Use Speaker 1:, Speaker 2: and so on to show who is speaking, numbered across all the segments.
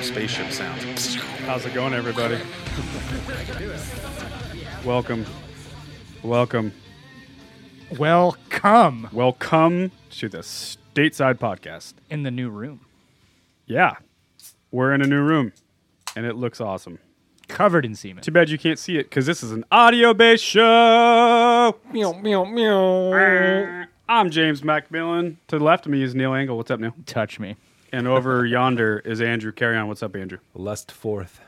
Speaker 1: spaceship sounds.
Speaker 2: How's it going, everybody? Welcome. Welcome.
Speaker 3: Welcome
Speaker 2: Welcome to the Stateside Podcast.
Speaker 3: in the new room,
Speaker 2: Yeah, we're in a new room and it looks awesome.
Speaker 3: covered in semen.
Speaker 2: Too bad you can't see it because this is an audio based show.
Speaker 3: Meow meow meow.
Speaker 2: I'm James Macmillan. To the left of me is Neil Angle. What's up, Neil?
Speaker 3: Touch me.
Speaker 2: And over yonder is Andrew Carrion. What's up, Andrew?
Speaker 4: Lust forth.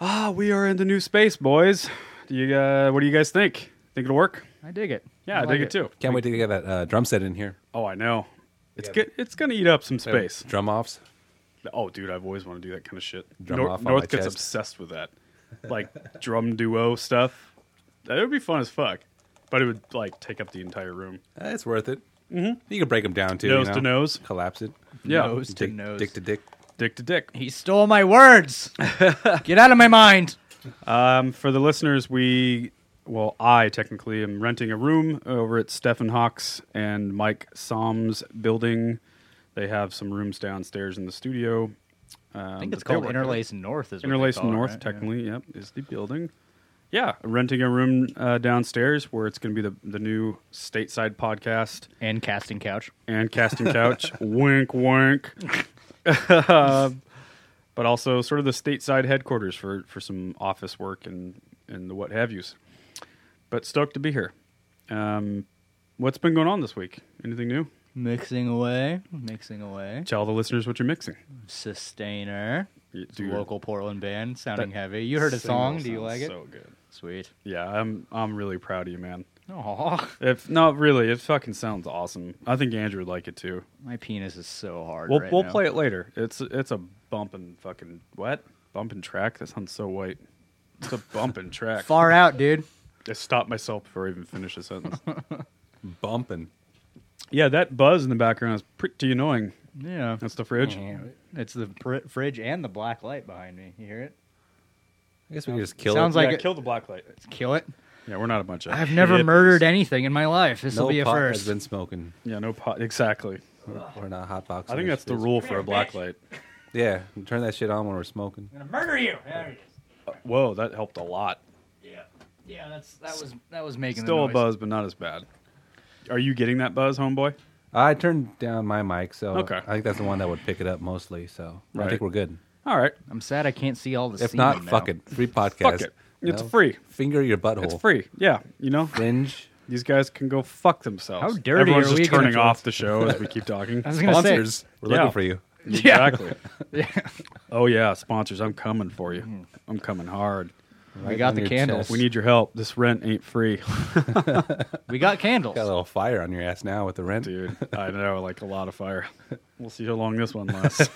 Speaker 2: Ah, we are in the new space, boys. Do you, uh, what do you guys think? Think it'll work?
Speaker 3: I dig it.
Speaker 2: Yeah, I,
Speaker 3: like
Speaker 2: dig it too.
Speaker 4: Can't wait to get that uh, drum set in here.
Speaker 2: Oh, I know. It's
Speaker 4: Yeah.
Speaker 2: good. It's gonna eat up some space.
Speaker 4: Drum offs.
Speaker 2: Oh, dude, I've always wanted to do that kind of shit.
Speaker 4: Drum off on my
Speaker 2: North gets
Speaker 4: chest.
Speaker 2: obsessed with that, like drum duo stuff. That would be fun as fuck, but it would like take up the entire room.
Speaker 4: Uh, it's worth it. Mm-hmm. You can break them down too.
Speaker 2: Nose
Speaker 4: you know?
Speaker 2: to nose.
Speaker 4: Collapse it.
Speaker 2: Yeah,
Speaker 3: Nose to
Speaker 4: dick,
Speaker 3: nose.
Speaker 4: Dick to dick.
Speaker 2: dick to dick.
Speaker 3: He stole my words. Get out of my mind.
Speaker 2: Um, for the listeners, we well, I technically am renting a room over at Stephen Hawks and Mike Som's building. They have some rooms downstairs in the studio. Um,
Speaker 3: I think it's
Speaker 2: that they
Speaker 3: called
Speaker 2: work at.
Speaker 3: Interlace North. Is what they
Speaker 2: Interlace
Speaker 3: call it,
Speaker 2: North,
Speaker 3: right?
Speaker 2: technically, yep, is the building. Yeah, renting a room uh, downstairs where it's going to be the, the new stateside podcast
Speaker 3: Yeah. and casting couch.
Speaker 2: and casting couch. wink, wink. Uh, but also sort of the stateside headquarters for, for some office work and, and the what have yous. But stoked to be here. Um, what's been going on this week? Anything new?
Speaker 3: Mixing away, mixing away.
Speaker 2: Tell the listeners what you're mixing.
Speaker 3: Sustainer,
Speaker 2: Y-
Speaker 3: It's a
Speaker 2: dude.
Speaker 3: local Portland band, sounding
Speaker 2: That
Speaker 3: heavy. You heard a song. Do you like it?
Speaker 2: So good.
Speaker 3: Sweet.
Speaker 2: Yeah, I'm I'm really proud of you, man.
Speaker 3: Oh,
Speaker 2: If not really, it fucking sounds awesome. I think Andrew would like it too.
Speaker 3: my penis is so hard.
Speaker 2: We'll
Speaker 3: right
Speaker 2: we'll
Speaker 3: now.
Speaker 2: play it later. It's it's a bumping fucking what bumping track. That sounds so white. It's a bumping track.
Speaker 3: far out, dude.
Speaker 2: I stopped myself before I even finished the sentence.
Speaker 4: Bumping.
Speaker 2: yeah, that buzz in the background is pretty annoying.
Speaker 3: Yeah.
Speaker 2: That's the fridge.
Speaker 3: It's the pr- fridge and the black light behind me. You hear it?
Speaker 4: I guess we can just kill
Speaker 3: Sounds
Speaker 4: it.
Speaker 3: like
Speaker 2: yeah,
Speaker 3: it-
Speaker 2: kill the black light.
Speaker 3: Kill it.
Speaker 2: Yeah, we're not a bunch of.
Speaker 3: I've never
Speaker 2: hippies.
Speaker 3: murdered anything in my life. This will
Speaker 4: no
Speaker 3: be a
Speaker 4: pot
Speaker 3: first.
Speaker 4: has been smoking.
Speaker 2: Yeah, no pot. Exactly.
Speaker 4: We're- We're not hot boxing.
Speaker 2: I think that's the
Speaker 4: It's-
Speaker 2: rule for a black light.
Speaker 4: Yeah, turn that shit on when we're smoking.
Speaker 3: I'm gonna murder you. There it is.
Speaker 2: Uh, Whoa, that helped a lot.
Speaker 3: Yeah. Yeah, that's that was that was making
Speaker 2: Still
Speaker 3: the
Speaker 2: a
Speaker 3: noise.
Speaker 2: buzz, but not as bad. Are you getting that buzz, homeboy?
Speaker 4: I turned down my mic, so
Speaker 2: Okay.
Speaker 4: I think that's the one that would pick it up mostly. So
Speaker 2: Right.
Speaker 4: I think we're good.
Speaker 2: All right.
Speaker 3: I'm sad I can't see all the.
Speaker 4: If
Speaker 3: semen
Speaker 4: not,
Speaker 3: now.
Speaker 4: fuck it. Free podcast.
Speaker 2: Fuck it. It's free.
Speaker 4: Finger your butthole.
Speaker 2: It's free. Yeah, you know,
Speaker 4: Fringe.
Speaker 2: these guys can go fuck themselves.
Speaker 3: How dirty
Speaker 2: Everyone's
Speaker 3: are
Speaker 2: just
Speaker 3: we gonna
Speaker 2: turning
Speaker 3: feel?
Speaker 2: off the show as we keep talking.
Speaker 3: I was gonna say-
Speaker 4: Sponsors. We're
Speaker 2: Yeah.
Speaker 4: looking for you.
Speaker 2: exactly.
Speaker 3: Yeah.
Speaker 2: Oh yeah, sponsors, I'm coming for
Speaker 3: Hmm.
Speaker 2: you. I'm coming hard.
Speaker 3: we got
Speaker 4: on
Speaker 3: the
Speaker 4: your
Speaker 3: candles.
Speaker 4: chest.
Speaker 2: We need your help. This rent ain't free,
Speaker 3: We got candles.
Speaker 4: Got a little fire on your ass now with the rent.
Speaker 2: dude. I know, like a lot of fire. We'll see how long this one lasts.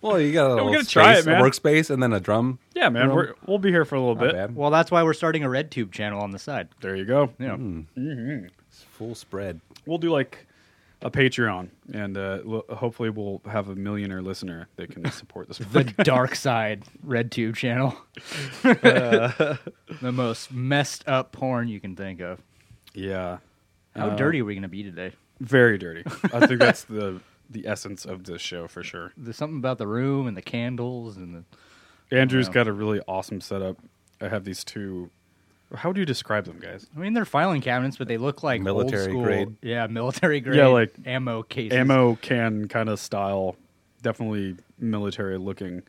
Speaker 4: Well, you got a little
Speaker 2: gonna
Speaker 4: space,
Speaker 2: try it,
Speaker 4: a
Speaker 2: man.
Speaker 4: workspace, and then a drum.
Speaker 2: yeah, man, we're, we'll be here for a little
Speaker 4: Not
Speaker 2: bit.
Speaker 4: bad.
Speaker 3: Well, that's why we're starting a red tube channel on the side.
Speaker 2: There you go.
Speaker 3: You know,
Speaker 4: Hmm. It's full spread.
Speaker 2: We'll do like a Patreon, and uh, lo- hopefully, we'll have a millionaire listener that can support this.
Speaker 3: the dark side red tube channel.
Speaker 4: Uh.
Speaker 3: the most messed up porn you can think of.
Speaker 2: yeah,
Speaker 3: How
Speaker 4: Uh.
Speaker 3: dirty are we gonna be today?
Speaker 2: very dirty. I think that's the the essence of this show for sure.
Speaker 3: There's something about the room and the candles and the.
Speaker 2: Andrew's
Speaker 3: Wow.
Speaker 2: got a really awesome setup. I have these two. How do you describe them, guys?
Speaker 3: I mean, they're filing cabinets, but they look like old
Speaker 4: Military
Speaker 3: school-
Speaker 4: grade.
Speaker 3: Yeah, military grade.
Speaker 2: Yeah, like
Speaker 3: ammo cases.
Speaker 2: Ammo can kind of style, definitely military looking.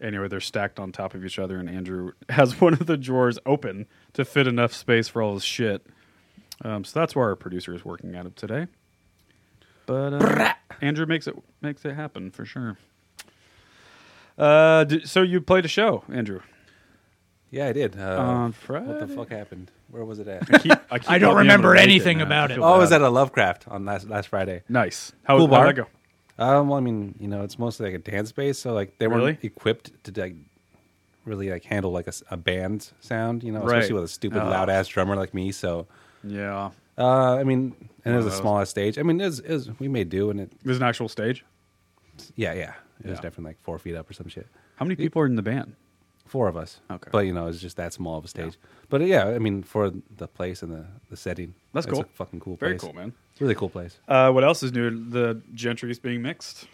Speaker 2: Anyway, they're stacked on top of each other, and Andrew has one of the drawers open to fit enough space for all his shit. Um, so that's where our producer is working out of today. But uh, Andrew makes it makes it happen for sure. Uh, d- so you played a show, Andrew,
Speaker 4: Yeah, I did. Uh,
Speaker 2: on Friday.
Speaker 4: what the fuck happened? Where was it at?
Speaker 2: Keep- I, keep
Speaker 3: I don't
Speaker 2: rubbing
Speaker 3: remember
Speaker 2: on the bacon,
Speaker 3: anything
Speaker 2: man.
Speaker 3: about
Speaker 2: I
Speaker 3: it.
Speaker 2: feel
Speaker 4: oh, I
Speaker 2: bad.
Speaker 4: was at a Lovecraft on last last Friday.
Speaker 2: Nice. How
Speaker 4: Cool
Speaker 2: how'd
Speaker 4: bar.
Speaker 2: that go?
Speaker 4: Um, well, I mean, you know, it's mostly like a dance space, so like they weren't
Speaker 2: Really?
Speaker 4: equipped to like really like handle like a, s- a band sound, you know,
Speaker 2: Right.
Speaker 4: especially with a stupid
Speaker 2: Oh.
Speaker 4: loud ass drummer like me. So,
Speaker 2: Yeah.
Speaker 4: uh, I mean, and it was a
Speaker 2: those.
Speaker 4: small stage. I mean, it was, it was we made do, and it
Speaker 2: There's an actual stage.
Speaker 4: yeah, yeah, it was
Speaker 2: Yeah.
Speaker 4: definitely like four feet up or some shit.
Speaker 2: How many people are in the band?
Speaker 4: four of us.
Speaker 2: Okay.
Speaker 4: But you know, it's just that small of a stage. But uh, yeah, I mean, for the place and the, the setting,
Speaker 2: That's
Speaker 4: it's
Speaker 2: cool.
Speaker 4: A fucking cool.
Speaker 2: Very
Speaker 4: place.
Speaker 2: cool, man.
Speaker 4: Really cool place.
Speaker 2: Uh, what else is new? The gentry's being mixed.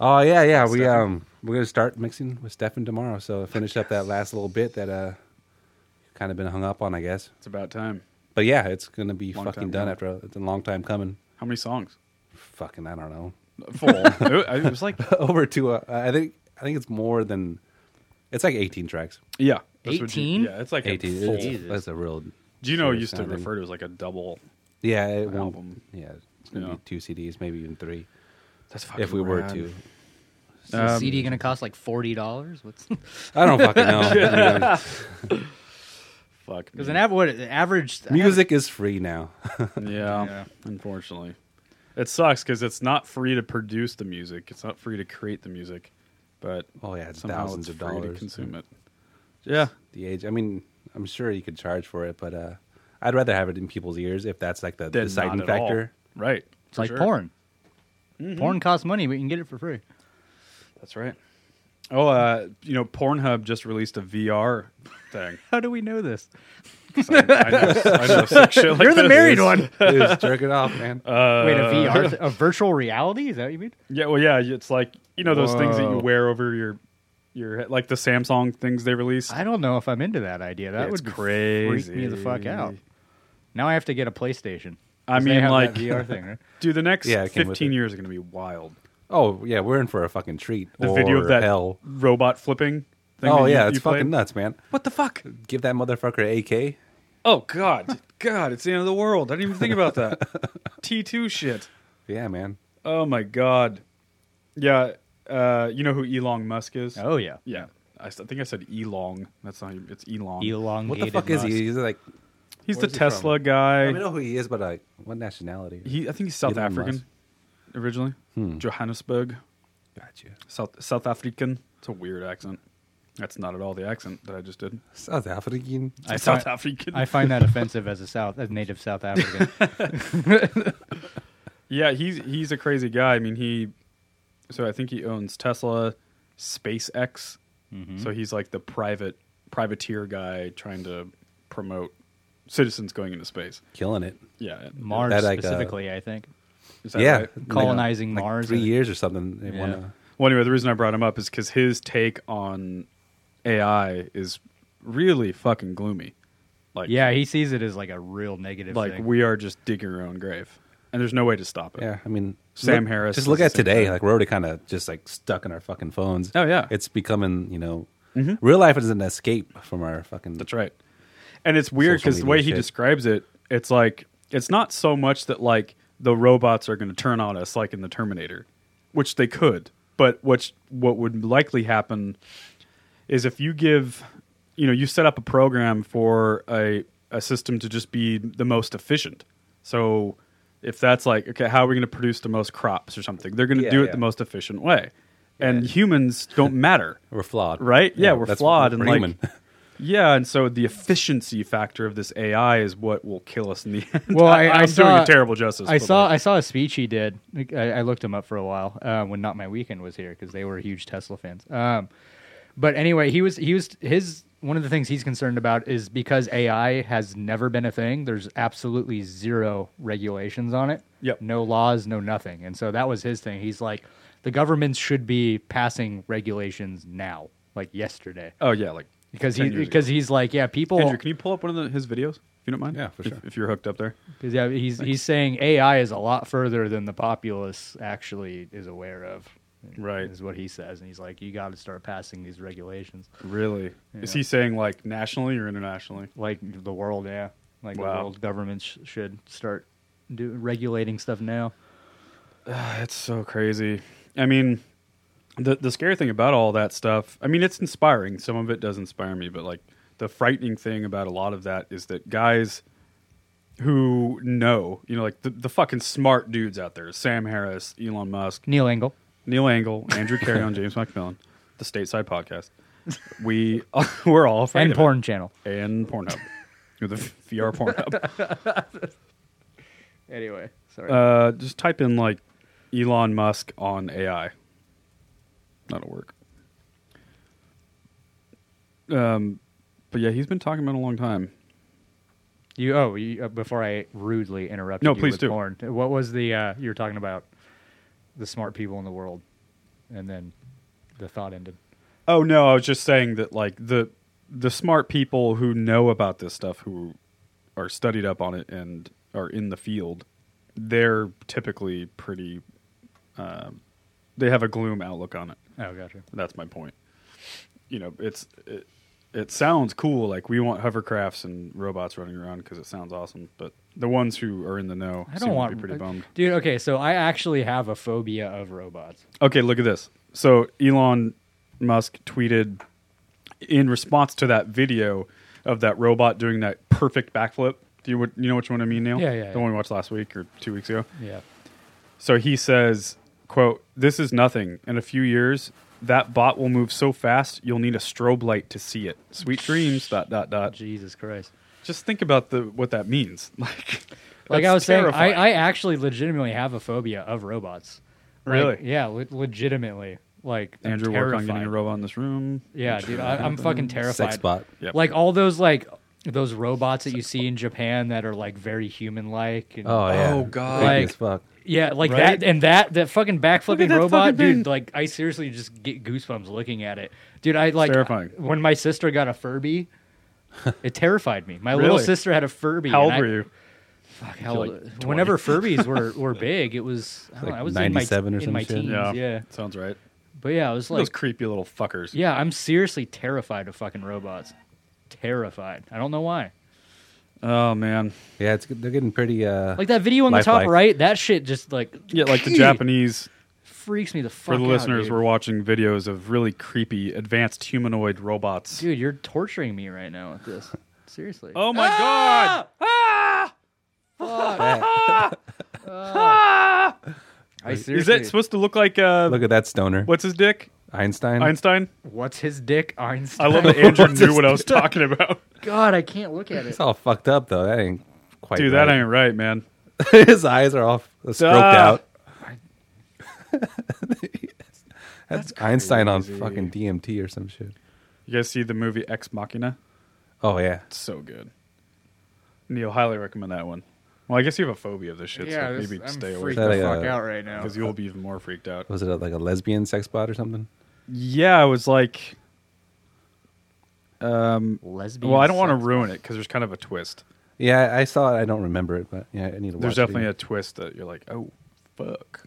Speaker 4: Oh yeah, yeah. We
Speaker 2: Stuff.
Speaker 4: um We're gonna start mixing with Stefan tomorrow. So finish up that last little bit that uh, kind of been hung up on, I guess.
Speaker 2: It's about time.
Speaker 4: But yeah, it's gonna be
Speaker 2: Long
Speaker 4: fucking
Speaker 2: time
Speaker 4: done
Speaker 2: coming.
Speaker 4: after a, it's a long time coming.
Speaker 2: How many songs?
Speaker 4: Fucking, I don't know.
Speaker 2: Full. it, it was like
Speaker 4: Over to uh, I think I think it's more than it's like eighteen tracks.
Speaker 2: yeah, that's what you-
Speaker 3: 18?
Speaker 2: Yeah, it's like
Speaker 4: Eighteen.
Speaker 2: a full.
Speaker 4: It's,
Speaker 3: Jesus.
Speaker 4: that's a real.
Speaker 2: Gino
Speaker 4: sort of
Speaker 2: used to
Speaker 4: sounding.
Speaker 2: refer to it as like a double.
Speaker 4: Yeah, it won't-
Speaker 2: album.
Speaker 4: Yeah, it's gonna
Speaker 2: Yeah.
Speaker 4: be two CDs, maybe even three,
Speaker 2: That's fucking
Speaker 4: if we were
Speaker 2: rad.
Speaker 4: to.
Speaker 3: Is the
Speaker 2: Um,
Speaker 3: CD gonna cost like forty dollars? What's
Speaker 4: I don't fucking know.
Speaker 2: Fuck.
Speaker 3: because
Speaker 2: me.
Speaker 3: an av- what the average
Speaker 4: Music is free now.
Speaker 2: yeah,
Speaker 5: Yeah.
Speaker 2: unfortunately. It sucks because it's not free to produce the music. It's not free to create the music, but
Speaker 4: Oh yeah, it's
Speaker 2: somehow
Speaker 4: thousands
Speaker 2: it's
Speaker 4: of
Speaker 2: free
Speaker 4: dollars.
Speaker 2: to consume it. Yeah,
Speaker 4: The age. I mean, I'm sure you could charge for it, but uh, I'd rather have it in people's ears if that's like the
Speaker 2: then
Speaker 4: deciding
Speaker 2: not at all.
Speaker 4: factor.
Speaker 2: right?
Speaker 3: It's
Speaker 2: for
Speaker 3: like
Speaker 2: sure.
Speaker 3: porn.
Speaker 4: Mm-hmm.
Speaker 3: Porn costs money, but you can get it for free.
Speaker 2: That's right. Oh, uh, you know, Pornhub just released a VR thing.
Speaker 3: How do we know this?
Speaker 2: 'Cause I, I know, I know some shit like
Speaker 3: You're the
Speaker 2: this.
Speaker 3: married one.
Speaker 4: It was jerking off, man.
Speaker 2: Uh,
Speaker 3: Wait, a VR, th- a virtual reality? Is that what you mean?
Speaker 2: Yeah, well, yeah, it's like you know those things that you
Speaker 4: Whoa.
Speaker 2: wear over your your head, like the Samsung things they released.
Speaker 3: I don't know if I'm into that idea. That
Speaker 2: It's
Speaker 3: would
Speaker 2: crazy.
Speaker 3: freak me the fuck out. Now I have to get a PlayStation.
Speaker 2: I
Speaker 3: 'Cause they
Speaker 2: mean,
Speaker 3: have that
Speaker 2: like-
Speaker 3: VR thing, right?
Speaker 2: Dude, the next
Speaker 4: Yeah, it came with
Speaker 2: fifteen
Speaker 4: it.
Speaker 2: years are gonna be wild.
Speaker 4: oh yeah, we're in for a fucking treat.
Speaker 2: The video
Speaker 4: Or
Speaker 2: of that
Speaker 4: hell.
Speaker 2: robot flipping. thing
Speaker 4: Oh
Speaker 2: that you-
Speaker 4: yeah,
Speaker 2: you
Speaker 4: it's
Speaker 2: played.
Speaker 4: fucking nuts, man. What the fuck? Give that motherfucker AK.
Speaker 2: Oh god, god, it's the end of the world. I didn't even think about that. T two shit.
Speaker 4: Yeah, man.
Speaker 2: Oh my god. Yeah, uh, you know who Elon Musk is?
Speaker 3: Oh yeah,
Speaker 2: yeah. I, s- I think I said Elon. That's not. It's Elon.
Speaker 3: elongated.
Speaker 4: What the fuck is he?
Speaker 3: musk.
Speaker 4: He's like,
Speaker 2: He's the
Speaker 4: Where's he from?
Speaker 2: Tesla
Speaker 4: I oh,
Speaker 2: guy.
Speaker 4: don't know who he is, but like, what nationality?
Speaker 2: He, I think he's South
Speaker 4: Elon
Speaker 2: African
Speaker 4: Musk.
Speaker 2: originally. Johannesburg,
Speaker 4: Gotcha.
Speaker 2: South South African. It's a weird accent. That's not at all the accent that I just did.
Speaker 4: South African.
Speaker 3: I
Speaker 2: South
Speaker 3: find-
Speaker 2: African.
Speaker 3: I find that offensive as a South, as native South African.
Speaker 2: yeah, he's he's a crazy guy. I mean, he. So I think he owns Tesla, SpaceX. So he's like the private privateer guy trying to promote citizens going into space.
Speaker 4: Killing it.
Speaker 2: Yeah,
Speaker 3: Mars
Speaker 4: That, like, uh,
Speaker 3: specifically, I think.
Speaker 2: is that
Speaker 4: yeah.
Speaker 2: right?
Speaker 3: Colonizing
Speaker 4: Like
Speaker 3: Mars.
Speaker 4: Three
Speaker 3: and-
Speaker 4: years or something. They
Speaker 3: Yeah.
Speaker 4: wanna-
Speaker 2: Well, anyway, the reason I brought him up is because his take on AI is really fucking gloomy. Like,
Speaker 3: Yeah, he sees it as like a real negative.
Speaker 2: like
Speaker 3: thing.
Speaker 2: we are just digging our own grave, and there's no way to stop it.
Speaker 4: Yeah, I mean,
Speaker 2: Sam
Speaker 4: look-
Speaker 2: Harris
Speaker 4: Just
Speaker 2: is
Speaker 4: look
Speaker 2: the
Speaker 4: at
Speaker 2: same
Speaker 4: today;
Speaker 2: thing.
Speaker 4: like we're already kind of just like stuck in our fucking phones.
Speaker 2: Oh, yeah. Mm-hmm.
Speaker 4: it's becoming you know, real life is an escape from our fucking.
Speaker 2: That's right. And it's weird
Speaker 4: Social
Speaker 2: because the
Speaker 4: media
Speaker 2: way he
Speaker 4: shit.
Speaker 2: describes it, it's like it's not so much that like the robots are going to turn on us like in the Terminator, which they could, but which what would likely happen is if you give, you know, you set up a program for a a system to just be the most efficient. So if that's like okay, how are we going to produce the most crops or something? They're going to
Speaker 4: Yeah,
Speaker 2: do it
Speaker 4: yeah.
Speaker 2: the most efficient way. And humans don't matter.
Speaker 4: We're flawed,
Speaker 2: Right? Yeah, we're
Speaker 4: that's-
Speaker 2: flawed and, like,
Speaker 4: human.
Speaker 2: Yeah, and so the efficiency factor of this AI is what will kill us in the end.
Speaker 3: Well, I- I
Speaker 2: am doing
Speaker 3: saw-
Speaker 2: a terrible justice.
Speaker 3: I
Speaker 2: but,
Speaker 3: saw I
Speaker 2: like,
Speaker 3: saw a speech he did. Like, I, I looked him up for a while uh, when not my weekend was here because they were huge Tesla fans. Um, but anyway, he was he was his one of the things he's concerned about is because AI has never been a thing. There's absolutely zero regulations on it.
Speaker 2: Yep.
Speaker 3: No laws, no nothing. And so that was his thing. He's like, the governments should be passing regulations now, like yesterday,
Speaker 2: oh yeah, like
Speaker 3: because
Speaker 2: 10
Speaker 3: he
Speaker 2: years ago.
Speaker 3: because he's like, yeah, people.
Speaker 2: Andrew, can you pull up one of the, his videos if you don't mind?
Speaker 4: Yeah, for
Speaker 2: If-
Speaker 4: sure.
Speaker 2: If, you're hooked up there,
Speaker 3: Because yeah, he's he's saying AI is a lot further than the populace actually is aware of.
Speaker 2: Right.
Speaker 3: is what he says, and he's like, you got to start passing these regulations,
Speaker 2: really, is
Speaker 3: Yeah.
Speaker 2: he saying like nationally or internationally?
Speaker 3: like the world, yeah, like the
Speaker 2: Wow.
Speaker 3: world governments sh- should start do, regulating stuff now.
Speaker 2: It's so crazy. I mean, the the scary thing about all that stuff. I mean, it's inspiring. Some of it does inspire me, but like the frightening thing about a lot of that is that guys who know, you know, like the, the fucking smart dudes out there, Sam Harris, Elon Musk,
Speaker 3: Neil Engel,
Speaker 2: Neil Angle, Andrew Carrion, James McMillan, the Stateside Podcast. We we're all afraid
Speaker 3: and
Speaker 2: of
Speaker 3: porn channel.
Speaker 2: it. and Pornhub, the VR Pornhub.
Speaker 3: Anyway, sorry.
Speaker 2: Uh, just type in like Elon Musk on AI. That'll work. Um, but yeah, he's been talking about it a long time.
Speaker 3: you oh, you, uh, before I rudely interrupted.
Speaker 2: No,
Speaker 3: you
Speaker 2: please
Speaker 3: with
Speaker 2: do.
Speaker 3: Porn, what was the uh, you were talking about the smart people in the world, and then the thought ended.
Speaker 2: Oh no, I was just saying that like the the smart people who know about this stuff who are studied up on it and are in the field, they're typically pretty um, they have a gloom outlook on it.
Speaker 3: Oh, gotcha.
Speaker 2: That's my point. You know, it's it, it sounds cool like we want hovercrafts and robots running around cuz it sounds awesome, but the ones who are in the know
Speaker 3: I
Speaker 2: seem
Speaker 3: don't want uh,
Speaker 2: to be pretty bummed.
Speaker 3: dude. Okay, so I actually have a phobia of robots.
Speaker 2: Okay, look at this. So Elon Musk tweeted in response to that video of that robot doing that perfect backflip. Do you you know which one I mean, Neil?
Speaker 3: Yeah, yeah,
Speaker 2: The
Speaker 3: yeah.
Speaker 2: one we watched last week or two weeks ago.
Speaker 3: Yeah.
Speaker 2: So he says, "quote This is nothing. In a few years, that bot will move so fast you'll need a strobe light to see it. Sweet dreams. Dot dot dot.
Speaker 3: Jesus Christ.
Speaker 2: Just think about the what that means. Like,
Speaker 3: Like
Speaker 2: that's
Speaker 3: I was
Speaker 2: terrifying.
Speaker 3: saying, I, I actually legitimately have a phobia of robots. Like,
Speaker 2: Really?
Speaker 3: yeah, le- legitimately. Like I'm
Speaker 2: Andrew work on getting
Speaker 3: terrified.
Speaker 2: a robot in this room.
Speaker 3: Yeah, dude, I, I'm fucking terrified.
Speaker 4: Sex bot.
Speaker 2: Yep.
Speaker 3: Like all those like those robots that you see in Japan that are like very human like.
Speaker 4: Oh yeah.
Speaker 2: Oh, God.
Speaker 4: Creepy
Speaker 3: Like-
Speaker 4: as fuck.
Speaker 3: Yeah, like
Speaker 2: Right?
Speaker 3: that and that that fucking backflipping
Speaker 2: that fucking
Speaker 3: robot,
Speaker 2: thing.
Speaker 3: dude. Like I seriously just get goosebumps looking at it, dude. I like
Speaker 2: terrifying.
Speaker 3: when my sister got a Furby. it terrified me. My little
Speaker 2: Really?
Speaker 3: sister had a Furby.
Speaker 2: How
Speaker 3: and
Speaker 2: old
Speaker 3: I-
Speaker 2: were you?
Speaker 3: Fuck, how old- whenever Furbies were were big, it was I, don't
Speaker 4: Like
Speaker 3: know, I was in
Speaker 4: 97
Speaker 3: my,
Speaker 4: or
Speaker 3: in
Speaker 4: some
Speaker 3: my
Speaker 4: shit?
Speaker 3: teens. Yeah.
Speaker 2: Yeah. Sounds right.
Speaker 3: but yeah, I was
Speaker 2: Those
Speaker 3: like,
Speaker 2: creepy little fuckers.
Speaker 3: yeah, I'm seriously terrified of fucking robots. Terrified. I don't know why.
Speaker 2: Oh man.
Speaker 4: Yeah, it's they're getting pretty. Uh,
Speaker 3: Like that video on the top
Speaker 4: Lifelike.
Speaker 3: right, that shit just like
Speaker 2: Yeah, like the Japanese.
Speaker 3: freaks me the fuck.
Speaker 2: For the
Speaker 3: out,
Speaker 2: listeners,
Speaker 3: dude.
Speaker 2: we're watching videos of really creepy advanced humanoid robots.
Speaker 3: dude, you're torturing me right now with this. Seriously.
Speaker 2: Oh my
Speaker 3: Ah!
Speaker 2: god!
Speaker 3: I
Speaker 2: Is
Speaker 3: seriously.
Speaker 2: that supposed to look like uh,
Speaker 4: look at that stoner.
Speaker 2: what's his dick?
Speaker 4: Einstein?
Speaker 2: Einstein.
Speaker 3: What's his dick,
Speaker 2: I
Speaker 3: Einstein?
Speaker 2: love that Andrew
Speaker 4: Mm. What's
Speaker 2: knew
Speaker 4: his
Speaker 2: what I was talking about.
Speaker 3: God, I can't look at it.
Speaker 4: It's all fucked up though. That ain't quite.
Speaker 2: Dude, that ain't right, man.
Speaker 4: ain't. His eyes are all stroked
Speaker 2: Ah.
Speaker 4: out. That's, Einstein on fucking DMT or some shit.
Speaker 2: You guys see the movie Ex Machina?
Speaker 4: Oh yeah.
Speaker 2: It's so good. Neil, highly recommend that one. Well, I guess you have a phobia of this shit, so maybe stay away
Speaker 4: freaked the fuck out
Speaker 3: right now.
Speaker 2: because you'll be even more freaked out.
Speaker 4: Was it a, like a lesbian sex bot or something?
Speaker 2: Yeah, I was like,
Speaker 3: Lesbian.
Speaker 2: well, I don't want to
Speaker 3: sex-
Speaker 2: ruin it because there's kind of a twist.
Speaker 4: Yeah, I, I saw it. I don't remember it, but yeah, I need to.
Speaker 2: There's
Speaker 4: watch
Speaker 2: definitely
Speaker 4: it
Speaker 2: a twist that you're like, oh, fuck.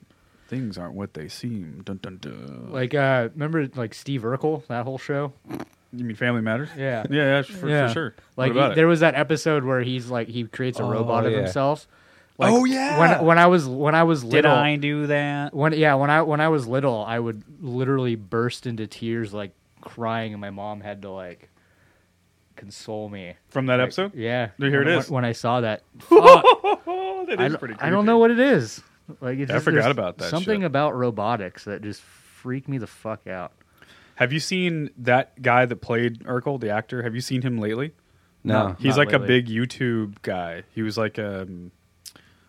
Speaker 2: Things aren't what they seem. Dun, dun, dun.
Speaker 3: Like, uh, remember like Steve Urkel, that whole show?
Speaker 2: you mean Family Matters?
Speaker 3: Yeah.
Speaker 2: Yeah, yeah, for, for sure.
Speaker 3: Like
Speaker 2: what about
Speaker 3: he-
Speaker 2: it?
Speaker 3: there was that episode where he's like he creates a
Speaker 4: Oh,
Speaker 3: robot of
Speaker 4: yeah.
Speaker 3: himself. Like,
Speaker 2: Oh, yeah.
Speaker 3: When when I was when I was little,
Speaker 2: do that?
Speaker 3: when yeah when I when I was little, I would literally burst into tears like crying, and my mom had to like console me.
Speaker 2: From that
Speaker 3: Like,
Speaker 2: episode?
Speaker 3: Yeah.
Speaker 2: Dude, here
Speaker 3: when,
Speaker 2: it is.
Speaker 3: When, when I saw that, fuck.
Speaker 2: Oh, that
Speaker 3: I
Speaker 2: is
Speaker 3: don't,
Speaker 2: pretty
Speaker 3: I don't
Speaker 2: creepy.
Speaker 3: know what it is. Like it
Speaker 2: Yeah, I
Speaker 3: just-
Speaker 2: forgot
Speaker 3: there's
Speaker 2: about that
Speaker 3: Something
Speaker 2: shit.
Speaker 3: about robotics that just freaked me the fuck out.
Speaker 2: Have you seen that guy that played Urkel, the actor? Have you seen him lately?
Speaker 4: No.
Speaker 2: He's
Speaker 3: not
Speaker 2: like a
Speaker 3: lately.
Speaker 2: big YouTube guy. He was like, um,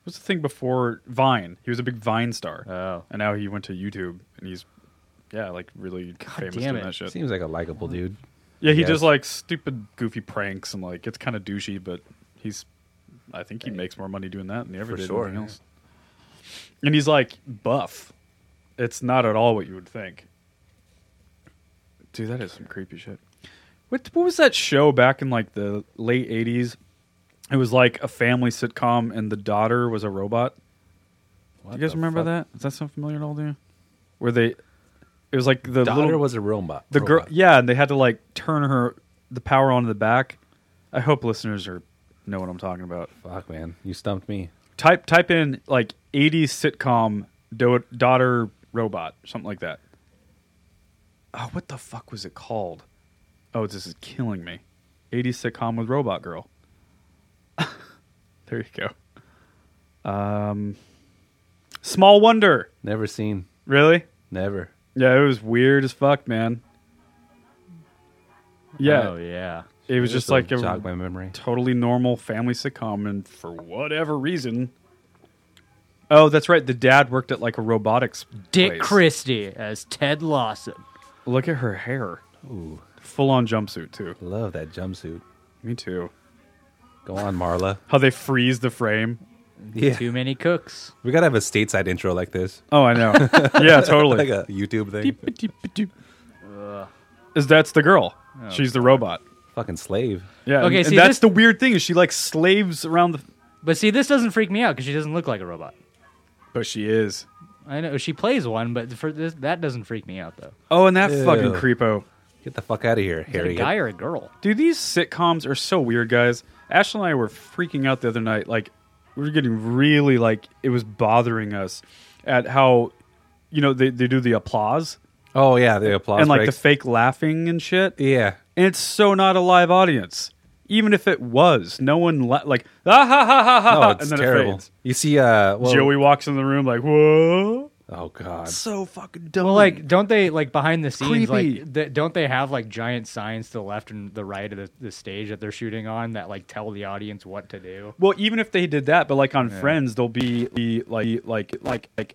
Speaker 2: what's the thing before Vine? He was a big Vine star.
Speaker 3: Oh.
Speaker 2: And now he went to YouTube and he's, yeah, like really famous
Speaker 3: damn
Speaker 2: doing
Speaker 3: it.
Speaker 2: that shit.
Speaker 4: Seems like a likable dude.
Speaker 2: Yeah, he
Speaker 4: Yes.
Speaker 2: does like stupid, goofy pranks and like it's kind of douchey, but he's. I think he makes more money doing that than he ever
Speaker 4: For
Speaker 2: did
Speaker 4: sure,
Speaker 2: anything
Speaker 4: yeah.
Speaker 2: else. And he's like buff. It's not at all what you would think. Dude, that is some creepy shit. What what was that show back in like the late '80s? It was like a family sitcom, and the daughter was a robot. Do you guys remember that? Does that sound familiar at all to you? Where they, it was like the
Speaker 4: Daughter
Speaker 2: little,
Speaker 4: was a robot.
Speaker 2: the girl,
Speaker 4: robot.
Speaker 2: yeah, and they had to like turn her the power on to the back. I hope listeners are know what I'm talking about.
Speaker 4: Fuck man, you stumped me.
Speaker 2: Type type in like 80s sitcom do- daughter robot, something like that. Oh, what the fuck was it called? Oh, this is killing me. 80s sitcom with robot girl. there you go. Um, Small Wonder.
Speaker 4: Never seen.
Speaker 2: Really?
Speaker 4: Never.
Speaker 2: Yeah, it was weird as fuck, man. Yeah,
Speaker 3: Oh yeah.
Speaker 2: it was just like
Speaker 4: jog my
Speaker 2: a
Speaker 4: memory.
Speaker 2: totally normal family sitcom, and for whatever reason. Oh, that's right. The dad worked at like a robotics.
Speaker 3: Dick
Speaker 2: place.
Speaker 3: Christie as Ted Lawson.
Speaker 2: Look at her hair.
Speaker 4: Ooh,
Speaker 2: Full on jumpsuit, too.
Speaker 4: love that jumpsuit.
Speaker 2: Me, too.
Speaker 4: Go on, Marla.
Speaker 2: How they freeze the frame.
Speaker 4: Yeah,
Speaker 3: Too many cooks.
Speaker 4: we gotta have a stateside intro like this,
Speaker 2: Oh, I know. yeah, totally.
Speaker 4: like a YouTube thing.
Speaker 2: Deep-a-deep-a-doop. is that's the girl. She's the robot.
Speaker 4: Fucking slave.
Speaker 2: Yeah.
Speaker 3: Okay,
Speaker 2: and- and
Speaker 3: see,
Speaker 2: that's
Speaker 3: this-
Speaker 2: the weird thing. is She like slaves around the.
Speaker 3: But see, this doesn't freak me out because she doesn't look like a robot.
Speaker 2: But she is.
Speaker 3: I know she plays one, but for this, that doesn't freak me out though.
Speaker 2: Oh, and that
Speaker 4: Ew.
Speaker 2: fucking creepo.
Speaker 4: Get the fuck out of here,
Speaker 3: Is it a
Speaker 4: Harry.
Speaker 3: guy or a girl?
Speaker 2: Dude, these sitcoms are so weird, guys. Ashley and I were freaking out the other night. Like, we were getting really, like, it was bothering us at how, you know, they, they do the applause
Speaker 4: Oh yeah, the applause
Speaker 2: and, like,
Speaker 4: breaks.
Speaker 2: the fake laughing and shit.
Speaker 4: yeah.
Speaker 2: And it's so not a live audience. Even if it was, no one, la- like, ah, ha, ha, ha, ha,
Speaker 4: Oh,
Speaker 2: ha,
Speaker 4: it's
Speaker 2: and then it
Speaker 4: terrible.
Speaker 2: fades.
Speaker 4: you see, uh, well,
Speaker 2: Joey walks in the room, like, whoa.
Speaker 4: Oh god.
Speaker 2: So fucking dumb.
Speaker 3: Well, like, don't they like behind the scenes?
Speaker 2: Creepy.
Speaker 3: Like, th- don't they have like giant signs to the left and the right of the, the stage that they're shooting on that like tell the audience what to do?
Speaker 2: Well, even if they did that, but like on Friends, they'll be the like like like like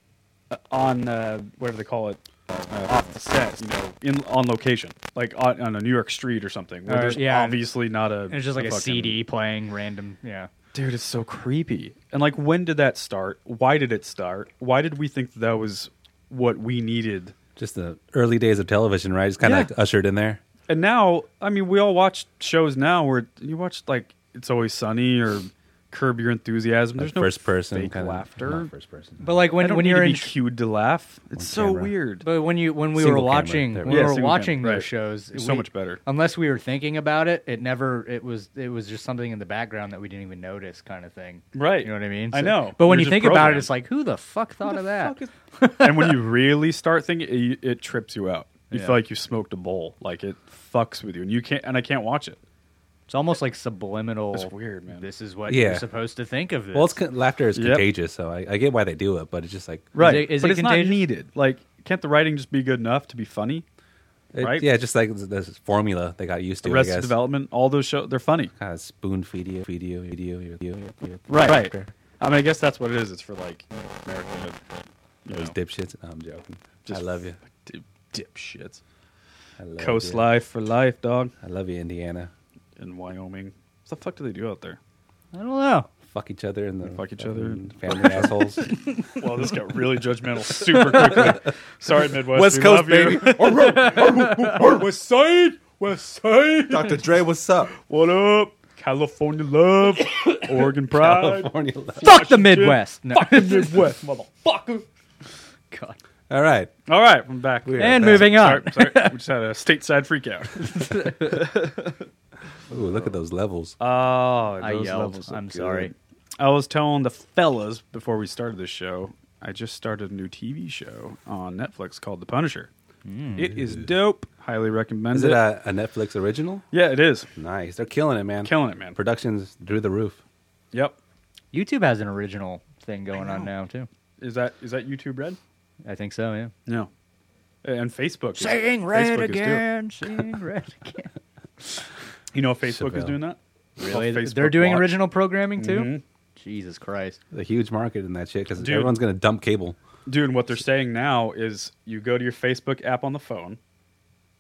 Speaker 2: uh, on uh, whatever they call it uh, off the set, you know, in on location, like on, on a New York street or something. Where
Speaker 3: Or-
Speaker 2: there's
Speaker 3: yeah.
Speaker 2: obviously not a.
Speaker 3: And it's just like a,
Speaker 2: fucking-
Speaker 3: CD playing random. Yeah,
Speaker 2: Dude, it's so creepy. And like, when did that start? Why did it start? Why did we think that was what we needed?
Speaker 4: Just the early days of television, right? Just kind of
Speaker 2: Yeah.
Speaker 4: like ushered in there.
Speaker 2: And now, I mean, we all watch shows now where you watch like It's Always Sunny or Curb Your Enthusiasm.
Speaker 4: Like
Speaker 2: There's no
Speaker 4: first person
Speaker 2: fake
Speaker 4: kinda-
Speaker 2: laughter.
Speaker 4: not first person.
Speaker 3: but like
Speaker 2: I
Speaker 3: when
Speaker 2: don't
Speaker 3: when
Speaker 2: need
Speaker 3: you're
Speaker 2: to
Speaker 3: in
Speaker 2: be cued to laugh. It's so
Speaker 4: camera.
Speaker 2: weird.
Speaker 3: But when you when we were
Speaker 4: Single camera.
Speaker 3: watching
Speaker 4: There we
Speaker 3: when
Speaker 4: go.
Speaker 3: we
Speaker 2: Yeah,
Speaker 3: were
Speaker 2: single camera,
Speaker 3: watching
Speaker 2: right.
Speaker 3: those shows,
Speaker 2: It's so
Speaker 3: we-
Speaker 2: much better.
Speaker 3: Unless we were thinking about it, it never it was it was just something in the background that we didn't even notice, kind of thing.
Speaker 2: Right.
Speaker 3: You know what I mean?
Speaker 2: I know.
Speaker 3: But when you
Speaker 2: You're just
Speaker 3: think about
Speaker 2: programmed.
Speaker 3: it, it's like, who the fuck thought of that?
Speaker 2: and when you really start thinking, it, it trips you out. You
Speaker 3: Yeah.
Speaker 2: feel like you smoked a bowl. Like it fucks with you, and you can't. And I can't watch it.
Speaker 3: It's almost like subliminal.
Speaker 2: That's weird, man.
Speaker 3: This is what
Speaker 4: Yeah.
Speaker 3: you're supposed to think of this.
Speaker 4: Well, it's con- laughter is
Speaker 2: Yep.
Speaker 4: contagious, so I, I get why they do it, but it's just like
Speaker 3: Right. it- is
Speaker 2: but
Speaker 3: it
Speaker 2: it's
Speaker 3: contagious?
Speaker 2: not needed. Like, can't the writing just be good enough to be funny?
Speaker 4: it-
Speaker 2: Right.
Speaker 4: yeah, just like this formula they got used to. I
Speaker 2: Arrested
Speaker 4: guess.
Speaker 2: Development, all those shows, they're funny.
Speaker 4: Kind of spoon feed you, feed you, feed you, feed you, feed you.
Speaker 2: Right. Right. I mean, I guess that's what it is. It's for like American. You know,
Speaker 4: Those dipshits. No, I'm joking.
Speaker 2: Just-
Speaker 4: I love you.
Speaker 2: dip, dipshits.
Speaker 4: I love
Speaker 2: Coast
Speaker 4: you.
Speaker 2: life for life, dog.
Speaker 4: I love you, Indiana.
Speaker 2: In Wyoming, what the fuck do they do out there?
Speaker 3: I don't know.
Speaker 4: Fuck each other and the
Speaker 2: Fuck each other.
Speaker 4: fucking family assholes.
Speaker 2: Well, this got really judgmental super quickly. Sorry, Midwest.
Speaker 4: West
Speaker 2: we love
Speaker 4: Coast,
Speaker 2: you. West Side, West Side.
Speaker 4: Dr. Dre, what's up?
Speaker 2: What up? California love, Oregon pride.
Speaker 4: California. love.
Speaker 3: Fuck the Midwest. No.
Speaker 2: Midwest, motherfucker.
Speaker 3: God.
Speaker 4: All right.
Speaker 2: All right, I'm back.
Speaker 4: We are
Speaker 3: And
Speaker 4: back.
Speaker 3: moving on.
Speaker 2: Sorry, sorry. We just had a stateside freak out.
Speaker 4: Ooh, look at those levels.
Speaker 2: Oh,
Speaker 3: I yelled. I'm sorry.
Speaker 2: I was telling the fellas before we started this show, I just started a new TV show on Netflix called The Punisher.
Speaker 3: Hmm.
Speaker 2: It is dope. Highly recommend
Speaker 4: Is it a, a Netflix original?
Speaker 2: yeah, it is.
Speaker 4: Nice. They're killing it, man.
Speaker 2: Killing it, man.
Speaker 4: Productions through the roof.
Speaker 2: Yep.
Speaker 3: YouTube has an original thing going on now too.
Speaker 2: Is that is that YouTube Red?
Speaker 3: I think so. Yeah.
Speaker 2: No. And Facebook. is-
Speaker 3: Saying
Speaker 2: Facebook
Speaker 3: red
Speaker 2: is doing-
Speaker 3: again. Saying red again.
Speaker 2: You know Facebook is
Speaker 4: Chevelle.
Speaker 2: doing that?
Speaker 3: Really?
Speaker 2: Called Facebook
Speaker 3: They're doing
Speaker 2: Watch.
Speaker 3: original programming too.
Speaker 2: Mhm.
Speaker 3: Mm-hmm. Jesus Christ.
Speaker 4: A huge market in that shit because
Speaker 2: Dude.
Speaker 4: everyone's going to dump cable.
Speaker 2: Dude, and what they're saying now is you go to your Facebook app on the phone,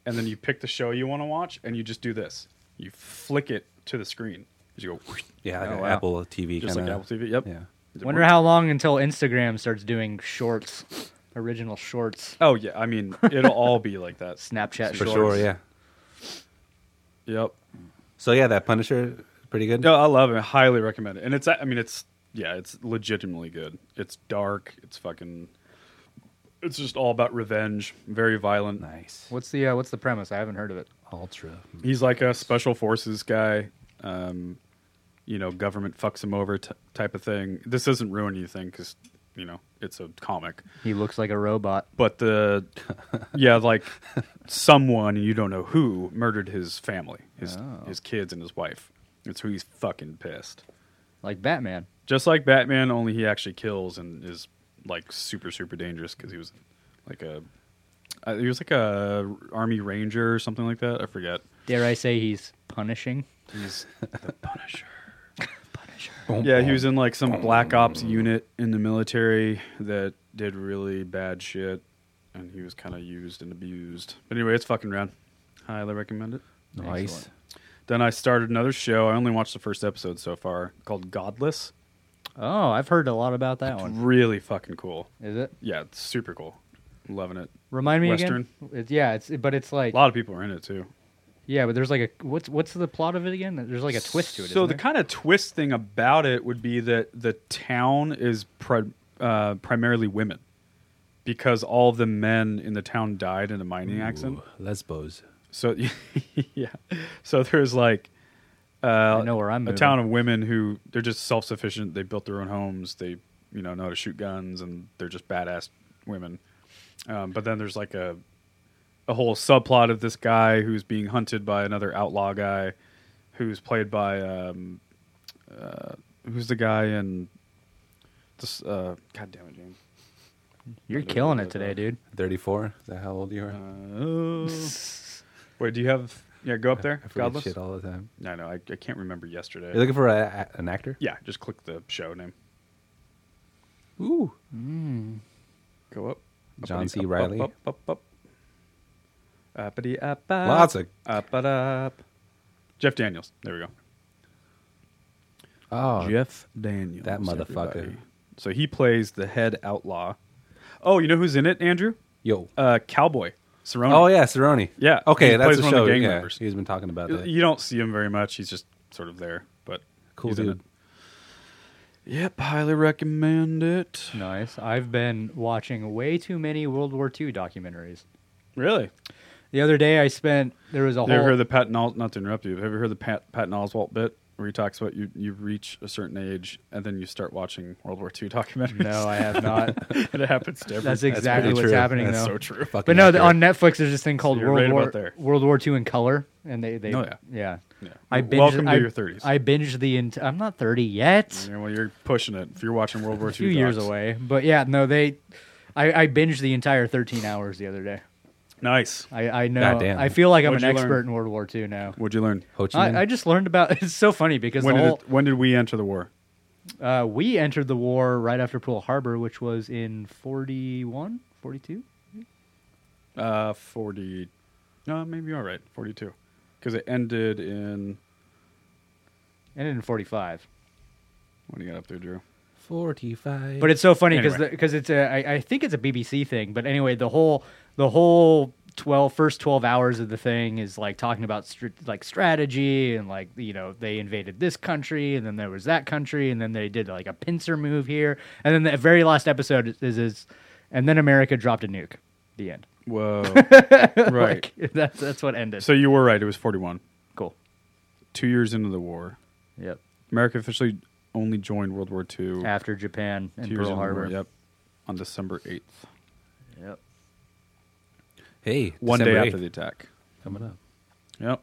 Speaker 2: and then you pick the show you want to watch, and you just do this. You flick it to the screen. You go, whoosh,
Speaker 4: Yeah, like
Speaker 3: Oh,
Speaker 4: an
Speaker 3: wow.
Speaker 4: Apple TV
Speaker 2: just
Speaker 4: kind
Speaker 2: like
Speaker 4: of.
Speaker 2: Apple TV. Yep.
Speaker 4: Yeah.
Speaker 3: Wonder how long until Instagram starts doing shorts, original shorts,
Speaker 2: Oh yeah, I mean it'll all be like that.
Speaker 3: Snapchat
Speaker 4: For
Speaker 3: shorts.
Speaker 4: sure, yeah.
Speaker 2: Yep.
Speaker 4: So, yeah, that Punisher, pretty good.
Speaker 2: No, I love it. Highly recommend it. And it's I mean it's yeah, it's legitimately good. It's dark. It's fucking. It's just all about revenge. Very violent.
Speaker 4: Nice.
Speaker 3: What's the uh, what's the premise? I haven't heard of it.
Speaker 4: Ultra.
Speaker 2: He's like a special forces guy. Um, you know, government fucks him over t- type of thing. This doesn't ruin anything because you know it's a comic.
Speaker 3: He looks like a robot.
Speaker 2: But the yeah, like someone you don't know who murdered his family, his his kids and his wife. It's who he's fucking pissed.
Speaker 3: like Batman.
Speaker 2: Just like Batman, only he actually kills and is like super super dangerous because he was like a uh, he was like a army ranger or something like that. I forget.
Speaker 3: Dare I say he's punishing?
Speaker 2: He's the Punisher. Punisher. Yeah, he was in like some Black Ops unit in the military that did really bad shit, and he was kind of used and abused. But anyway, it's fucking rad. Highly recommend it.
Speaker 4: Nice.
Speaker 3: Excellent.
Speaker 2: Then I started another show. I only watched the first episode so far called Godless.
Speaker 3: Oh, I've heard a lot about that one.
Speaker 2: Really fucking cool.
Speaker 3: Is it?
Speaker 2: Yeah, it's super cool. Loving it.
Speaker 3: Remind me
Speaker 2: Western.
Speaker 3: again. It's, yeah, it's but it's like
Speaker 2: A lot of people are in it too.
Speaker 3: yeah, but there's like a what's what's the plot of it again? There's like a twist to it.
Speaker 2: So
Speaker 3: isn't
Speaker 2: the
Speaker 3: there?
Speaker 2: kind of twist thing about it would be that the town is pri- uh, primarily women because all the men in the town died in a mining accident.
Speaker 4: Ooh, Lesbos.
Speaker 2: So yeah, so there's like uh,
Speaker 3: I know where I'm
Speaker 2: a
Speaker 3: moving.
Speaker 2: town of women who they're just self sufficient. They built their own homes. They you know know how to shoot guns, and they're just badass women. Um, but then there's like a a whole subplot of this guy who's being hunted by another outlaw guy, who's played by um, uh, who's the guy in this? Uh, God damn it, James.
Speaker 3: You're killing it today, dude.
Speaker 4: 34. Is that how old you are?
Speaker 2: Uh, wait, do you have? Yeah, go up there.
Speaker 4: I forget
Speaker 2: Godless.
Speaker 4: shit all the time.
Speaker 2: No, no, I, I can't remember yesterday.
Speaker 4: You're looking for a, a- an actor?
Speaker 2: yeah, just click the show name.
Speaker 4: Ooh.
Speaker 2: Go up.
Speaker 4: John
Speaker 2: Uppity,
Speaker 4: C.
Speaker 2: up,
Speaker 4: Reilly.
Speaker 2: Up, up, up, up. Uppity, up, up.
Speaker 4: Lots of-
Speaker 2: Up, up, up. Jeff Daniels. There we go.
Speaker 4: Oh.
Speaker 2: Jeff Daniels.
Speaker 4: that motherfucker.
Speaker 2: So he plays the head outlaw. Oh, you know who's in it, Andrew?
Speaker 4: Yo.
Speaker 2: Uh, Cowboy. Cerrone.
Speaker 4: oh, yeah, Cerrone.
Speaker 2: Yeah,
Speaker 4: Okay,
Speaker 2: he
Speaker 4: that's
Speaker 2: plays
Speaker 4: the
Speaker 2: one of
Speaker 4: show.
Speaker 2: the gang
Speaker 4: yeah,
Speaker 2: members.
Speaker 4: He's been talking about that.
Speaker 2: You don't see him very much. He's just sort of there, but
Speaker 4: Cool
Speaker 2: he's in
Speaker 4: dude.
Speaker 2: it. Yep, highly recommend it.
Speaker 3: Nice. I've been watching way too many World War II documentaries.
Speaker 2: Really?
Speaker 3: The other day, I spent there was a
Speaker 2: Have you ever
Speaker 3: whole
Speaker 2: heard the Patton Oswalt? Not to interrupt you. Have you ever heard the Pat, Patton Oswalt bit where he talks about you, you reach a certain age and then you start watching World War II documentaries?
Speaker 3: no, I have not.
Speaker 2: and it happens to everyone.
Speaker 3: That's exactly
Speaker 4: pretty
Speaker 3: what's
Speaker 4: true.
Speaker 3: happening
Speaker 4: That's
Speaker 3: though.
Speaker 2: so true.
Speaker 4: Fucking
Speaker 3: But no,
Speaker 4: accurate.
Speaker 3: th- on Netflix there's this thing called
Speaker 2: you're
Speaker 3: World
Speaker 2: right about
Speaker 3: War
Speaker 2: there.
Speaker 3: World War II in color, and they they
Speaker 2: Oh, yeah.
Speaker 3: yeah
Speaker 2: Yeah.
Speaker 3: I
Speaker 2: Well,
Speaker 3: binged,
Speaker 2: welcome to
Speaker 3: I,
Speaker 2: your 30s.
Speaker 3: I binged the. Ent- I'm not 30 yet.
Speaker 2: Yeah, well, you're pushing it. If you're watching World War II,
Speaker 3: A few years
Speaker 2: docs.
Speaker 3: away, but yeah, no, they. I, I binged the entire 13 hours the other day.
Speaker 2: Nice.
Speaker 3: I, I know.
Speaker 4: Goddamn.
Speaker 3: I feel like I'm
Speaker 2: What'd
Speaker 3: an
Speaker 2: you
Speaker 3: expert
Speaker 2: learn?
Speaker 3: in World War II now.
Speaker 2: What'd you learn?
Speaker 4: Ho Chi Minh.
Speaker 3: I, I just learned about. It's so funny because
Speaker 2: When
Speaker 3: the
Speaker 2: did,
Speaker 3: whole
Speaker 2: it, when did we enter the war?
Speaker 3: uh, we entered the war right after Pearl Harbor, which was in 41, 42.
Speaker 2: Uh, 40. No, maybe you're right. 42. Because it ended in.
Speaker 3: Ended in 45.
Speaker 2: What do you got up there, Drew?
Speaker 4: 45.
Speaker 3: But it's so funny because
Speaker 2: Anyway.
Speaker 3: because it's a I, I think it's a BBC thing. But anyway, the whole the whole 12, first twelve hours of the thing is like talking about str- like strategy and like you know they invaded this country and then there was that country and then they did like a pincer move here and then the very last episode is is, is and then America dropped a nuke. The end.
Speaker 2: Whoa. right.
Speaker 3: Like, that's that's what ended.
Speaker 2: so you were right. It was 41.
Speaker 3: cool.
Speaker 2: Two years into the war.
Speaker 3: Yep.
Speaker 2: America officially only joined World War II.
Speaker 3: After Japan
Speaker 2: two
Speaker 3: and
Speaker 2: years into
Speaker 3: Pearl
Speaker 2: the
Speaker 3: Harbor.
Speaker 2: war, Yep. On December 8th.
Speaker 3: Yep.
Speaker 4: hey,
Speaker 2: One
Speaker 4: December
Speaker 2: day after
Speaker 4: 8th,
Speaker 2: the attack.
Speaker 4: coming up.
Speaker 2: Yep.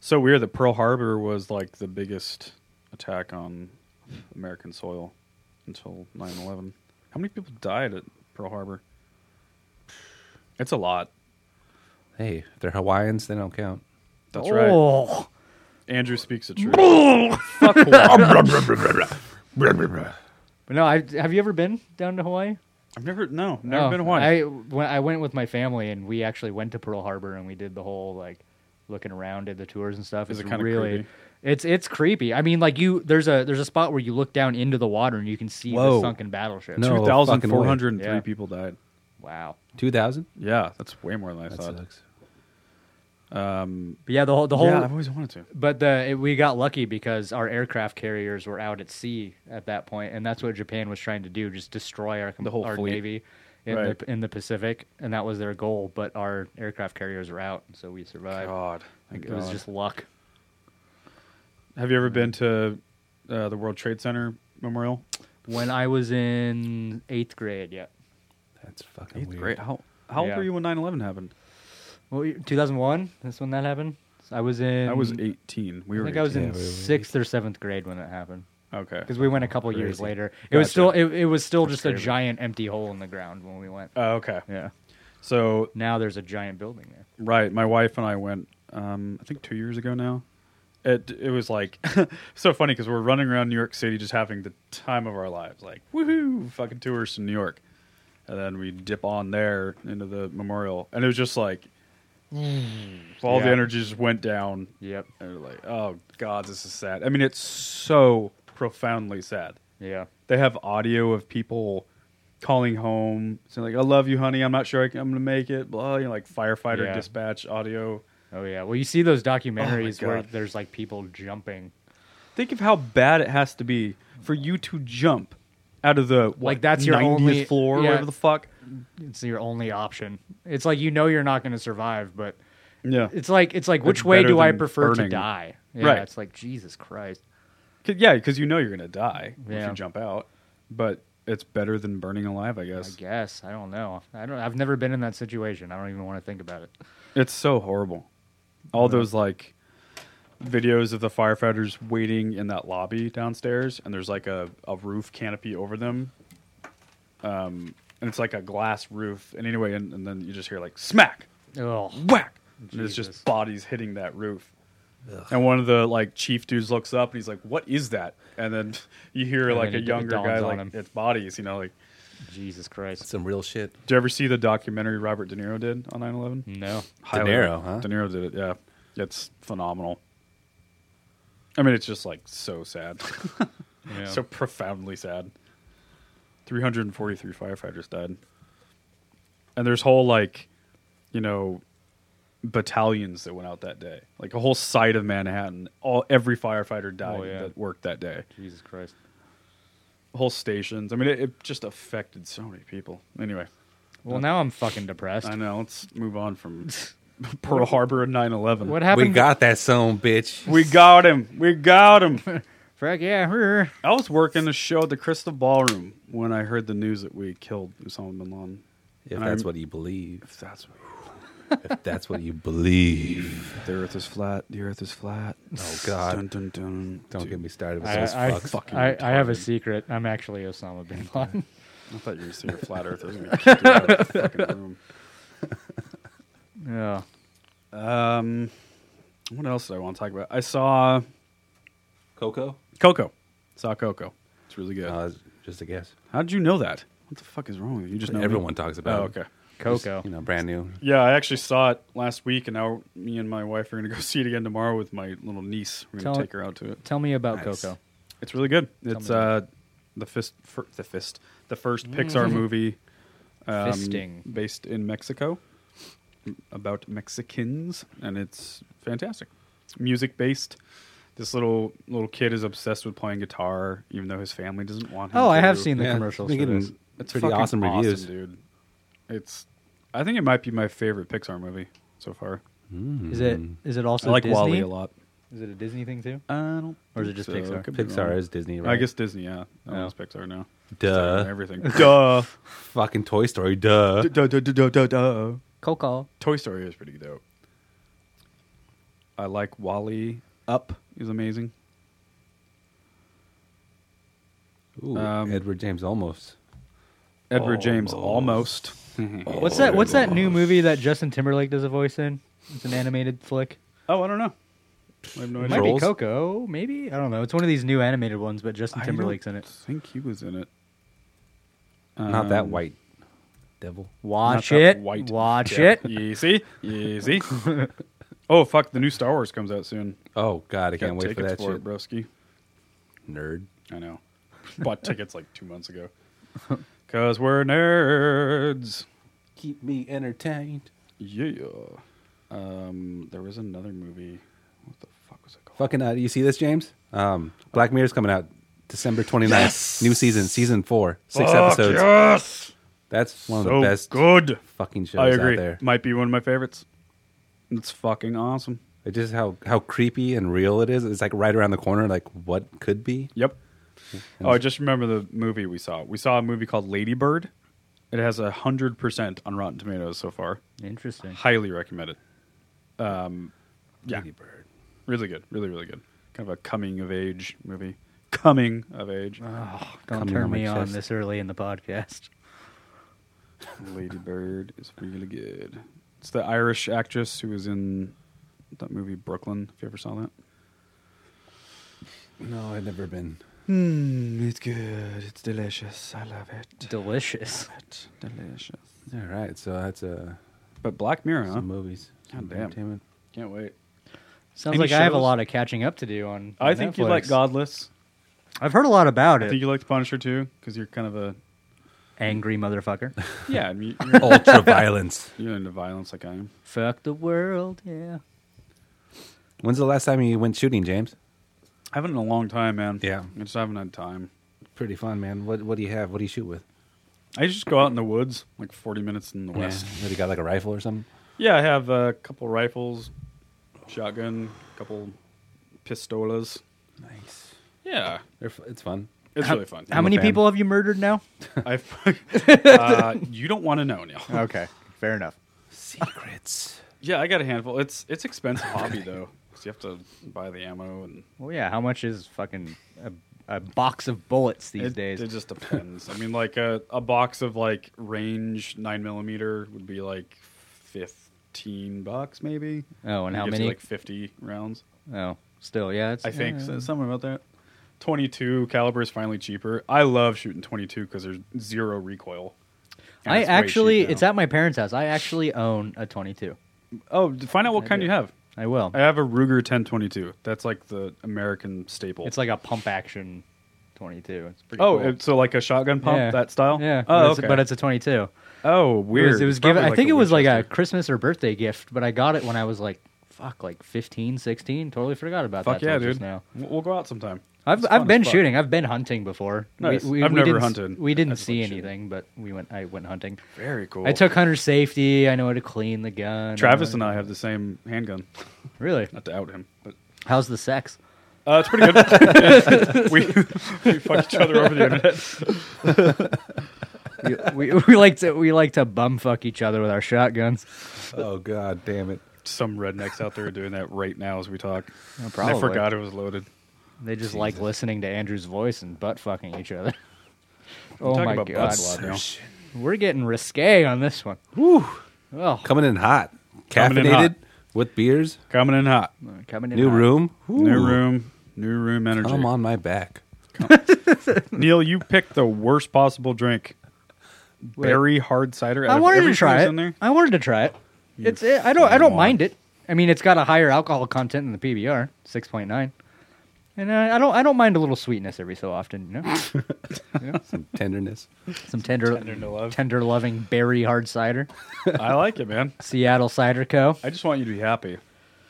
Speaker 2: So weird that Pearl Harbor was like the biggest attack on American soil until 9 11. How many people died at Pearl Harbor? It's a lot.
Speaker 4: Hey, if they're Hawaiians, they don't count.
Speaker 2: That's right.
Speaker 3: oh.
Speaker 2: Andrew speaks the truth. Fuck Hawaii.
Speaker 3: But no, I have you ever been down to Hawaii?
Speaker 2: I've never, no, never
Speaker 3: Oh,
Speaker 2: been to Hawaii.
Speaker 3: I when I went with my family and we actually went to Pearl Harbor and we did the whole like looking around, did the tours and stuff.
Speaker 2: Is
Speaker 3: It's
Speaker 2: it kinda
Speaker 3: really
Speaker 2: creepy?
Speaker 3: it's it's creepy. I mean, like you there's a there's a spot where you look down into the water and you can see
Speaker 4: Whoa.
Speaker 3: the sunken battleship.
Speaker 4: No. fucking way.
Speaker 2: 2,403
Speaker 3: Yeah.
Speaker 2: people died.
Speaker 3: Wow.
Speaker 4: 2,000?
Speaker 2: Yeah, that's way more than I
Speaker 4: That
Speaker 2: thought.
Speaker 4: sucks.
Speaker 3: But yeah, the whole the whole
Speaker 2: yeah, I've always wanted to.
Speaker 3: but the it, we got lucky because our aircraft carriers were out at sea at that point, and that's what Japan was trying to do: just destroy our com-
Speaker 2: The whole
Speaker 3: our
Speaker 2: fleet.
Speaker 3: navy in
Speaker 2: Right.
Speaker 3: the in the Pacific, and that was their goal. But our aircraft carriers were out, so we survived.
Speaker 2: God, thank
Speaker 3: it was
Speaker 2: Oh, God.
Speaker 3: just luck.
Speaker 2: Have you ever been to uh, the World Trade Center Memorial?
Speaker 3: When I was in eighth grade, yeah,
Speaker 4: That's fucking weird.
Speaker 2: How how old
Speaker 3: Yeah.
Speaker 2: were you when 9-11 happened?
Speaker 3: well, two thousand one. That's when that happened. So I was in.
Speaker 2: I was eighteen. We
Speaker 3: I
Speaker 2: were.
Speaker 3: think I was
Speaker 2: 18.
Speaker 3: in
Speaker 4: Yeah, we were
Speaker 3: sixth or seventh grade when that happened
Speaker 2: Okay.
Speaker 3: because we went a couple years
Speaker 4: Crazy.
Speaker 3: later. It was
Speaker 2: Gotcha.
Speaker 3: still it, it was still just a
Speaker 2: crazy.
Speaker 3: giant empty hole in the ground when we went.
Speaker 2: Oh, okay.
Speaker 3: Yeah.
Speaker 2: So
Speaker 3: Now there's a giant building there.
Speaker 2: right, my wife and I went. Um, I think two years ago now. It it was like so funny because we're running around New York City just having the time of our lives, like woohoo, fucking tourists in New York, and then we dip on there into the memorial, and it was just like all the
Speaker 3: Yeah.
Speaker 2: energy just went down,
Speaker 3: Yep.
Speaker 2: and we're like, oh god, this is sad. I mean, it's so profoundly sad.
Speaker 3: Yeah.
Speaker 2: they have audio of people calling home, saying like, "I love you, honey. I'm not sure I can, I'm gonna make it." Blah, you know, like firefighter
Speaker 3: Yeah.
Speaker 2: dispatch audio.
Speaker 3: Oh yeah. Well, you see those documentaries where
Speaker 2: God.
Speaker 3: there's like people jumping.
Speaker 2: Think of how bad it has to be for you to jump out of the what,
Speaker 3: Like, that's your
Speaker 2: 90th
Speaker 3: only-
Speaker 2: floor, or
Speaker 3: yeah.
Speaker 2: whatever the fuck.
Speaker 3: It's your only option. It's like you know you're not going to survive, but
Speaker 2: Yeah,
Speaker 3: it's like it's like which
Speaker 2: It's
Speaker 3: way
Speaker 2: better
Speaker 3: do I
Speaker 2: than
Speaker 3: prefer to
Speaker 2: burning.
Speaker 3: die? Yeah,
Speaker 2: Right.
Speaker 3: It's like Jesus Christ.
Speaker 2: Cause, yeah, because you know you're gonna die if
Speaker 3: Yeah.
Speaker 2: you jump out, but it's better than burning alive, I guess.
Speaker 3: I guess I don't know. I don't. I've never been in that situation. I don't even want to think about it.
Speaker 2: It's so horrible. All those like videos of the firefighters waiting in that lobby downstairs, and there's like a, a roof canopy over them. Um, and it's like a glass roof. And anyway, and, and then you just hear like smack,
Speaker 3: Oh,
Speaker 2: whack. And it's
Speaker 3: Jesus.
Speaker 2: just bodies hitting that roof. And one of the like chief dudes looks up and he's like, "What is that?" And then you hear
Speaker 3: And
Speaker 2: like
Speaker 3: then
Speaker 2: a
Speaker 3: it- it
Speaker 2: younger
Speaker 3: dawns
Speaker 2: guy
Speaker 3: on
Speaker 2: like,
Speaker 3: him.
Speaker 2: "It's bodies," you know. Like,
Speaker 3: Jesus Christ.
Speaker 4: Some real shit.
Speaker 2: did you ever see the documentary Robert De Niro did on 9/11?
Speaker 3: No.
Speaker 4: De
Speaker 2: highly-
Speaker 4: Niro, huh?
Speaker 2: De Niro did it. Yeah, it's phenomenal. I mean, it's just like so sad,
Speaker 3: Yeah.
Speaker 2: so profoundly sad. Three hundred and forty-three firefighters died, and there's whole like, you know, battalions that went out that day. Like a whole side of Manhattan, all every firefighter died
Speaker 3: Oh, yeah.
Speaker 2: that worked that day.
Speaker 3: Jesus Christ.
Speaker 2: Whole stations. I mean, it, it just affected so many people. Anyway,
Speaker 3: Well, now I'm fucking depressed.
Speaker 2: I know. Let's move on from Pearl Harbor and 9-11.
Speaker 3: What
Speaker 4: We
Speaker 3: happened?
Speaker 4: got that son, bitch.
Speaker 2: We got him. We got him.
Speaker 3: Fuck yeah. her.
Speaker 2: I was working a show at the Crystal Ballroom when I heard the news that we killed Osama bin Laden.
Speaker 4: If
Speaker 2: And
Speaker 4: that's
Speaker 2: I'm-
Speaker 4: what you believe.
Speaker 2: If that's what
Speaker 4: If that's what you believe.
Speaker 2: the earth is flat, the earth is flat.
Speaker 4: Oh, God.
Speaker 2: Dun, dun, dun.
Speaker 4: Don't
Speaker 2: Dude,
Speaker 4: get me started with
Speaker 3: I,
Speaker 4: those
Speaker 3: I,
Speaker 4: fucks.
Speaker 2: fucking
Speaker 3: I, I have a
Speaker 2: retarded.
Speaker 3: secret. I'm actually Osama bin Laden.
Speaker 2: I thought you were saying flat earth. I was gonna kick you out of the fucking room.
Speaker 3: yeah.
Speaker 2: Um, what else did I want to talk about? I saw
Speaker 4: Coco?
Speaker 2: Coco. Saw Coco. It's really good.
Speaker 4: No, that's Uh, just a guess.
Speaker 2: How did you know that? What the fuck is wrong with you? You just know me?
Speaker 4: Everyone talks about
Speaker 2: Oh,
Speaker 4: it.
Speaker 2: okay.
Speaker 3: Coco.
Speaker 4: You know, brand new.
Speaker 2: Yeah, I actually saw it last week, and now me and my wife are going to go see it again tomorrow with my little niece. We're going
Speaker 3: Tell-
Speaker 2: to take her out to it.
Speaker 3: Tell me about
Speaker 4: Nice.
Speaker 3: Coco.
Speaker 2: It's really good. It's
Speaker 3: me Mm.
Speaker 2: uh, the fist, fir- the fist, the first Pixar movie, um,
Speaker 3: Fisting.
Speaker 2: based in Mexico, m- about Mexicans, and it's fantastic. Music based. This little little kid is obsessed with playing guitar, even though his family doesn't want him.
Speaker 3: Oh, I have
Speaker 2: to.
Speaker 3: seen the
Speaker 4: Yeah,
Speaker 3: commercials
Speaker 4: we
Speaker 3: for
Speaker 4: getting
Speaker 3: this.
Speaker 2: It's
Speaker 4: pretty
Speaker 2: fucking
Speaker 4: awesome reviews.
Speaker 2: dude. It's, I think it might be my favorite Pixar movie so far.
Speaker 4: Mm.
Speaker 3: Is it?
Speaker 4: Mm-hmm.
Speaker 3: Is it also
Speaker 2: I like
Speaker 3: Disney?
Speaker 2: Wally a lot.
Speaker 3: Is it a Disney thing too?
Speaker 2: I don't.
Speaker 3: Or is
Speaker 2: think
Speaker 3: it just
Speaker 2: so.
Speaker 3: Pixar?
Speaker 2: Could be
Speaker 4: Pixar
Speaker 2: wrong.
Speaker 4: is Disney, right?
Speaker 2: Oh. I guess Disney. Yeah, that
Speaker 3: Oh.
Speaker 2: one's Pixar now.
Speaker 4: Duh.
Speaker 2: Everything. duh.
Speaker 4: Fucking Toy Story, duh.
Speaker 2: duh. Duh. Duh. Duh. Duh. Duh.
Speaker 3: Coco.
Speaker 2: Toy Story is pretty dope. I like Wally. Up is amazing.
Speaker 4: Ooh,
Speaker 2: Um,
Speaker 4: Edward James almost.
Speaker 2: Edward James almost. Oh,
Speaker 3: What's
Speaker 4: Oh,
Speaker 3: that? What's that new movie that Justin Timberlake does a voice in? It's an animated flick.
Speaker 2: Oh, I don't know. I have no
Speaker 3: It
Speaker 2: idea.
Speaker 3: might be
Speaker 4: Trolls?
Speaker 3: Coco. Maybe I don't know. It's one of these new animated ones, but Justin
Speaker 2: I
Speaker 3: Timberlake's in
Speaker 2: don't
Speaker 3: it.
Speaker 2: think he was in it.
Speaker 4: Not that
Speaker 2: Um,
Speaker 4: white devil.
Speaker 3: Watch
Speaker 2: Not that
Speaker 3: it.
Speaker 2: white
Speaker 3: Watch
Speaker 2: Yeah.
Speaker 3: it.
Speaker 2: Easy. Easy. oh fuck! The new Star Wars comes out soon.
Speaker 4: Oh God, I
Speaker 2: Got
Speaker 4: can't wait for
Speaker 2: tickets
Speaker 4: that shit.
Speaker 2: it, broski.
Speaker 4: Nerd.
Speaker 2: I know. Bought tickets like two months ago. Cause we're nerds.
Speaker 4: Keep me entertained.
Speaker 2: Yeah. Um, there was another movie. What the fuck was it called?
Speaker 4: Fucking, uh, you see this, James? Um, Black Mirror's coming out December 29th. New season, season four, six
Speaker 2: Fuck
Speaker 4: episodes.
Speaker 2: Yes.
Speaker 4: That's one of
Speaker 2: so
Speaker 4: the best
Speaker 2: good.
Speaker 4: fucking shows
Speaker 2: I agree.
Speaker 4: out there.
Speaker 2: Might be one of my favorites. It's fucking awesome.
Speaker 4: It just how how creepy and real it is. It's like right around the corner. Like what could be?
Speaker 2: Yep. Oh, I just remember the movie we saw. We saw a movie called Ladybird. It has a hundred percent on Rotten Tomatoes so far.
Speaker 3: Interesting.
Speaker 2: Highly recommend it. Um, yeah,
Speaker 4: Lady Bird.
Speaker 2: really good, really really good. Kind of a coming of age movie. Coming of age.
Speaker 3: Oh, Don't
Speaker 4: Coming
Speaker 3: turn
Speaker 4: on my
Speaker 3: me on
Speaker 4: chest.
Speaker 3: this early in the podcast.
Speaker 2: Lady Bird is really good. It's the Irish actress who was in that movie Brooklyn. If you ever saw that,
Speaker 4: No, I've never been.
Speaker 2: mm, it's good. It's delicious. I love it.
Speaker 3: Delicious.
Speaker 2: It's delicious.
Speaker 4: All right, so that's uh,
Speaker 2: But Black Mirror, huh?
Speaker 4: some movies.
Speaker 2: God
Speaker 4: some
Speaker 2: damn.
Speaker 4: entertainment.
Speaker 2: Can't wait.
Speaker 3: Sounds
Speaker 2: Any
Speaker 3: like I have a
Speaker 2: shows?
Speaker 3: lot of catching up to do on.
Speaker 2: I
Speaker 3: on
Speaker 2: think you like
Speaker 3: Netflix.
Speaker 2: Godless.
Speaker 3: I've heard a lot about
Speaker 2: I think
Speaker 3: it.
Speaker 2: you like The Punisher too, because you're kind of a
Speaker 3: angry motherfucker.
Speaker 2: Yeah, I mean, you're,
Speaker 4: Ultra violence.
Speaker 2: you're into violence like I am.
Speaker 3: Fuck the world, yeah.
Speaker 4: When's the last time you went shooting, James?
Speaker 2: I haven't in a long time, man.
Speaker 4: Yeah.
Speaker 2: I just haven't had time.
Speaker 4: Pretty fun, man. What What do you have? What do you shoot with?
Speaker 2: I just go out in the woods, like 40 minutes in the west.
Speaker 4: Yeah. What, you got like a rifle or something?
Speaker 2: Yeah, I have a couple rifles, shotgun, couple pistolas.
Speaker 4: Nice.
Speaker 2: Yeah,
Speaker 4: It's fun.
Speaker 2: it's really fun.
Speaker 3: How many
Speaker 4: fan.
Speaker 3: people have you murdered now?
Speaker 2: I've, uh, you don't want to know, Neil.
Speaker 3: okay, fair enough.
Speaker 4: Secrets.
Speaker 2: Yeah, I got a handful. It's it's expensive hobby though, because you have to buy the ammo and
Speaker 3: Well, yeah. How much is fucking a, a box of bullets these
Speaker 2: it,
Speaker 3: days?
Speaker 2: It just depends. I mean, like a, a box of like range nine millimeter would be like fifteen bucks maybe.
Speaker 3: oh, and
Speaker 2: It
Speaker 3: how
Speaker 2: gives you,
Speaker 3: many?
Speaker 2: like fifty rounds.
Speaker 3: oh, still, yeah. It's,
Speaker 2: I think so,
Speaker 3: uh,
Speaker 2: something about that. 22 caliber is finally cheaper. I love shooting 22 because there's zero recoil. And
Speaker 3: I
Speaker 2: it's way
Speaker 3: actually,
Speaker 2: cheap now.
Speaker 3: it's at my parents' house. I actually own a 22.
Speaker 2: Oh, d- find out what kind you have.
Speaker 3: I will.
Speaker 2: I have a Ruger 1022. That's like the American staple.
Speaker 3: It's like a pump action 22. It's pretty.
Speaker 2: oh,
Speaker 3: cool.
Speaker 2: it's- so like a shotgun pump
Speaker 3: Yeah.
Speaker 2: that style.
Speaker 3: Yeah.
Speaker 2: Oh,
Speaker 3: but it's,
Speaker 2: okay.
Speaker 3: but it's a 22.
Speaker 2: oh
Speaker 3: It was-
Speaker 2: weird.
Speaker 3: It was,
Speaker 2: It's
Speaker 3: given.
Speaker 2: probably
Speaker 3: I think
Speaker 2: a
Speaker 3: it was like a
Speaker 2: Winchester.
Speaker 3: Christmas or birthday gift, but I got it when I was like, fuck, like 15, 16. Totally forgot about
Speaker 2: Fuck
Speaker 3: that.
Speaker 2: yeah,
Speaker 3: till
Speaker 2: dude.
Speaker 3: Just now.
Speaker 2: We'll we'll go out sometime.
Speaker 3: I've
Speaker 2: It's fun
Speaker 3: I've been
Speaker 2: as fuck.
Speaker 3: shooting. I've been hunting before.
Speaker 2: Nice.
Speaker 3: We, we,
Speaker 2: I've
Speaker 3: we
Speaker 2: never
Speaker 3: didn't,
Speaker 2: hunted.
Speaker 3: We didn't
Speaker 2: I just
Speaker 3: see
Speaker 2: like shooting.
Speaker 3: anything, but we went. I went hunting.
Speaker 2: Very cool.
Speaker 3: I took hunter safety. I know how to clean the gun.
Speaker 2: Travis and I have the same handgun.
Speaker 3: Really?
Speaker 2: Not to out him, but
Speaker 3: How's the sex?
Speaker 2: Uh, it's pretty good. we, we fuck each other over the internet.
Speaker 3: we, we, we like to we like to bum fuck each other with our shotguns.
Speaker 4: Oh god, damn it.
Speaker 2: Some rednecks out there are doing that right now as we talk.
Speaker 3: Yeah, probably.
Speaker 2: I forgot it was loaded.
Speaker 3: They just like listening to Andrew's voice and butt fucking each other. Oh
Speaker 2: talking
Speaker 3: my
Speaker 2: about butt
Speaker 3: god,
Speaker 2: slap now.
Speaker 3: we're getting risque on this one. Woo! Oh,
Speaker 4: Coming in hot.
Speaker 2: Coming in
Speaker 4: Caffeinated
Speaker 2: hot.
Speaker 4: with beers.
Speaker 2: Coming in hot.
Speaker 3: coming in
Speaker 4: New
Speaker 3: hot.
Speaker 4: room.
Speaker 2: New
Speaker 4: Ooh.
Speaker 2: room. New room energy.
Speaker 4: I'm on my back.
Speaker 2: Neil, you picked the worst possible drink.
Speaker 3: Wait.
Speaker 2: Berry hard cider. out
Speaker 3: I
Speaker 2: of
Speaker 3: wanted to
Speaker 2: everything
Speaker 3: try
Speaker 2: that's
Speaker 3: it.
Speaker 2: In there.
Speaker 3: I wanted to try it. It's it, I don't I don't
Speaker 2: fucking
Speaker 3: mind it. I mean, it's got a higher alcohol content than the PBR, six point nine, and I, I don't I don't mind a little sweetness every so often. You know,
Speaker 4: Some tenderness.
Speaker 3: some tender
Speaker 2: Tender to love.
Speaker 3: tender loving berry hard cider,
Speaker 2: I like it, man.
Speaker 3: Seattle Cider Co.
Speaker 2: I just want you to be happy.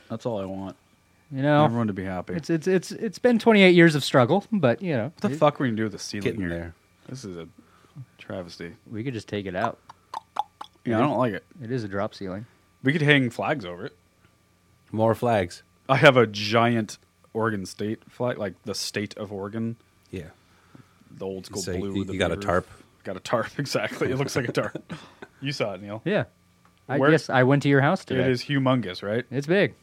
Speaker 2: That's all I want.
Speaker 3: You know,
Speaker 2: Everyone to be happy.
Speaker 3: It's it's it's it's been 28 years of struggle, but you know,
Speaker 2: what the fuck are we gonna do with the ceiling
Speaker 4: Getting
Speaker 2: here?
Speaker 4: there.
Speaker 2: This is a travesty.
Speaker 3: we could just take it out.
Speaker 2: Yeah, I don't like it.
Speaker 3: It is a drop ceiling.
Speaker 2: We could hang flags over it.
Speaker 4: More flags.
Speaker 2: I have a giant Oregon State flag, like the state of Oregon,
Speaker 4: Yeah.
Speaker 2: the old school
Speaker 4: So you-
Speaker 2: blue.
Speaker 4: you
Speaker 2: the
Speaker 4: got
Speaker 2: blue
Speaker 4: a
Speaker 2: roof.
Speaker 4: tarp.
Speaker 2: Got a tarp, exactly. It looks like a tarp. you saw it, Neil.
Speaker 3: Yeah. I
Speaker 2: Where-
Speaker 3: guess I went to your house
Speaker 2: It
Speaker 3: today.
Speaker 2: is humongous, right?
Speaker 3: It's big.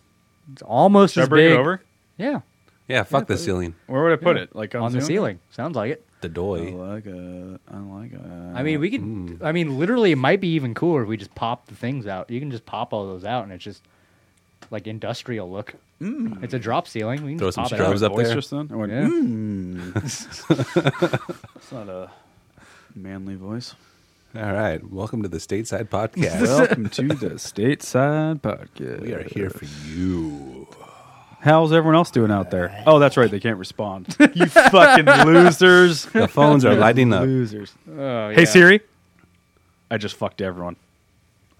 Speaker 3: It's almost
Speaker 2: Should I
Speaker 3: as
Speaker 2: bring
Speaker 3: big.
Speaker 2: it over?
Speaker 3: Yeah.
Speaker 4: Yeah, fuck the ceiling.
Speaker 2: Where would I put it? Like on,
Speaker 3: on the ceiling. Sounds like it.
Speaker 4: The
Speaker 2: I
Speaker 4: doy.
Speaker 2: like it. I like it.
Speaker 3: I mean, we could. I mean, literally, it might be even cooler if we just pop the things out. You can just pop all those out, and it's just like industrial look. It's a drop ceiling. We can
Speaker 4: Throw
Speaker 3: just
Speaker 4: some
Speaker 3: pop it
Speaker 4: shrubs
Speaker 3: out.
Speaker 4: up there.
Speaker 2: Just then? I went,
Speaker 3: Yeah.
Speaker 2: It's not a manly voice.
Speaker 4: All right. Welcome to the Stateside Podcast.
Speaker 2: Welcome to the Stateside Podcast.
Speaker 4: we are here for you.
Speaker 2: How's everyone else doing out there? Oh, that's right. They can't respond. you fucking losers.
Speaker 4: The phones are lighting up.
Speaker 2: Losers.
Speaker 3: Oh, yeah.
Speaker 2: Hey Siri. I just fucked everyone.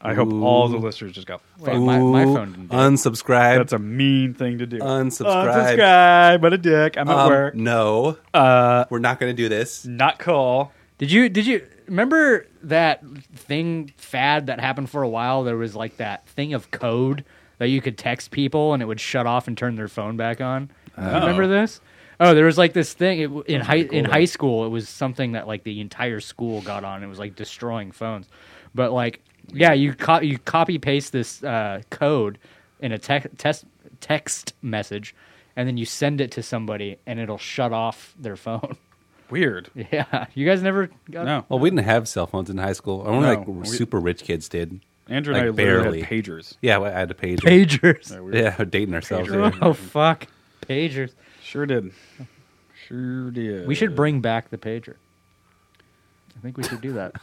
Speaker 2: I hope all the
Speaker 4: Ooh.
Speaker 2: listeners just got. Fucked.
Speaker 3: Wait, my, my
Speaker 4: Ooh,
Speaker 3: phone didn't. do it.
Speaker 4: Unsubscribe.
Speaker 2: That's a mean thing to do.
Speaker 4: Unsubscribe.
Speaker 2: Unsubscribe. What a dick. I'm at
Speaker 4: Um,
Speaker 2: work.
Speaker 4: No.
Speaker 2: Uh,
Speaker 4: We're not going to do this.
Speaker 2: not cool.
Speaker 3: Did you did you remember that thing fad that happened for a while? There was like that thing of code that you could text people and it would shut off and turn their phone back on. Do you remember this? Oh, there was like this thing it, in high in high school. It was something that like the entire school got on. It was like destroying phones. But like, yeah, you co- you copy paste this uh, code in a te- test text message, and then you send it to somebody, and it'll shut off their phone.
Speaker 2: Weird.
Speaker 3: Yeah, you guys never got
Speaker 2: No.
Speaker 4: Well, we didn't have cell phones in high school. Only
Speaker 2: No.
Speaker 4: like
Speaker 2: We-
Speaker 4: super rich kids did.
Speaker 2: Andrew
Speaker 4: Like,
Speaker 2: and I literally
Speaker 4: barely.
Speaker 2: had pagers.
Speaker 4: Yeah, I had a pager.
Speaker 3: pagers.
Speaker 2: we were-
Speaker 4: Yeah, we're dating ourselves.
Speaker 2: Pager.
Speaker 4: yeah.
Speaker 3: Oh fuck, pagers.
Speaker 2: Sure did. Sure did.
Speaker 3: We should bring back the pager. I think we should do that.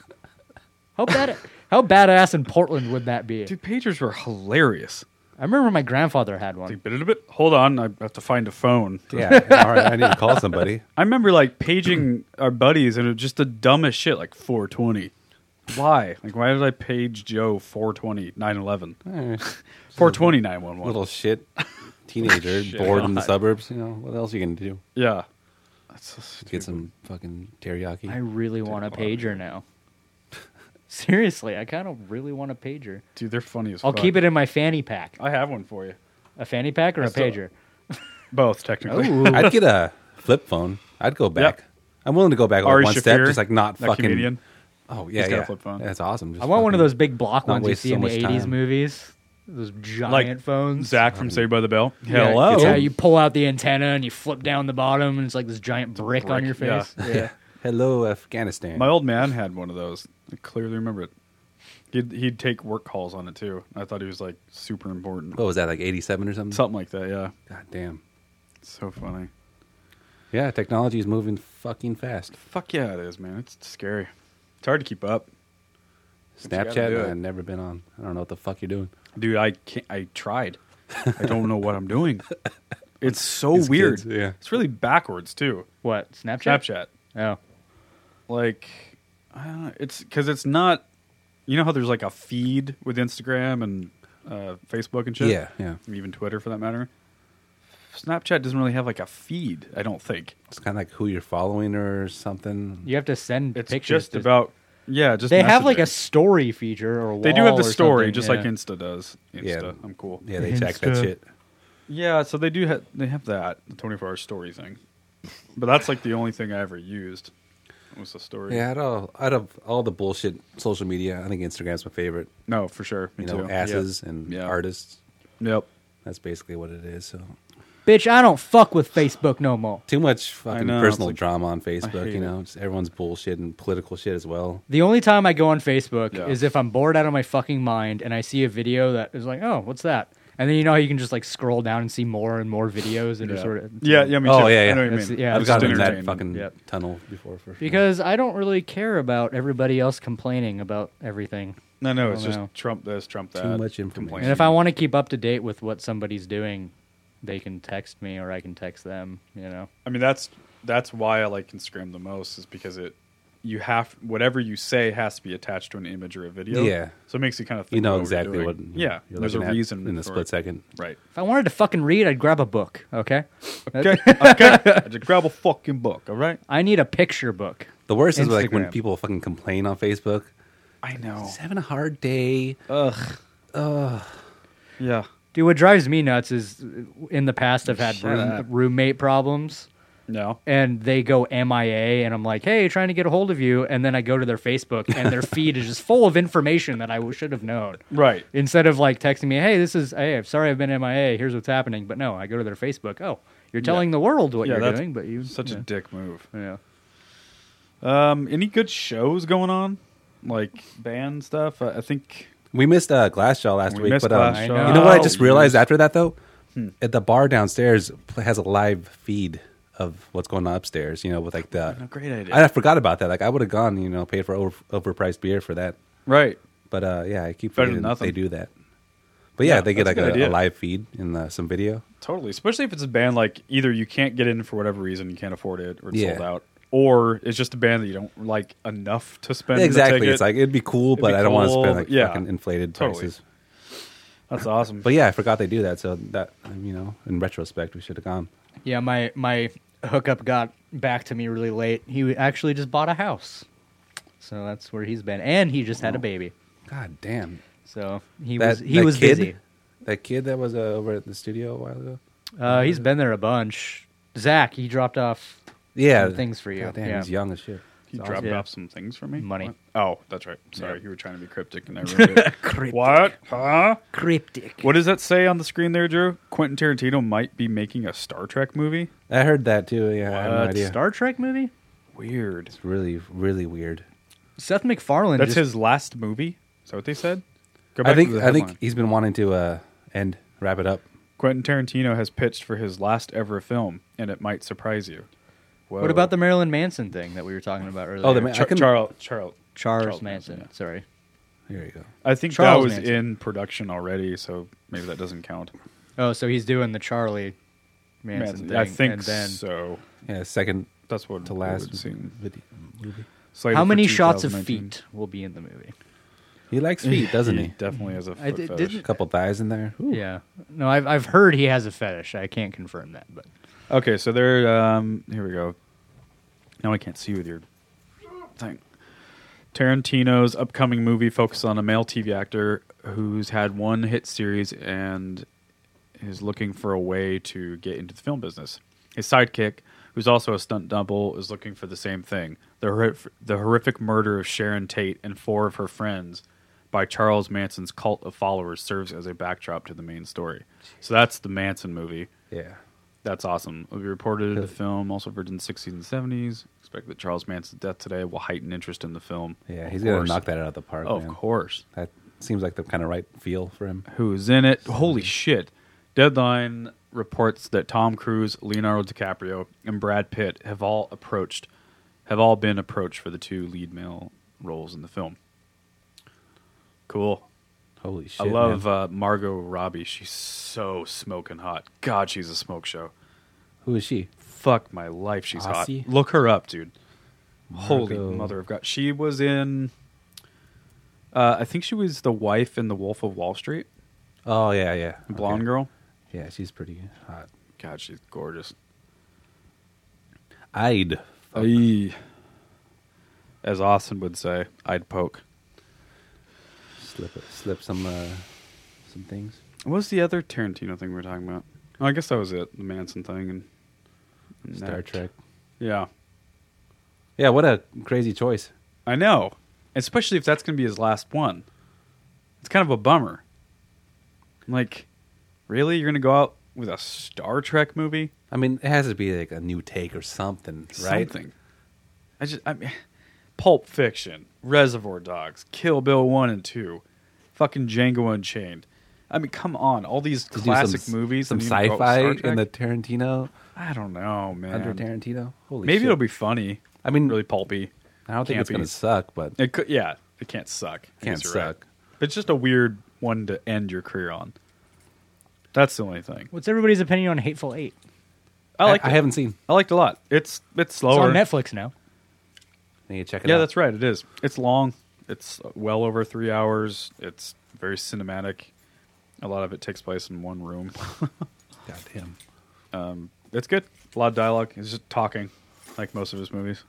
Speaker 3: How bad? How badass in Portland would that be?
Speaker 2: Dude, pagers were hilarious.
Speaker 3: I remember my grandfather had one.
Speaker 2: It's like, "Bit-a-bit-bit." Hold on, I have to find a phone.
Speaker 4: Yeah. All right. I need to call somebody.
Speaker 2: I remember like paging our buddies and it was just the dumbest shit, like 420. Why? Like, why did I page Joe 420 911?
Speaker 4: Eh,
Speaker 2: 420 911.
Speaker 4: little shit teenager bored in the suburbs. You know what else you can do?
Speaker 2: Yeah. That's so stupid.
Speaker 4: Get some fucking teriyaki.
Speaker 3: I really want a pager now. Seriously, I kind of really want a pager.
Speaker 2: Dude, they're funny as
Speaker 3: I'll
Speaker 2: fuck.
Speaker 3: keep it in my fanny pack.
Speaker 2: I have one for you.
Speaker 3: A fanny pack or a
Speaker 2: I still-
Speaker 3: pager?
Speaker 2: Both, technically.
Speaker 4: I'd get a flip phone. I'd go back.
Speaker 2: Yep.
Speaker 4: I'm willing to go back
Speaker 2: Ari
Speaker 4: one step,
Speaker 2: Shaffir,
Speaker 4: just like not
Speaker 2: that
Speaker 4: fucking.
Speaker 2: comedian.
Speaker 4: Oh yeah,
Speaker 2: He's got a
Speaker 4: yeah.
Speaker 2: flip phone.
Speaker 4: That's awesome. Just
Speaker 3: I want one of
Speaker 4: fucking-
Speaker 3: those big block
Speaker 4: not
Speaker 3: ones you
Speaker 4: waste
Speaker 3: see
Speaker 4: so
Speaker 3: in the
Speaker 4: much
Speaker 3: 80s
Speaker 4: time.
Speaker 3: movies. Those giant
Speaker 2: Like
Speaker 3: phones.
Speaker 2: Zach from Saved by the Bell.
Speaker 3: Yeah,
Speaker 2: Hello.
Speaker 3: Yeah, you pull out the antenna and you flip down the bottom, and it's like this giant brick, on
Speaker 2: brick,
Speaker 3: your
Speaker 2: yeah.
Speaker 3: face. Yeah.
Speaker 4: Hello, Afghanistan.
Speaker 2: My old man had one of those. I clearly remember it. He'd, he'd take work calls on it too. I thought he was like super important.
Speaker 4: what was that like 87 or something?
Speaker 2: Something like that, yeah.
Speaker 4: God damn.
Speaker 2: So funny.
Speaker 4: Yeah, technology is moving fucking fast.
Speaker 2: Fuck yeah, it is, man. It's scary. It's hard to keep up. gotta do
Speaker 4: Snapchat,
Speaker 2: it.
Speaker 4: I've never been on. I don't know what the fuck you're doing.
Speaker 2: Dude, I can't, I tried. I don't know what I'm doing. It's so
Speaker 4: These
Speaker 2: weird.
Speaker 4: kids, yeah.
Speaker 2: It's really backwards too.
Speaker 3: What? Snapchat?
Speaker 2: Snapchat.
Speaker 3: Oh.
Speaker 2: Like I don't know. It's cuz it's not you know how there's like a feed with Instagram and uh, Facebook and shit?
Speaker 4: Yeah, yeah.
Speaker 2: And even Twitter for that matter. Snapchat doesn't really have like a feed, I don't think.
Speaker 4: It's kind of like who you're following or something.
Speaker 3: You have to send
Speaker 2: It's
Speaker 3: pictures.
Speaker 2: just
Speaker 3: to-
Speaker 2: about yeah, just
Speaker 3: They have like a
Speaker 2: messaging.
Speaker 3: story feature or a
Speaker 2: They do have
Speaker 3: wall
Speaker 2: the
Speaker 3: or
Speaker 2: story
Speaker 3: something,
Speaker 2: just
Speaker 3: yeah.
Speaker 2: like Insta does. Insta,
Speaker 4: Yeah.
Speaker 2: I'm cool.
Speaker 4: Yeah, they jack that
Speaker 3: Insta.
Speaker 4: shit.
Speaker 2: Yeah, so they do have they have that the twenty four hour story thing, but that's like the only thing I ever used was the story.
Speaker 4: Yeah, out of out of all the bullshit social media, I think Instagram's my favorite.
Speaker 2: no, for sure. Me
Speaker 4: You know,
Speaker 2: too.
Speaker 4: asses and
Speaker 2: Yeah.
Speaker 4: artists.
Speaker 2: Yep.
Speaker 4: That's basically what it is. So
Speaker 3: Bitch, I don't fuck with Facebook no more.
Speaker 4: too much fucking
Speaker 2: know, it's
Speaker 4: personal
Speaker 2: like-
Speaker 4: drama on
Speaker 2: I
Speaker 4: Facebook.
Speaker 2: hate
Speaker 4: You know, just everyone's bullshit and political shit as well.
Speaker 3: The only time I go on Facebook
Speaker 2: Yeah.
Speaker 3: is if I'm bored out of my fucking mind and I see a video that is like, oh, what's that? And then you know how you can just like scroll down and see more and more videos that are
Speaker 2: Yeah.
Speaker 3: sort of
Speaker 2: yeah. Yeah. Me too.
Speaker 4: Oh, yeah,
Speaker 2: I
Speaker 4: yeah.
Speaker 2: know what you
Speaker 3: That's-
Speaker 2: mean.
Speaker 3: yeah,
Speaker 4: I've
Speaker 3: it's
Speaker 4: gotten
Speaker 3: just
Speaker 4: in that
Speaker 2: entertaining.
Speaker 4: fucking
Speaker 3: Yep.
Speaker 4: tunnel before for sure.
Speaker 3: Because I don't really care about everybody else complaining about everything.
Speaker 2: No, no. It's
Speaker 3: Oh,
Speaker 2: just
Speaker 3: no.
Speaker 2: Trump this, Trump that.
Speaker 4: much information.
Speaker 2: complaint.
Speaker 3: And if I want to keep up to date with what somebody's doing, they can text me or I can text them, you know.
Speaker 2: I mean, that's that's why I like Instagram the most is because it you have whatever you say has to be attached to an image or a video.
Speaker 4: Yeah.
Speaker 2: So it makes you kind of think
Speaker 4: you know
Speaker 2: what we're
Speaker 4: exactly
Speaker 2: doing.
Speaker 4: what.
Speaker 2: Yeah.
Speaker 4: you're
Speaker 2: There's a
Speaker 4: looking at
Speaker 2: reason
Speaker 4: in a
Speaker 2: for
Speaker 4: split
Speaker 2: it.
Speaker 4: second.
Speaker 2: Right.
Speaker 3: If I wanted to fucking read, I'd grab a book, okay?
Speaker 2: Okay. okay. I just grab a fucking book. All right.
Speaker 3: I need a picture book.
Speaker 4: The worst is like when
Speaker 3: Instagram.
Speaker 4: people fucking complain on Facebook.
Speaker 2: I know.
Speaker 4: Just having a hard day.
Speaker 2: Ugh.
Speaker 4: Ugh.
Speaker 2: Yeah.
Speaker 3: Dude, what drives me nuts is uh, in the past I've had
Speaker 2: Shut
Speaker 3: room,
Speaker 2: up.
Speaker 3: roommate problems
Speaker 2: No.
Speaker 3: and they go MIA and I'm like, "Hey, trying to get a hold of you." And then I go to their Facebook and their feed is just full of information that I w- should have known.
Speaker 2: Right.
Speaker 3: Instead of like texting me, "Hey, this is hey, I'm sorry I've been MIA. Here's what's happening." But no, I go to their Facebook. "Oh, you're telling the world what
Speaker 2: Yeah,
Speaker 3: you're
Speaker 2: that's
Speaker 3: doing, but you
Speaker 2: Such
Speaker 3: yeah.
Speaker 2: a dick move.
Speaker 3: yeah.
Speaker 2: Um, any good shows going on? Like band stuff? I, I think
Speaker 4: We missed uh, Glassjaw last
Speaker 2: We
Speaker 4: week,
Speaker 2: missed
Speaker 4: but um,
Speaker 2: Glassjaw.
Speaker 4: you
Speaker 3: I
Speaker 4: know what? I
Speaker 3: know.
Speaker 4: just realized after that though, at the bar downstairs pl- has a live feed of what's going on upstairs. You know, with like
Speaker 2: a
Speaker 4: the
Speaker 2: great idea.
Speaker 4: I forgot about that. Like I would have gone, you know, paid for over, overpriced beer for that.
Speaker 2: right.
Speaker 4: But uh, yeah, I keep
Speaker 2: Better than
Speaker 4: forgetting
Speaker 2: nothing.
Speaker 4: they do that. But yeah,
Speaker 2: Yeah,
Speaker 4: they get
Speaker 2: that's
Speaker 4: like
Speaker 2: a good
Speaker 4: a, a
Speaker 2: idea.
Speaker 4: live feed and uh, some video.
Speaker 2: Totally. Especially if it's a band like either you can't get in for whatever reason, you can't afford it, or it's
Speaker 4: Yeah.
Speaker 2: sold out. Or it's just a band that you don't like enough to spend. the
Speaker 4: exactly.
Speaker 2: ticket.
Speaker 4: It's like eh, it'd be cool,
Speaker 2: It'd
Speaker 4: but
Speaker 2: be
Speaker 4: I don't want to
Speaker 2: cool,
Speaker 4: spend like
Speaker 2: but yeah.
Speaker 4: fucking inflated
Speaker 2: Totally.
Speaker 4: prices.
Speaker 2: that's awesome.
Speaker 4: But yeah, I forgot they do that. So that um, you know, in retrospect, we should have gone.
Speaker 3: Yeah, my my hookup got back to me really late. He actually just bought a house, so that's where he's been, and he just had a baby.
Speaker 4: God damn.
Speaker 3: So he
Speaker 4: that
Speaker 3: was he
Speaker 4: that
Speaker 3: was
Speaker 4: kid,
Speaker 3: busy.
Speaker 4: That kid that was uh, over at the studio a while ago.
Speaker 3: Uh, he's been there a bunch. Zach, he dropped off
Speaker 4: Yeah,
Speaker 3: Some things for you.
Speaker 4: God damn,
Speaker 3: Yeah.
Speaker 4: he's young as shit.
Speaker 2: you
Speaker 4: It's
Speaker 2: dropped
Speaker 3: awesome.
Speaker 2: off some things for me.
Speaker 3: Money.
Speaker 2: What? Oh, that's right. Sorry,
Speaker 3: Yeah.
Speaker 2: you were trying to be cryptic and I ruined it. What? Huh?
Speaker 3: cryptic.
Speaker 2: What does that say on the screen there, Drew? Quentin Tarantino might be making a Star Trek movie.
Speaker 4: awesome. I heard that too. Yeah, I have no
Speaker 2: What?
Speaker 4: idea.
Speaker 3: Uh, Star Trek movie?
Speaker 2: Weird.
Speaker 4: it's really, really weird.
Speaker 3: Seth MacFarlane.
Speaker 2: That's
Speaker 3: just-
Speaker 2: his last movie. Is that what they said? Go
Speaker 4: I think
Speaker 2: the
Speaker 4: I think
Speaker 2: headline.
Speaker 4: he's been wanting to uh, end, wrap it up.
Speaker 2: Quentin Tarantino has pitched for his last ever film, and it might surprise you. Whoa.
Speaker 3: What about the Marilyn Manson thing that we were talking about earlier?
Speaker 4: Oh, the Ma- I
Speaker 2: Char-
Speaker 4: can-
Speaker 2: Charles? Charles.
Speaker 3: Charles
Speaker 2: Charles
Speaker 3: Manson.
Speaker 2: Manson,
Speaker 3: Sorry,
Speaker 4: There you go.
Speaker 2: I think
Speaker 3: Charles
Speaker 2: that was
Speaker 3: Manson.
Speaker 2: in production already, so maybe that doesn't count.
Speaker 3: Oh, so he's doing the Charlie Manson,
Speaker 2: Manson,
Speaker 3: thing.
Speaker 2: I think
Speaker 3: and then,
Speaker 2: so.
Speaker 4: Yeah, second
Speaker 2: That's what
Speaker 4: to
Speaker 2: it
Speaker 4: last
Speaker 2: would seem.
Speaker 4: video, movie.
Speaker 2: Slated
Speaker 3: How
Speaker 2: for
Speaker 3: many shots of
Speaker 2: 2019.
Speaker 3: feet will be in the movie?
Speaker 4: He likes feet, doesn't
Speaker 2: He
Speaker 4: he?
Speaker 2: definitely has a
Speaker 3: I
Speaker 2: foot
Speaker 3: did-
Speaker 2: fetish.
Speaker 4: A couple thighs in there. Ooh.
Speaker 3: Yeah. No, I've I've heard he has a fetish. I can't confirm that, but
Speaker 2: Okay, so there. Um, here we go. Now I can't see with your thing. Tarantino's upcoming movie focuses on a male TV actor who's had one hit series and is looking for a way to get into the film business. His sidekick, who's also a stunt double, is looking for the same thing: the horrif- the horrific murder of Sharon Tate and four of her friends by Charles Manson's cult of followers serves as a backdrop to the main story. So that's the Manson movie.
Speaker 4: Yeah.
Speaker 2: That's awesome. It'll be reported in the
Speaker 4: Good.
Speaker 2: film, also for in the 60s and 70s. Expect that Charles Manson's death today will heighten interest in the film.
Speaker 4: Yeah,
Speaker 2: Of
Speaker 4: he's going
Speaker 2: course.
Speaker 4: to knock that out of the park.
Speaker 2: Oh, of
Speaker 4: man.
Speaker 2: course.
Speaker 4: That seems like the kind of right feel for him.
Speaker 2: Who's in it? Holy shit. Deadline reports that Tom Cruise, Leonardo DiCaprio, and Brad Pitt have all approached, have all been approached for the two lead male roles in the film. Cool.
Speaker 4: Holy shit.
Speaker 2: I love
Speaker 4: man.
Speaker 2: uh, Margot Robbie. She's so smoking hot. God, she's a smoke show.
Speaker 4: Who is she?
Speaker 2: Fuck my life, she's
Speaker 4: Aussie?
Speaker 2: hot. Look her up, dude. Holy
Speaker 4: Margot.
Speaker 2: mother of God. She was in uh, I think she was the wife in The Wolf of Wall Street,
Speaker 4: Oh, yeah, yeah.
Speaker 2: the blonde
Speaker 4: Okay.
Speaker 2: girl.
Speaker 4: Yeah, she's pretty hot.
Speaker 2: God, she's gorgeous.
Speaker 4: I'd.
Speaker 2: Aye. As Austin would say, I'd poke.
Speaker 4: slip slip some uh, some things.
Speaker 2: What was the other Tarantino thing we were talking about? Oh, I guess that was it, the Manson thing and, and
Speaker 4: Star
Speaker 2: that.
Speaker 4: Trek.
Speaker 2: Yeah.
Speaker 4: Yeah, what a crazy choice.
Speaker 2: I know. Especially if that's going to be his last one. It's kind of a bummer. Like, really? You're going to go out with a Star Trek movie?
Speaker 4: I mean, it has to be like a new take or something, right?
Speaker 2: Something. I just, I mean, Pulp Fiction, Reservoir Dogs, Kill Bill 1 and 2, fucking Django Unchained. I mean, come on. All these
Speaker 4: To do some
Speaker 2: classic
Speaker 4: s-
Speaker 2: movies.
Speaker 4: some
Speaker 2: and you go out with
Speaker 4: sci-fi
Speaker 2: Star
Speaker 4: in the
Speaker 2: Trek?
Speaker 4: Tarantino
Speaker 2: I don't know, man.
Speaker 4: under Tarantino. Holy,
Speaker 2: Maybe
Speaker 4: shit.
Speaker 2: it'll be funny.
Speaker 4: I mean,
Speaker 2: really pulpy.
Speaker 4: I don't think
Speaker 2: can't
Speaker 4: it's gonna
Speaker 2: be.
Speaker 4: suck, but
Speaker 2: It could, yeah, it can't suck. I
Speaker 4: Can't
Speaker 2: guess you're right.
Speaker 4: suck.
Speaker 2: But it's just a weird one to end your career on. That's the only thing.
Speaker 3: what's everybody's opinion on Hateful Eight?
Speaker 2: I liked.
Speaker 4: I,
Speaker 2: I,
Speaker 4: haven't seen.
Speaker 2: I liked a lot. It's it's
Speaker 3: It's
Speaker 2: slower.
Speaker 3: on Netflix now.
Speaker 4: I need to check it
Speaker 2: yeah,
Speaker 4: out.
Speaker 2: that's right. It is. It's long. It's well over three hours. It's very cinematic. A lot of it takes place in one room.
Speaker 4: Goddamn.
Speaker 2: it's good. A lot of dialogue. It's just talking, like most of his movies.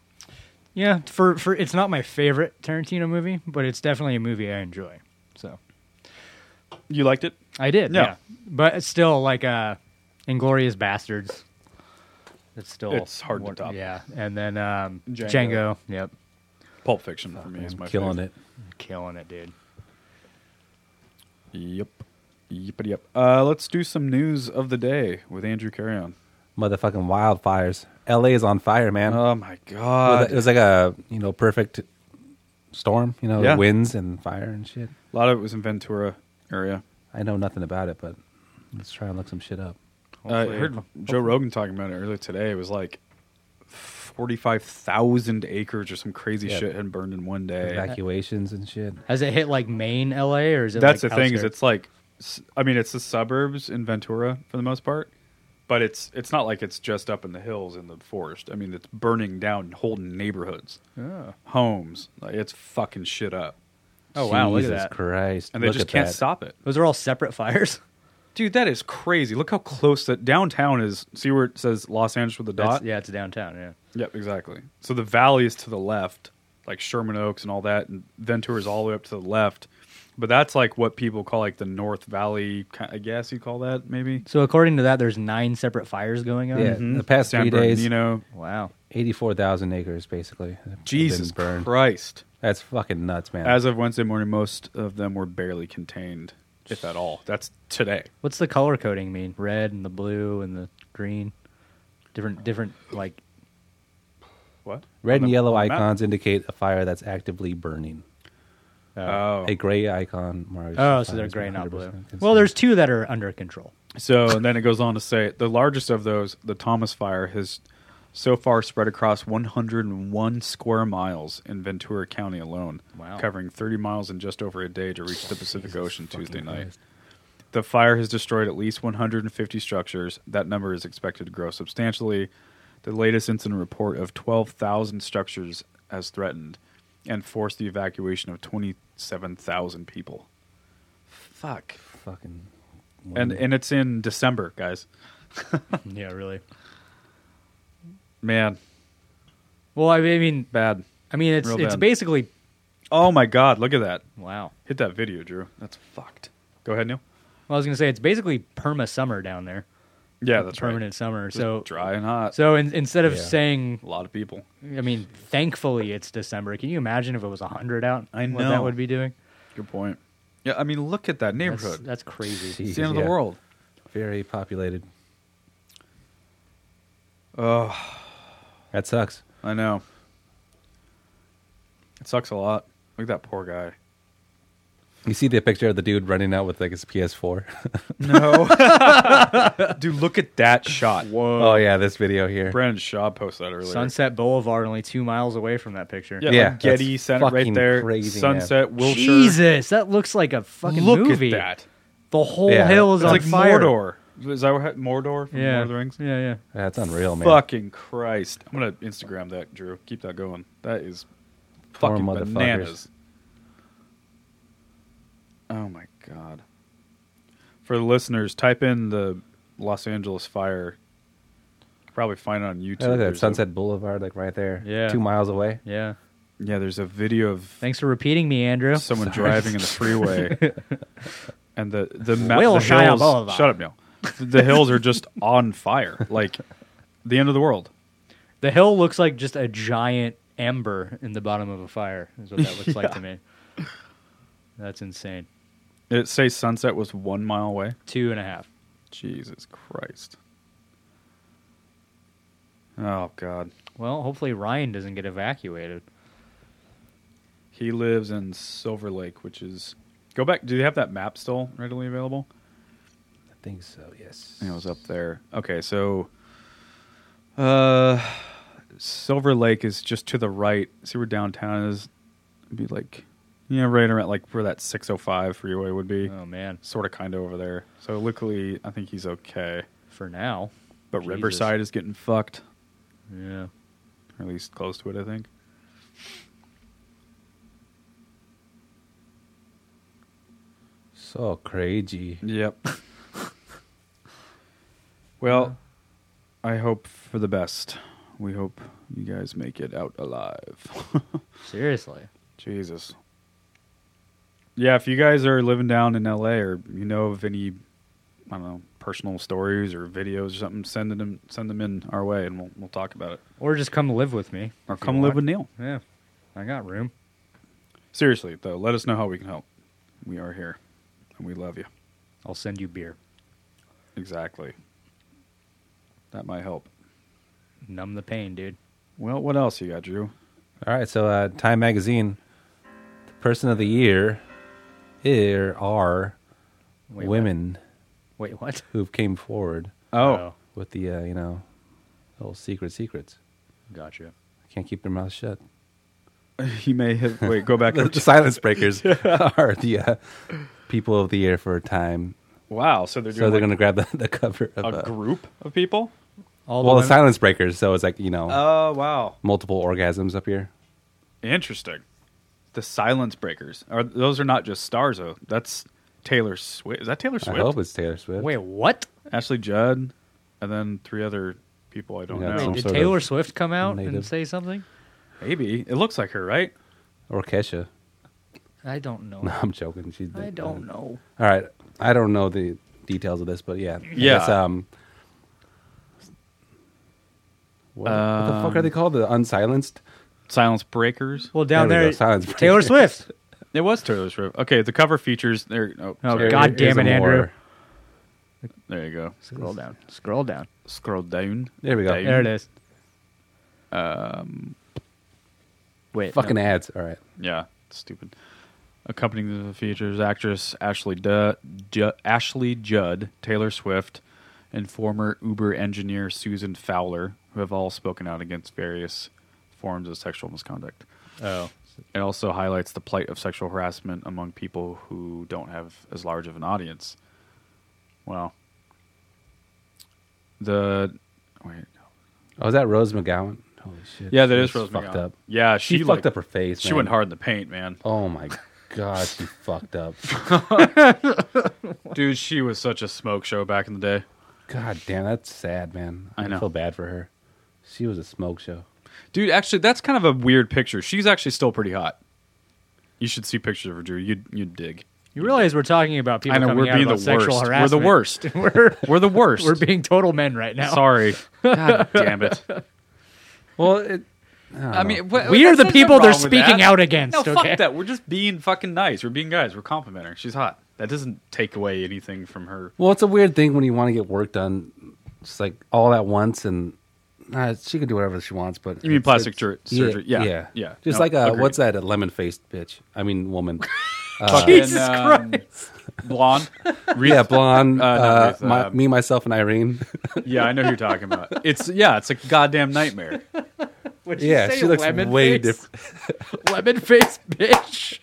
Speaker 3: Yeah, for for it's not my favorite Tarantino movie, but it's definitely a movie I enjoy. So
Speaker 2: You liked it?
Speaker 3: I did,
Speaker 2: Yeah.
Speaker 3: yeah. But it's still like uh Inglorious Bastards. It's still
Speaker 2: It's hard to top.
Speaker 3: Yeah. And then um
Speaker 2: Django.
Speaker 3: Django. Yep.
Speaker 2: Pulp Fiction for me is
Speaker 4: I'm
Speaker 2: my
Speaker 4: killing
Speaker 2: favorite.
Speaker 4: it.
Speaker 3: Killing it, dude.
Speaker 2: Yep. Yep. Yep. Uh, let's do some news of the day with Andrew Carrion.
Speaker 4: Motherfucking wildfires. L.A. is on fire, man.
Speaker 2: Oh my
Speaker 4: It was-
Speaker 2: god!
Speaker 4: it was like a you know perfect storm. You know,
Speaker 2: Yeah.
Speaker 4: winds and fire and shit.
Speaker 2: A lot of it was in Ventura area.
Speaker 4: I know nothing about it, but let's try and look some shit up.
Speaker 2: Uh, I
Speaker 3: Hopefully-
Speaker 2: heard Joe Rogan talking about it earlier today. It was like forty-five thousand acres or some crazy
Speaker 4: Yeah.
Speaker 2: shit had burned in one day.
Speaker 4: Evacuations and shit.
Speaker 3: Has it hit like Maine, LA, or is it?
Speaker 2: That's
Speaker 3: like,
Speaker 2: the thing is,
Speaker 3: outskirts?
Speaker 2: it's like, s- I mean, it's the suburbs in Ventura for the most part, but it's it's not like it's just up in the hills in the forest. I mean, it's burning down whole neighborhoods, homes. Like, it's fucking shit up,
Speaker 3: Oh wow, look at
Speaker 4: Jesus
Speaker 3: that.
Speaker 4: Christ!
Speaker 2: and they
Speaker 4: Look
Speaker 2: just
Speaker 4: at
Speaker 2: can't
Speaker 4: that.
Speaker 2: stop it.
Speaker 3: Those are all separate fires.
Speaker 2: Dude, that is crazy. Look how close that downtown is. See where it says Los Angeles with the
Speaker 3: That's-
Speaker 2: dot?
Speaker 3: yeah, it's downtown. Yeah.
Speaker 2: Yep, exactly. So the valley is to the left, like Sherman Oaks and all that, and Ventura is all the way up to the left. But that's like what people call like the North Valley. ki- I guess you call that maybe.
Speaker 3: So according to that, there's nine separate fires going on.
Speaker 4: Yeah, Mm-hmm. the past
Speaker 2: San
Speaker 4: three days,
Speaker 2: Bernardino.
Speaker 3: Wow.
Speaker 4: eighty-four thousand acres basically. have been
Speaker 2: Jesus
Speaker 4: burned.
Speaker 2: Christ!
Speaker 4: That's fucking nuts, man.
Speaker 2: As of Wednesday morning, most of them were barely contained, if at all. That's today.
Speaker 3: What's the color coding mean? Red and the blue and the green. Different, different. Like
Speaker 2: What?
Speaker 4: Red
Speaker 2: On
Speaker 4: and
Speaker 2: the-
Speaker 4: yellow
Speaker 2: on the map?
Speaker 4: icons indicate a fire that's actively burning. uh,
Speaker 2: Oh,
Speaker 4: A gray icon marks.
Speaker 3: oh,
Speaker 4: the
Speaker 3: so
Speaker 4: fire
Speaker 3: they're
Speaker 4: as
Speaker 3: gray, not blue.
Speaker 4: 100%
Speaker 3: Well, there's two that are under control.
Speaker 2: So and then it goes on to say the largest of those, the Thomas Fire, has so far spread across 101 square miles in Ventura County alone,
Speaker 3: Wow.
Speaker 2: covering 30 miles in just over a day to reach the Pacific Ocean Tuesday night. The fire has destroyed at least 150 structures. That number is expected to grow substantially. The latest incident report of 12,000 structures as threatened and forced the evacuation of 27,000 people. Fuck.
Speaker 4: Fucking.
Speaker 2: And and it's in December, guys.
Speaker 3: yeah, really.
Speaker 2: Man,
Speaker 3: Well, I mean,
Speaker 2: bad.
Speaker 3: I mean, it's
Speaker 2: Real
Speaker 3: it's
Speaker 2: bad.
Speaker 3: basically
Speaker 2: Oh my god, look at that.
Speaker 3: wow.
Speaker 2: Hit that video, Drew. That's fucked. Go ahead, Neil.
Speaker 3: Well, I was gonna say it's basically perma summer down there.
Speaker 2: Yeah, that's
Speaker 3: permanent summer.
Speaker 2: right.
Speaker 3: so
Speaker 2: dry and hot.
Speaker 3: so in, instead of
Speaker 4: Yeah.
Speaker 3: saying,
Speaker 2: a lot of people.
Speaker 3: I mean, thankfully it's December. Can you imagine if it was hundred out?
Speaker 2: I
Speaker 3: what
Speaker 2: know.
Speaker 3: that would be doing.
Speaker 2: Good point. Yeah, I mean, look at that
Speaker 3: That's,
Speaker 2: neighborhood.
Speaker 3: that's crazy.
Speaker 2: it's the end of
Speaker 4: Yeah.
Speaker 2: the world.
Speaker 4: Very populated.
Speaker 2: Oh,
Speaker 4: That sucks.
Speaker 2: I know. It sucks a lot. Look at that poor guy.
Speaker 4: You see the picture of the dude running out with like his PS4.
Speaker 2: No. Dude, look at that shot. Whoa.
Speaker 4: oh yeah, this video here.
Speaker 2: Brandon Shaw posted that earlier.
Speaker 3: Sunset Boulevard, only two miles away from that picture.
Speaker 2: Yeah,
Speaker 4: Yeah,
Speaker 2: like Getty
Speaker 4: that's
Speaker 2: Senate right
Speaker 4: fucking
Speaker 2: there.
Speaker 4: crazy, man.
Speaker 2: Sunset, Wilshire.
Speaker 3: Jesus, that looks like a fucking
Speaker 2: Look
Speaker 3: movie.
Speaker 2: at that.
Speaker 3: The whole
Speaker 4: Yeah.
Speaker 3: hill is
Speaker 2: It's
Speaker 3: on
Speaker 2: like
Speaker 3: fire.
Speaker 2: Mordor. Is that what, Mordor from
Speaker 3: Yeah.
Speaker 2: Lord of the Rings?
Speaker 3: yeah, yeah.
Speaker 4: That's unreal, man.
Speaker 2: Fucking Christ. I'm going to Instagram that, Drew. Keep that going. That is
Speaker 4: Poor
Speaker 2: fucking
Speaker 4: motherfuckers.
Speaker 2: bananas. Oh my god. For the listeners, type in the Los Angeles fire. Probably find it on YouTube.
Speaker 4: Yeah, look at that
Speaker 2: There's a-
Speaker 4: Sunset Boulevard, like right there.
Speaker 3: Yeah.
Speaker 4: Two miles away.
Speaker 3: Yeah.
Speaker 2: yeah, there's a video of
Speaker 3: Thanks for repeating me, Andrew.
Speaker 2: someone driving in the freeway, and the the, ma-
Speaker 3: Will
Speaker 2: the
Speaker 3: Shire
Speaker 2: hills.
Speaker 3: Boulevard.
Speaker 2: Shut up, Neil. The hills are just on fire, like the end of the world.
Speaker 3: The hill looks like just a giant ember in the bottom of a fire. Is what that looks like to me. That's insane.
Speaker 2: It says sunset was one mile away.
Speaker 3: Two and a half.
Speaker 2: Jesus Christ. Oh God.
Speaker 3: Well, hopefully Ryan doesn't get evacuated.
Speaker 2: He lives in Silver Lake, which is go back. Do they have that map still readily available?
Speaker 4: I think so. Yes.
Speaker 2: Yeah, It was up there. Okay, so uh, Silver Lake is just to the right. See where downtown is? It'd be like yeah, right around like where that 605 freeway would be.
Speaker 3: Oh man,
Speaker 2: Sort of, kind of over there. So luckily, I think he's okay.
Speaker 3: for now.
Speaker 2: But
Speaker 3: Jesus.
Speaker 2: Riverside is getting fucked,
Speaker 3: Yeah.
Speaker 2: or at least close to it. I think.
Speaker 4: So crazy.
Speaker 2: Yep. well, I hope for the best. We hope you guys make it out alive.
Speaker 3: Seriously.
Speaker 2: Jesus. Yeah, if you guys are living down in LA or you know of any, I don't know, personal stories or videos or something, send them send them in our way and we'll we'll talk about it.
Speaker 3: Or just come live with me.
Speaker 2: Or
Speaker 3: if you
Speaker 2: come live
Speaker 3: want.
Speaker 2: with Neil.
Speaker 3: Yeah. I got room.
Speaker 2: Seriously though, let us know how we can help. We are here, and we love you.
Speaker 3: I'll send you beer.
Speaker 2: Exactly. That might help.
Speaker 3: Numb the pain, dude.
Speaker 2: Well, what else you got, Drew?
Speaker 4: All right. So uh, Time Magazine, the person of the year, here are
Speaker 3: Wait, what?
Speaker 4: women
Speaker 3: Wait, what?
Speaker 4: who've came forward
Speaker 2: Oh,
Speaker 4: with the uh, you know, little secret secrets.
Speaker 3: Gotcha.
Speaker 4: Can't keep their mouth shut.
Speaker 2: he may have. Wait, go back.
Speaker 4: The silence breakers are the uh, people of the year for Time.
Speaker 2: wow, so they're doing
Speaker 4: So
Speaker 2: like,
Speaker 4: they're going to grab the, the cover of
Speaker 2: a
Speaker 4: uh,
Speaker 2: group of people.
Speaker 3: All
Speaker 4: well, the
Speaker 3: women-
Speaker 4: silence breakers. So it's like you know,
Speaker 2: Oh wow,
Speaker 4: multiple orgasms up here.
Speaker 2: Interesting. The Silence Breakers. Are those are not just stars though. That's Taylor Swift. Is that Taylor Swift?
Speaker 4: I hope it's Taylor Swift.
Speaker 3: Wait, what?
Speaker 2: Ashley Judd, and then three other people I don't
Speaker 4: Yeah,
Speaker 2: know.
Speaker 4: some
Speaker 3: Wait, did
Speaker 4: sort
Speaker 3: Taylor
Speaker 4: of
Speaker 3: Swift come out and
Speaker 4: native-
Speaker 3: say something?
Speaker 2: Maybe it looks like her, right?
Speaker 4: or Kesha.
Speaker 3: I don't know.
Speaker 4: No, I'm joking. She's
Speaker 3: I don't know.
Speaker 4: All right, I don't know the details of this, but yeah, I
Speaker 2: Yeah.
Speaker 4: guess, um, what, what the
Speaker 2: Um,
Speaker 4: fuck are they called? The unsilenced?
Speaker 2: Silence Breakers.
Speaker 3: Well, down
Speaker 4: There we
Speaker 3: there,
Speaker 4: go, silence
Speaker 3: Taylor
Speaker 4: breaks.
Speaker 3: Swift.
Speaker 2: It was Taylor Swift. Okay, the cover features there. Oh,
Speaker 3: Oh,
Speaker 2: sorry.
Speaker 3: God damn it,
Speaker 4: Here's a more-
Speaker 3: Andrew.
Speaker 2: There you go.
Speaker 3: Scroll down. Scroll down.
Speaker 2: Scroll down.
Speaker 4: There we go.
Speaker 2: Down.
Speaker 3: There it is. Um, wait.
Speaker 4: Fucking
Speaker 3: no.
Speaker 4: ads. All right.
Speaker 2: Yeah, stupid. Accompanying the features, actress Ashley Du- Ju- Ashley Judd, Taylor Swift, and former Uber engineer Susan Fowler who have all spoken out against various forms of sexual misconduct.
Speaker 3: Oh,
Speaker 2: It also highlights the plight of sexual harassment among people who don't have as large of an audience. Well, the wait,
Speaker 4: Oh, is that Rose McGowan? Holy shit!
Speaker 2: yeah, that is
Speaker 4: She's
Speaker 2: Rose
Speaker 4: fucked
Speaker 2: McGowan.
Speaker 4: up.
Speaker 2: Yeah,
Speaker 4: She,
Speaker 2: she,
Speaker 4: fucked
Speaker 2: like,
Speaker 4: up her face.
Speaker 2: She
Speaker 4: man.
Speaker 2: went hard in the paint, man.
Speaker 4: Oh my god, she fucked up.
Speaker 2: Dude, she was such a smoke show back in the day.
Speaker 4: God damn, that's sad, man.
Speaker 2: I know.
Speaker 4: feel bad for her. She was a smoke show.
Speaker 2: Dude, actually, that's kind of a weird picture. She's actually still pretty hot. You should see pictures of her, Drew. You'd you'd dig.
Speaker 3: you realize we're talking about people
Speaker 2: I know
Speaker 3: coming
Speaker 2: we're
Speaker 3: out
Speaker 2: being the
Speaker 3: about sexual
Speaker 2: worst. We're
Speaker 3: harassment.
Speaker 2: the worst.
Speaker 3: we're
Speaker 2: We're the worst.
Speaker 3: we're being total men right now.
Speaker 2: Sorry. God damn it.
Speaker 4: Well, it,
Speaker 2: I, mean, wha-
Speaker 3: We are
Speaker 2: that's
Speaker 3: the
Speaker 2: nothing
Speaker 3: people they're
Speaker 2: wrong with
Speaker 3: speaking
Speaker 2: that.
Speaker 3: out against.
Speaker 2: No,
Speaker 3: okay?
Speaker 2: fuck that. We're just being fucking nice. We're being guys. We're complimenting. her. She's hot. That doesn't take away anything from her.
Speaker 4: well, it's a weird thing when you want to get work done, just like all at once, and uh, she can do whatever she wants. But
Speaker 2: You mean
Speaker 4: it's-
Speaker 2: plastic
Speaker 4: it's-
Speaker 2: sur-
Speaker 4: yeah,
Speaker 2: surgery? Yeah,
Speaker 4: yeah,
Speaker 2: yeah.
Speaker 4: Just
Speaker 2: No,
Speaker 4: like a,
Speaker 2: agreed.
Speaker 4: what's that? A lemon faced bitch. I mean, woman.
Speaker 2: Jesus
Speaker 3: um,
Speaker 2: Christ. um, Blonde. Wreath-
Speaker 4: yeah, blonde.
Speaker 2: Uh, not
Speaker 4: uh,
Speaker 2: Ruth, uh,
Speaker 4: my- me, myself, and Irene.
Speaker 2: yeah, I know who you're talking about. It's yeah, it's a goddamn nightmare.
Speaker 3: Would you
Speaker 4: yeah,
Speaker 3: say
Speaker 4: she looks
Speaker 3: lemon
Speaker 4: way
Speaker 3: face?
Speaker 4: different.
Speaker 3: Lemon face, bitch.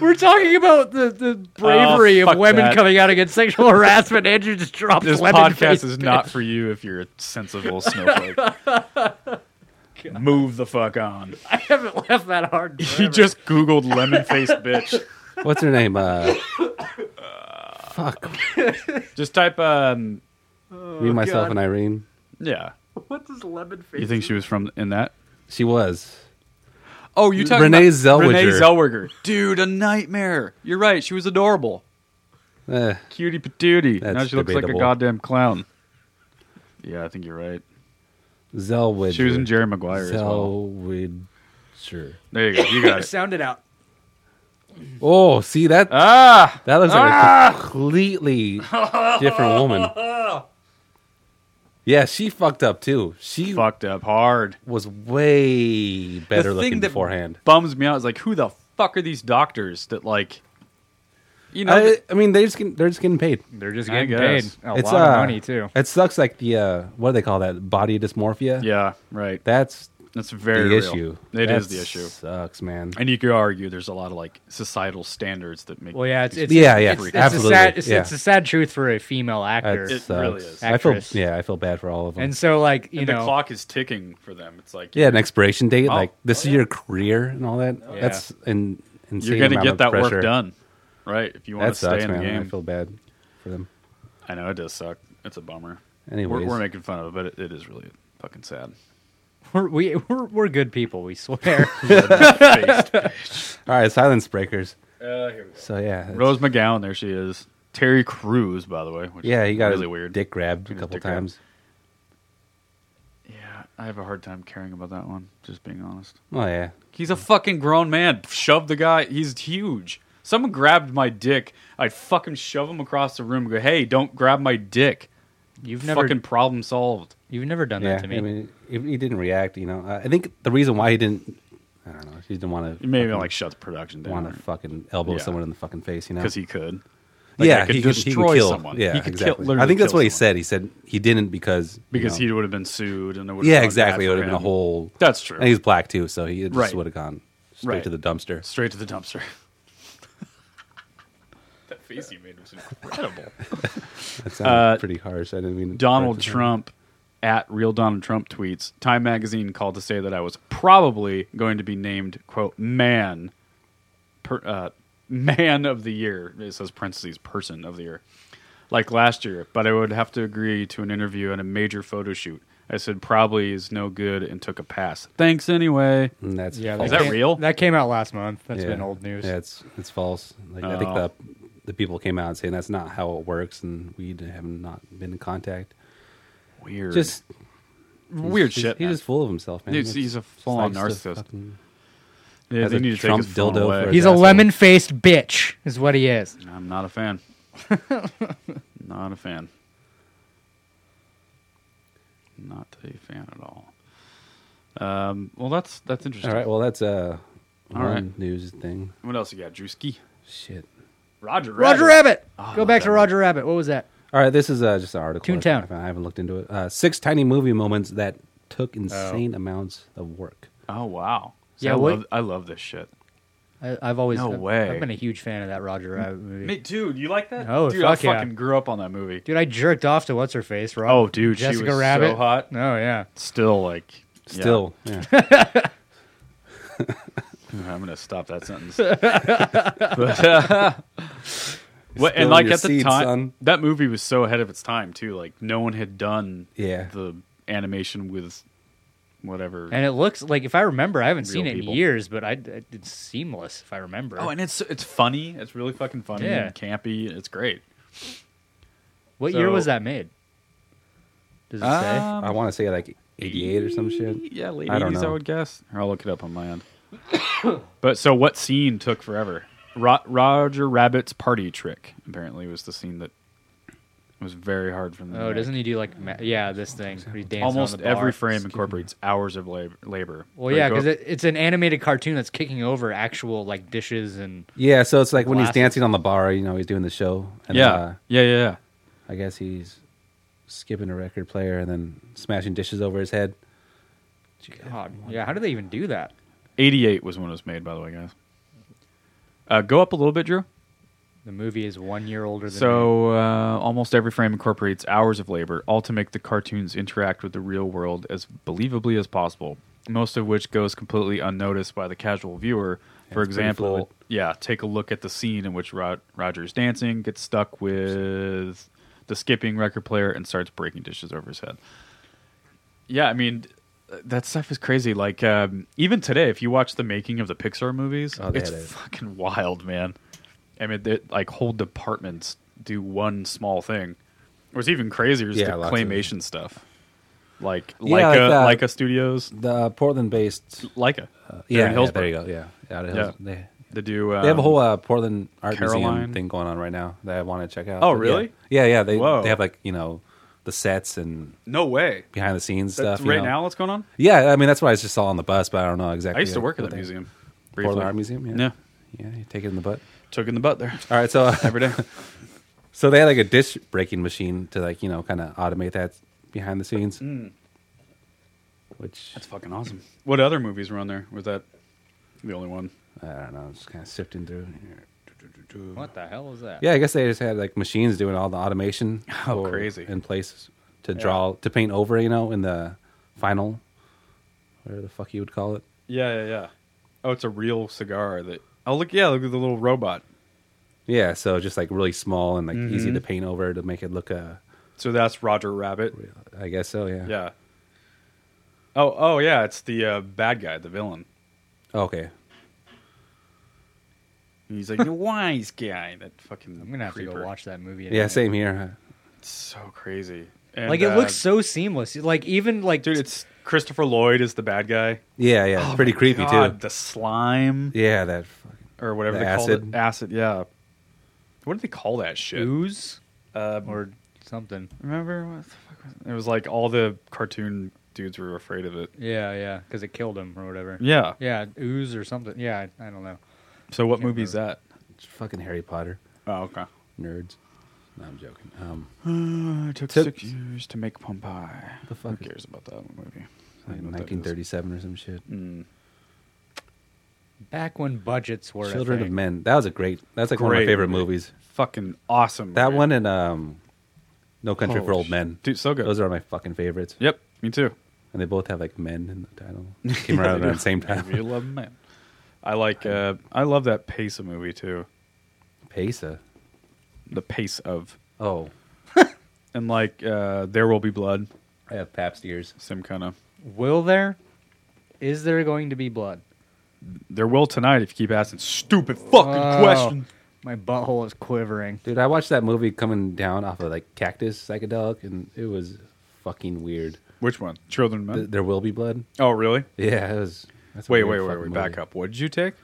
Speaker 3: We're talking about the, the bravery
Speaker 2: Oh, fuck
Speaker 3: of women
Speaker 2: that.
Speaker 3: coming out against sexual harassment. and you just dropped
Speaker 2: This
Speaker 3: lemon face,
Speaker 2: podcast is
Speaker 3: bitch.
Speaker 2: not for you if you're a sensible snowflake. Move the fuck on.
Speaker 3: I haven't laughed that hard. in
Speaker 2: He
Speaker 3: forever.
Speaker 2: just googled lemon faced bitch.
Speaker 4: What's her name? Uh, fuck.
Speaker 2: Just type um
Speaker 4: me, myself,
Speaker 3: God.
Speaker 4: and Irene.
Speaker 2: yeah.
Speaker 3: what does lemon face?
Speaker 2: You think she was from in that?
Speaker 4: She was.
Speaker 2: Oh, you talking
Speaker 4: Renee
Speaker 2: about Renee
Speaker 4: Zellweger.
Speaker 2: Zellweger? Dude, a nightmare. You're right. She was adorable.
Speaker 4: Eh,
Speaker 2: Cutie patootie.
Speaker 4: That's
Speaker 2: now she looks like a
Speaker 4: debatable.
Speaker 2: goddamn clown. Yeah, I think you're right.
Speaker 4: Zellweger.
Speaker 2: She was in Jerry Maguire as well.
Speaker 4: Zellweger.
Speaker 2: There you go. You got it.
Speaker 3: Sound it out.
Speaker 4: Oh, see that
Speaker 2: Ah,
Speaker 4: that looks like a completely different woman. Yeah, she fucked up too. She
Speaker 2: fucked up hard.
Speaker 4: was way better
Speaker 2: the
Speaker 4: looking
Speaker 2: thing that
Speaker 4: beforehand.
Speaker 2: bums me out is like, who the fuck are these doctors that like, you know,
Speaker 4: I, I mean, they're just getting, they're just getting paid.
Speaker 3: They're just
Speaker 2: I
Speaker 3: getting paid
Speaker 2: guess.
Speaker 3: a
Speaker 4: It's,
Speaker 3: lot
Speaker 4: uh,
Speaker 3: of money too.
Speaker 4: It sucks. Like the uh, what do they call that? Body dysmorphia.
Speaker 2: yeah, right.
Speaker 4: that's
Speaker 2: That's very
Speaker 4: the
Speaker 2: real.
Speaker 4: issue.
Speaker 2: It
Speaker 4: That
Speaker 2: is the issue,
Speaker 4: Sucks, man.
Speaker 2: and you could argue there's a lot of like societal standards that make.
Speaker 3: Well, yeah, it's, it's
Speaker 4: Yeah, yeah,
Speaker 3: it's, it's
Speaker 4: absolutely,
Speaker 3: A sad, it's,
Speaker 4: yeah.
Speaker 3: it's a sad truth for a female actor,
Speaker 4: That
Speaker 2: It
Speaker 4: sucks.
Speaker 2: really is.
Speaker 4: I feel
Speaker 3: Actress.
Speaker 4: yeah, I feel bad for all of them.
Speaker 3: and so like you
Speaker 2: and the
Speaker 3: know,
Speaker 2: clock is ticking for them. It's like,
Speaker 4: yeah, an expiration date.
Speaker 2: Oh.
Speaker 4: Like this is your career and all that. That's an insane.
Speaker 2: you're gonna
Speaker 4: amount
Speaker 2: get
Speaker 4: of
Speaker 2: that
Speaker 4: pressure.
Speaker 2: work done, right? If you want
Speaker 4: That
Speaker 2: to stay
Speaker 4: sucks,
Speaker 2: in the
Speaker 4: man. I
Speaker 2: game.
Speaker 4: feel bad for them.
Speaker 2: I know it does suck. It's a bummer.
Speaker 4: Anyways.
Speaker 2: We're, we're making fun of it, but it, it is really fucking sad.
Speaker 3: we're, we we're, we're good people. We swear.
Speaker 2: Faced. uh,
Speaker 4: All right, silence breakers.
Speaker 2: here we
Speaker 4: So yeah,
Speaker 2: go.
Speaker 4: it's-
Speaker 2: Rose McGowan, there she is. Terry Crews, by the way. Which
Speaker 4: yeah,
Speaker 2: is
Speaker 4: he got
Speaker 2: really
Speaker 4: his
Speaker 2: weird.
Speaker 4: dick grabbed a
Speaker 2: His
Speaker 4: couple
Speaker 2: dick grabbed.
Speaker 4: times.
Speaker 2: Yeah, I have a hard time caring about that one. Just being honest.
Speaker 4: Oh yeah,
Speaker 2: He's a fucking grown man. Shove the guy. He's huge. Someone grabbed my dick. I'd fucking shove him across the room. and Go, hey, don't grab my dick.
Speaker 3: You've never
Speaker 2: Fucking problem solved.
Speaker 3: you've never done
Speaker 4: yeah.
Speaker 3: that to me.
Speaker 4: I mean, he, he didn't react. You know, I I think the reason why he didn't, I don't know, he didn't want to.
Speaker 2: Maybe like shut the production down.
Speaker 4: want to fucking elbow
Speaker 2: Yeah.
Speaker 4: someone in the fucking face. You know,
Speaker 2: because he could.
Speaker 4: yeah,
Speaker 2: I could
Speaker 4: he could, he could
Speaker 2: destroy
Speaker 4: kill.
Speaker 2: someone.
Speaker 4: Yeah,
Speaker 2: He could kill-
Speaker 4: exactly.
Speaker 2: literally
Speaker 4: I think that's
Speaker 2: kill
Speaker 4: what he
Speaker 2: someone.
Speaker 4: said. He said he didn't because you
Speaker 2: because
Speaker 4: know,
Speaker 2: he would have been sued and it would
Speaker 4: yeah, exactly. It would have been a whole.
Speaker 2: That's true.
Speaker 4: And he's black too, so he just
Speaker 2: Right.
Speaker 4: would have gone straight
Speaker 2: Right.
Speaker 4: to the dumpster.
Speaker 2: straight to the dumpster. that face you made was incredible.
Speaker 4: That sounded pretty harsh. I didn't mean to
Speaker 2: Uh, Donald
Speaker 4: practice that.
Speaker 2: Trump at real Donald Trump tweets. Time magazine called to say that I was probably going to be named quote man per, uh, man of the year. It says parentheses person of the year, like last year. But I would have to agree to an interview and a major photo shoot. I said probably is no good and took a pass. Thanks anyway.
Speaker 4: And Mm, that's
Speaker 3: yeah,
Speaker 4: false.
Speaker 2: Is that
Speaker 3: came-
Speaker 2: real?
Speaker 3: That came out last month. That's
Speaker 4: Yeah.
Speaker 3: been old news.
Speaker 4: Yeah, it's it's false. Like I think
Speaker 2: Oh.
Speaker 4: the the people came out saying that's not how it works, and we have not been in contact.
Speaker 2: Weird.
Speaker 4: Just
Speaker 2: weird
Speaker 4: he's,
Speaker 2: shit.
Speaker 4: He's
Speaker 2: man.
Speaker 4: just full of himself, man.
Speaker 2: Dude,
Speaker 4: That's-
Speaker 2: he's a
Speaker 4: it's
Speaker 2: full-on
Speaker 4: not just a
Speaker 2: narcissist.
Speaker 4: fucking-
Speaker 2: Yeah,
Speaker 4: has
Speaker 2: they
Speaker 4: a
Speaker 2: need to
Speaker 4: Trump
Speaker 2: take his phone
Speaker 4: dildo
Speaker 2: away.
Speaker 4: for his
Speaker 3: He's a
Speaker 4: asshole.
Speaker 3: lemon faced bitch, is what he is.
Speaker 2: I'm not a fan. not a fan. Not a fan at all. Um, well, that's that's interesting.
Speaker 4: All right, well that's uh
Speaker 2: All
Speaker 4: one
Speaker 2: right.
Speaker 4: news thing.
Speaker 2: What else you got, Drewski?
Speaker 4: Shit.
Speaker 2: Roger.
Speaker 3: Roger
Speaker 2: Rabbit.
Speaker 3: Rabbit.
Speaker 2: Oh, I
Speaker 3: Go
Speaker 2: love
Speaker 3: back to
Speaker 2: that
Speaker 3: Roger Rabbit. What was that?
Speaker 4: All right, this is uh, just an article.
Speaker 3: Toontown.
Speaker 4: I found- I haven't looked into it. Uh, six tiny movie moments that took insane amounts of work.
Speaker 2: Oh wow. See,
Speaker 3: Yeah,
Speaker 2: I
Speaker 3: what-
Speaker 2: love, I love this shit.
Speaker 3: I, I've always
Speaker 2: No
Speaker 3: I've,
Speaker 2: way.
Speaker 3: I've been a huge fan of that Roger Rabbit movie.
Speaker 2: Me, dude, you like that?
Speaker 3: Oh,
Speaker 2: dude,
Speaker 3: fuck
Speaker 2: I
Speaker 3: yeah.
Speaker 2: fucking grew up on that movie.
Speaker 3: Dude, I jerked off to what's her face, Rob.
Speaker 2: Oh, dude, she
Speaker 3: Jessica
Speaker 2: was so
Speaker 3: Rabbit.
Speaker 2: hot.
Speaker 3: Oh yeah.
Speaker 2: Still like, yeah.
Speaker 4: Still, yeah.
Speaker 2: I'm gonna stop that sentence. But, uh, what-
Speaker 4: Still in
Speaker 2: and like
Speaker 4: your
Speaker 2: at the
Speaker 4: seed,
Speaker 2: time,
Speaker 4: son.
Speaker 2: that movie was so ahead of its time too. Like no one had done
Speaker 4: Yeah.
Speaker 2: the animation with whatever.
Speaker 3: And it looks like if I remember, I haven't seen
Speaker 2: Real
Speaker 3: it
Speaker 2: people.
Speaker 3: in years, but I it's seamless if I remember.
Speaker 2: oh, and it's it's funny. It's really fucking funny
Speaker 3: Yeah.
Speaker 2: and campy. It's great.
Speaker 3: what year
Speaker 2: so-
Speaker 3: was that made? Does it say?
Speaker 4: I want to say like 88 or some shit.
Speaker 2: Yeah, late
Speaker 4: I don't
Speaker 2: 80s, I
Speaker 4: know.
Speaker 2: would guess. Or I'll look it up on my end. but so what scene took forever? Ro- Roger Rabbit's party trick, apparently, was the scene that was very hard for them. to
Speaker 3: Oh,
Speaker 2: make.
Speaker 3: doesn't he do like ma- yeah this thing? where he dances on
Speaker 2: Almost
Speaker 3: the bar?
Speaker 2: every frame incorporates hours of lab- labor.
Speaker 3: Well, yeah,
Speaker 2: They go
Speaker 3: because
Speaker 2: up-
Speaker 3: it, it's an animated cartoon that's kicking over actual like dishes and
Speaker 4: Yeah, so it's like when he's
Speaker 3: Glasses.
Speaker 4: dancing on the bar, you know, he's doing the show. And,
Speaker 2: yeah,
Speaker 4: uh,
Speaker 2: yeah, yeah, yeah.
Speaker 4: I guess he's skipping a record player and then smashing dishes over his head.
Speaker 3: God, Oh, yeah. How do they even do that?
Speaker 2: 88 was when it was made, by the way, guys. Uh, go up a little bit, Drew.
Speaker 3: The movie is one year older than me.
Speaker 2: So uh, almost every frame incorporates hours of labor, all to make the cartoons interact with the real world as believably as possible. Most of which goes completely unnoticed by the casual viewer. For
Speaker 4: That's pretty
Speaker 2: example,
Speaker 4: full.
Speaker 2: yeah, take a look at the scene in which Rod- Roger's dancing, gets stuck with the skipping record player, and starts breaking dishes over his head. Yeah, I mean, that stuff is crazy. Like um, even today, if you watch the making of the Pixar movies,
Speaker 4: Oh, they
Speaker 2: it's
Speaker 4: had it.
Speaker 2: fucking wild, man. I mean, they, like whole departments do one small thing. What's even crazier is
Speaker 4: Yeah,
Speaker 2: the
Speaker 4: lots of-
Speaker 2: claymation stuff, like
Speaker 4: Yeah,
Speaker 2: Leica,
Speaker 4: like that.
Speaker 2: Leica Studios,
Speaker 4: The uh, Portland-based,
Speaker 2: Leica. They're
Speaker 4: yeah,
Speaker 2: in
Speaker 4: yeah,
Speaker 2: Hillsborough.
Speaker 4: there you go, yeah, out of Hills- They,
Speaker 2: They do. Um,
Speaker 4: they have a whole uh, Portland art
Speaker 2: Caroline.
Speaker 4: museum thing going on right now that I want to check out.
Speaker 2: Oh,
Speaker 4: But,
Speaker 2: really?
Speaker 4: Yeah, yeah. yeah, they
Speaker 2: Whoa.
Speaker 4: they have like you know the sets and
Speaker 2: no way.
Speaker 4: behind the scenes
Speaker 2: That's
Speaker 4: stuff you
Speaker 2: right
Speaker 4: know.
Speaker 2: now, what's going on?
Speaker 4: Yeah, I mean that's what I just saw on the bus, but I don't know exactly.
Speaker 2: I used to
Speaker 4: what
Speaker 2: work at
Speaker 4: they-
Speaker 2: that museum.
Speaker 4: Portland
Speaker 2: briefly.
Speaker 4: Art Museum. Yeah.
Speaker 2: Yeah,
Speaker 4: yeah, you take it in the butt.
Speaker 2: took in the butt there
Speaker 4: All right, so uh,
Speaker 2: every day.
Speaker 4: so they had like a dish breaking machine to like you know kind of automate that behind the scenes, which
Speaker 2: Mm. That's fucking awesome. What other movies were on there? Was that the only one?
Speaker 4: I don't know, just kind of sifting through. here.
Speaker 3: what the hell is that?
Speaker 4: Yeah, I guess they just had like machines doing all the automation.
Speaker 2: Oh,
Speaker 4: for-
Speaker 2: crazy.
Speaker 4: In place to draw to paint over, you know, in the final, whatever the fuck you would call it.
Speaker 2: Yeah, yeah, yeah. Oh, it's a real cigar that. Oh, look, yeah, look at the little robot.
Speaker 4: Yeah, so just like really small and like easy
Speaker 2: Mm-hmm.
Speaker 4: to paint over to make it look uh
Speaker 2: So that's Roger Rabbit.
Speaker 4: I guess so, yeah.
Speaker 2: Yeah. Oh, oh, yeah, it's the uh, bad guy, the villain.
Speaker 4: Oh, Okay.
Speaker 2: And he's like the wise guy. That fucking.
Speaker 3: I'm gonna have to
Speaker 2: creeper.
Speaker 3: go watch that movie.
Speaker 4: Yeah,
Speaker 3: tonight.
Speaker 4: same here.
Speaker 2: It's so crazy. And,
Speaker 3: Like it
Speaker 2: uh,
Speaker 3: looks so seamless. Like even like
Speaker 2: dude, it's Christopher Lloyd is the bad guy. Oh
Speaker 4: Yeah, yeah. it's pretty creepy
Speaker 2: God, The slime
Speaker 4: too. Yeah, that fucking
Speaker 2: or whatever
Speaker 4: The
Speaker 2: they call
Speaker 4: acid.
Speaker 2: it. Acid, yeah. What do they call that shit?
Speaker 3: ooze
Speaker 2: Uh,
Speaker 3: or something.
Speaker 2: remember what the fuck was it? It was like all the cartoon dudes were afraid of it.
Speaker 3: Yeah, yeah, because it killed him or whatever.
Speaker 2: Yeah.
Speaker 3: Yeah, ooze or something. Yeah, I, I don't know.
Speaker 2: So what movie is that?
Speaker 4: it's fucking Harry Potter
Speaker 2: Oh, okay.
Speaker 4: nerds. No, I'm joking. Um
Speaker 2: it took
Speaker 4: Tip-
Speaker 2: six years to make Pompeii.
Speaker 4: The fuck
Speaker 2: Who
Speaker 4: is-
Speaker 2: cares about that movie? I
Speaker 4: like
Speaker 2: don't know what that is.
Speaker 4: 1937 or some shit.
Speaker 2: Mm.
Speaker 3: Back when budgets were a
Speaker 4: Children of
Speaker 3: thing.
Speaker 4: Men. That was a great. That's like one of my
Speaker 2: Great
Speaker 4: favorite
Speaker 2: movie.
Speaker 4: movies.
Speaker 2: Fucking awesome.
Speaker 4: That
Speaker 2: movie.
Speaker 4: one and um No Country
Speaker 2: Oh,
Speaker 4: for Old
Speaker 2: sh-
Speaker 4: Men.
Speaker 2: Dude, so good.
Speaker 4: Those are my fucking favorites.
Speaker 2: Yep, me too.
Speaker 4: And they both have like men in the title. Came around around the same time.
Speaker 2: Real love, man. I like. Uh, I love that pace of movie too.
Speaker 4: Pesa.
Speaker 2: The pace of
Speaker 4: Oh,
Speaker 2: and like uh, there will be blood.
Speaker 4: I have Pabst ears.
Speaker 2: Some kind of
Speaker 3: Will there? Is there going to be blood?
Speaker 2: there will tonight if you keep asking stupid fucking
Speaker 3: Oh,
Speaker 2: questions.
Speaker 3: My butthole is quivering.
Speaker 4: Dude, I watched that movie coming down off of like Cactus Psychedelic, and it was fucking weird.
Speaker 2: Which one? Children of Men.
Speaker 4: Th- there will be blood.
Speaker 2: oh, really?
Speaker 4: Yeah, it was. That's a
Speaker 2: Wait, wait, wait,
Speaker 4: weird
Speaker 2: wait.
Speaker 4: fucking
Speaker 2: Back
Speaker 4: movie.
Speaker 2: up. What did you take?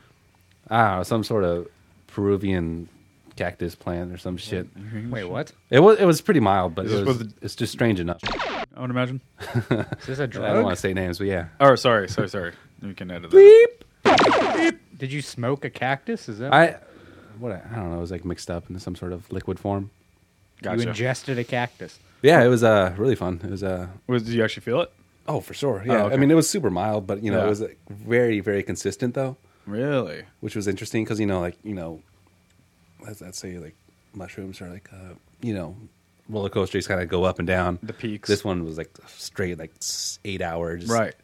Speaker 4: I don't know, some sort of Peruvian cactus plant or some shit.
Speaker 3: Wait, what?
Speaker 4: It was it was pretty mild, but
Speaker 2: mm-hmm. Is
Speaker 4: it
Speaker 2: this
Speaker 4: was,
Speaker 2: what the-
Speaker 4: it's just strange enough.
Speaker 2: I would imagine.
Speaker 3: Is this a
Speaker 4: I don't want
Speaker 3: drug?
Speaker 4: to say names, but yeah.
Speaker 2: Oh, sorry, sorry, sorry. You can edit that.
Speaker 3: Did you smoke a cactus? Is that?
Speaker 4: I what I, I don't know. It was like mixed up into some sort of liquid form.
Speaker 6: Gotcha.
Speaker 3: You ingested a cactus.
Speaker 4: Yeah, it was uh, really fun. It was uh,
Speaker 2: Was did you actually feel it?
Speaker 4: oh for sure. Yeah,
Speaker 2: okay.
Speaker 4: I mean it was super mild, but you know
Speaker 2: Yeah.
Speaker 4: it was like, very very consistent though,
Speaker 2: Really?
Speaker 4: which was interesting because you know like you know, let's, let's say like mushrooms are like uh, you know roller coasters kind of go up and down.
Speaker 2: The peaks.
Speaker 4: This one was like straight like s- eight hours,
Speaker 2: Right.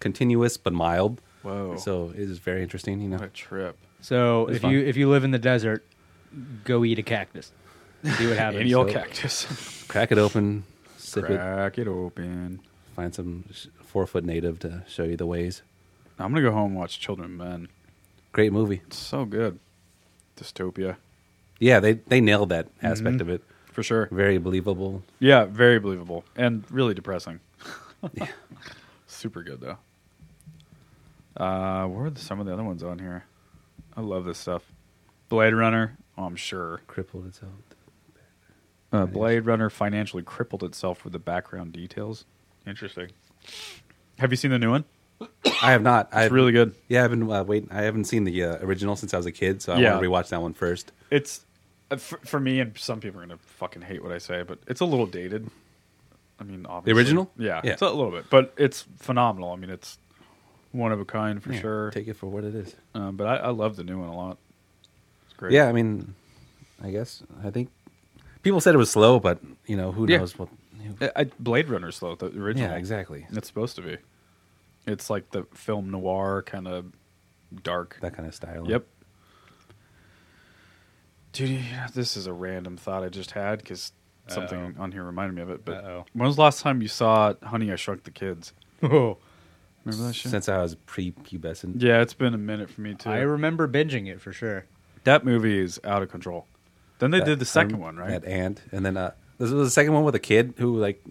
Speaker 4: Continuous but mild.
Speaker 2: Whoa.
Speaker 4: So it is very interesting. You know,
Speaker 2: What a trip.
Speaker 3: So
Speaker 4: It's
Speaker 3: if
Speaker 4: fun.
Speaker 3: you if you live in the desert, go eat a cactus. See what happens.
Speaker 2: Annual
Speaker 4: so-
Speaker 2: cactus.
Speaker 4: crack it open, sip it,
Speaker 2: Crack it open.
Speaker 4: find some sh- four foot native to show you the ways.
Speaker 2: I'm gonna go home and watch Children of Men.
Speaker 4: Great movie.
Speaker 2: It's so good. Dystopia.
Speaker 4: Yeah, they they nailed that
Speaker 2: Mm-hmm.
Speaker 4: aspect of it.
Speaker 2: For sure.
Speaker 4: Very believable.
Speaker 2: Yeah, very believable. And really depressing. Super good though. Uh where are the, some of the other ones on here? I love this stuff. Blade Runner, oh, I'm sure.
Speaker 4: Crippled itself.
Speaker 2: Uh, Blade Runner financially crippled itself with the background details. Interesting. Have you seen the new one?
Speaker 4: I have not.
Speaker 2: It's
Speaker 4: I've,
Speaker 2: really good.
Speaker 4: Yeah, I've been uh, waiting. I haven't seen the uh, original since I was a kid, so I
Speaker 2: Yeah.
Speaker 4: want to rewatch that one first.
Speaker 2: It's uh, for, for me, and some people are gonna fucking hate what I say, but it's a little dated. I mean, obviously,
Speaker 4: original?
Speaker 2: yeah,
Speaker 4: Yeah.
Speaker 2: it's a little bit, but it's phenomenal. I mean, it's one of a kind for
Speaker 4: Yeah,
Speaker 2: sure.
Speaker 4: Take it for what it is.
Speaker 2: Um, but I, I love the new one a lot. It's great.
Speaker 4: Yeah, I mean, I guess I think people said it was slow, but you know who
Speaker 2: Yeah.
Speaker 4: knows what.
Speaker 2: I, I- Blade Runner's slow, the original.
Speaker 4: Yeah, exactly.
Speaker 2: It's supposed to be. It's like the film noir kind of dark.
Speaker 4: That kind of style.
Speaker 2: Yep. Dude, you know, this is a random thought I just had because something on here reminded me of it. But
Speaker 3: Uh-oh.
Speaker 2: when was the last time you saw Honey, I Shrunk the Kids?
Speaker 3: Oh,
Speaker 2: Remember that shit?
Speaker 4: Since I was prepubescent.
Speaker 2: yeah, it's been a minute for me too.
Speaker 3: I remember binging it for sure.
Speaker 2: that movie is out of control. Then they
Speaker 4: That-
Speaker 2: did the second
Speaker 4: um,
Speaker 2: one, right?
Speaker 4: That and and then uh, this was the second one with a kid who like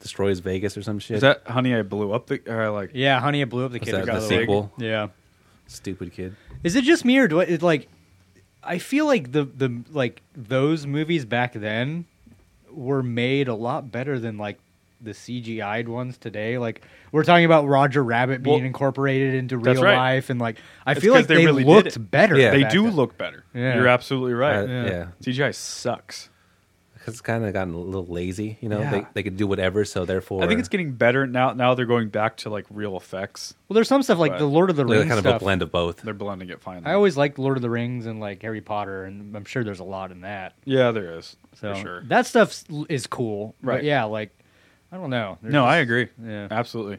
Speaker 4: destroys Vegas or some shit.
Speaker 2: Is that Honey, I Blew Up the? Or like,
Speaker 3: Yeah, Honey, it blew up the
Speaker 4: Was
Speaker 3: kid.
Speaker 4: that
Speaker 3: Who Got
Speaker 4: the
Speaker 3: Away.
Speaker 4: sequel?
Speaker 3: Yeah.
Speaker 4: stupid kid?
Speaker 3: Is it just me or do I, it like? I feel like the the like those movies back then were made a lot better than like the CGI'd ones today. Like we're talking about Roger Rabbit being
Speaker 2: Well,
Speaker 3: incorporated into
Speaker 2: that's
Speaker 3: real
Speaker 2: right.
Speaker 3: life, and like I
Speaker 2: It's
Speaker 3: feel
Speaker 2: 'cause
Speaker 3: like
Speaker 2: they
Speaker 3: they,
Speaker 2: really did
Speaker 3: looked
Speaker 2: it.
Speaker 3: better.
Speaker 4: Yeah.
Speaker 2: they
Speaker 3: back
Speaker 2: do
Speaker 3: then.
Speaker 2: lout look better.
Speaker 3: Yeah.
Speaker 2: You're absolutely right.
Speaker 4: Uh, yeah.
Speaker 2: CGI sucks.
Speaker 4: Because it's kind of gotten a little lazy, you know.
Speaker 2: Yeah.
Speaker 4: They they could do whatever, so therefore,
Speaker 2: I think it's getting better now. Now they're going back to like real effects.
Speaker 3: Well, there's some stuff like
Speaker 2: But-
Speaker 3: the Lord of the
Speaker 4: like
Speaker 3: Rings
Speaker 4: kind of a
Speaker 3: stuff.
Speaker 4: blend of both.
Speaker 2: They're blending it finally.
Speaker 3: I always liked Lord of the Rings and like Harry Potter, and I'm sure there's a lot in that.
Speaker 2: yeah, there is
Speaker 3: So
Speaker 2: for sure.
Speaker 3: that stuff is cool, But
Speaker 2: Right.
Speaker 3: yeah, like I don't know. There's
Speaker 2: no,
Speaker 3: just-
Speaker 2: I agree.
Speaker 3: Yeah.
Speaker 2: absolutely.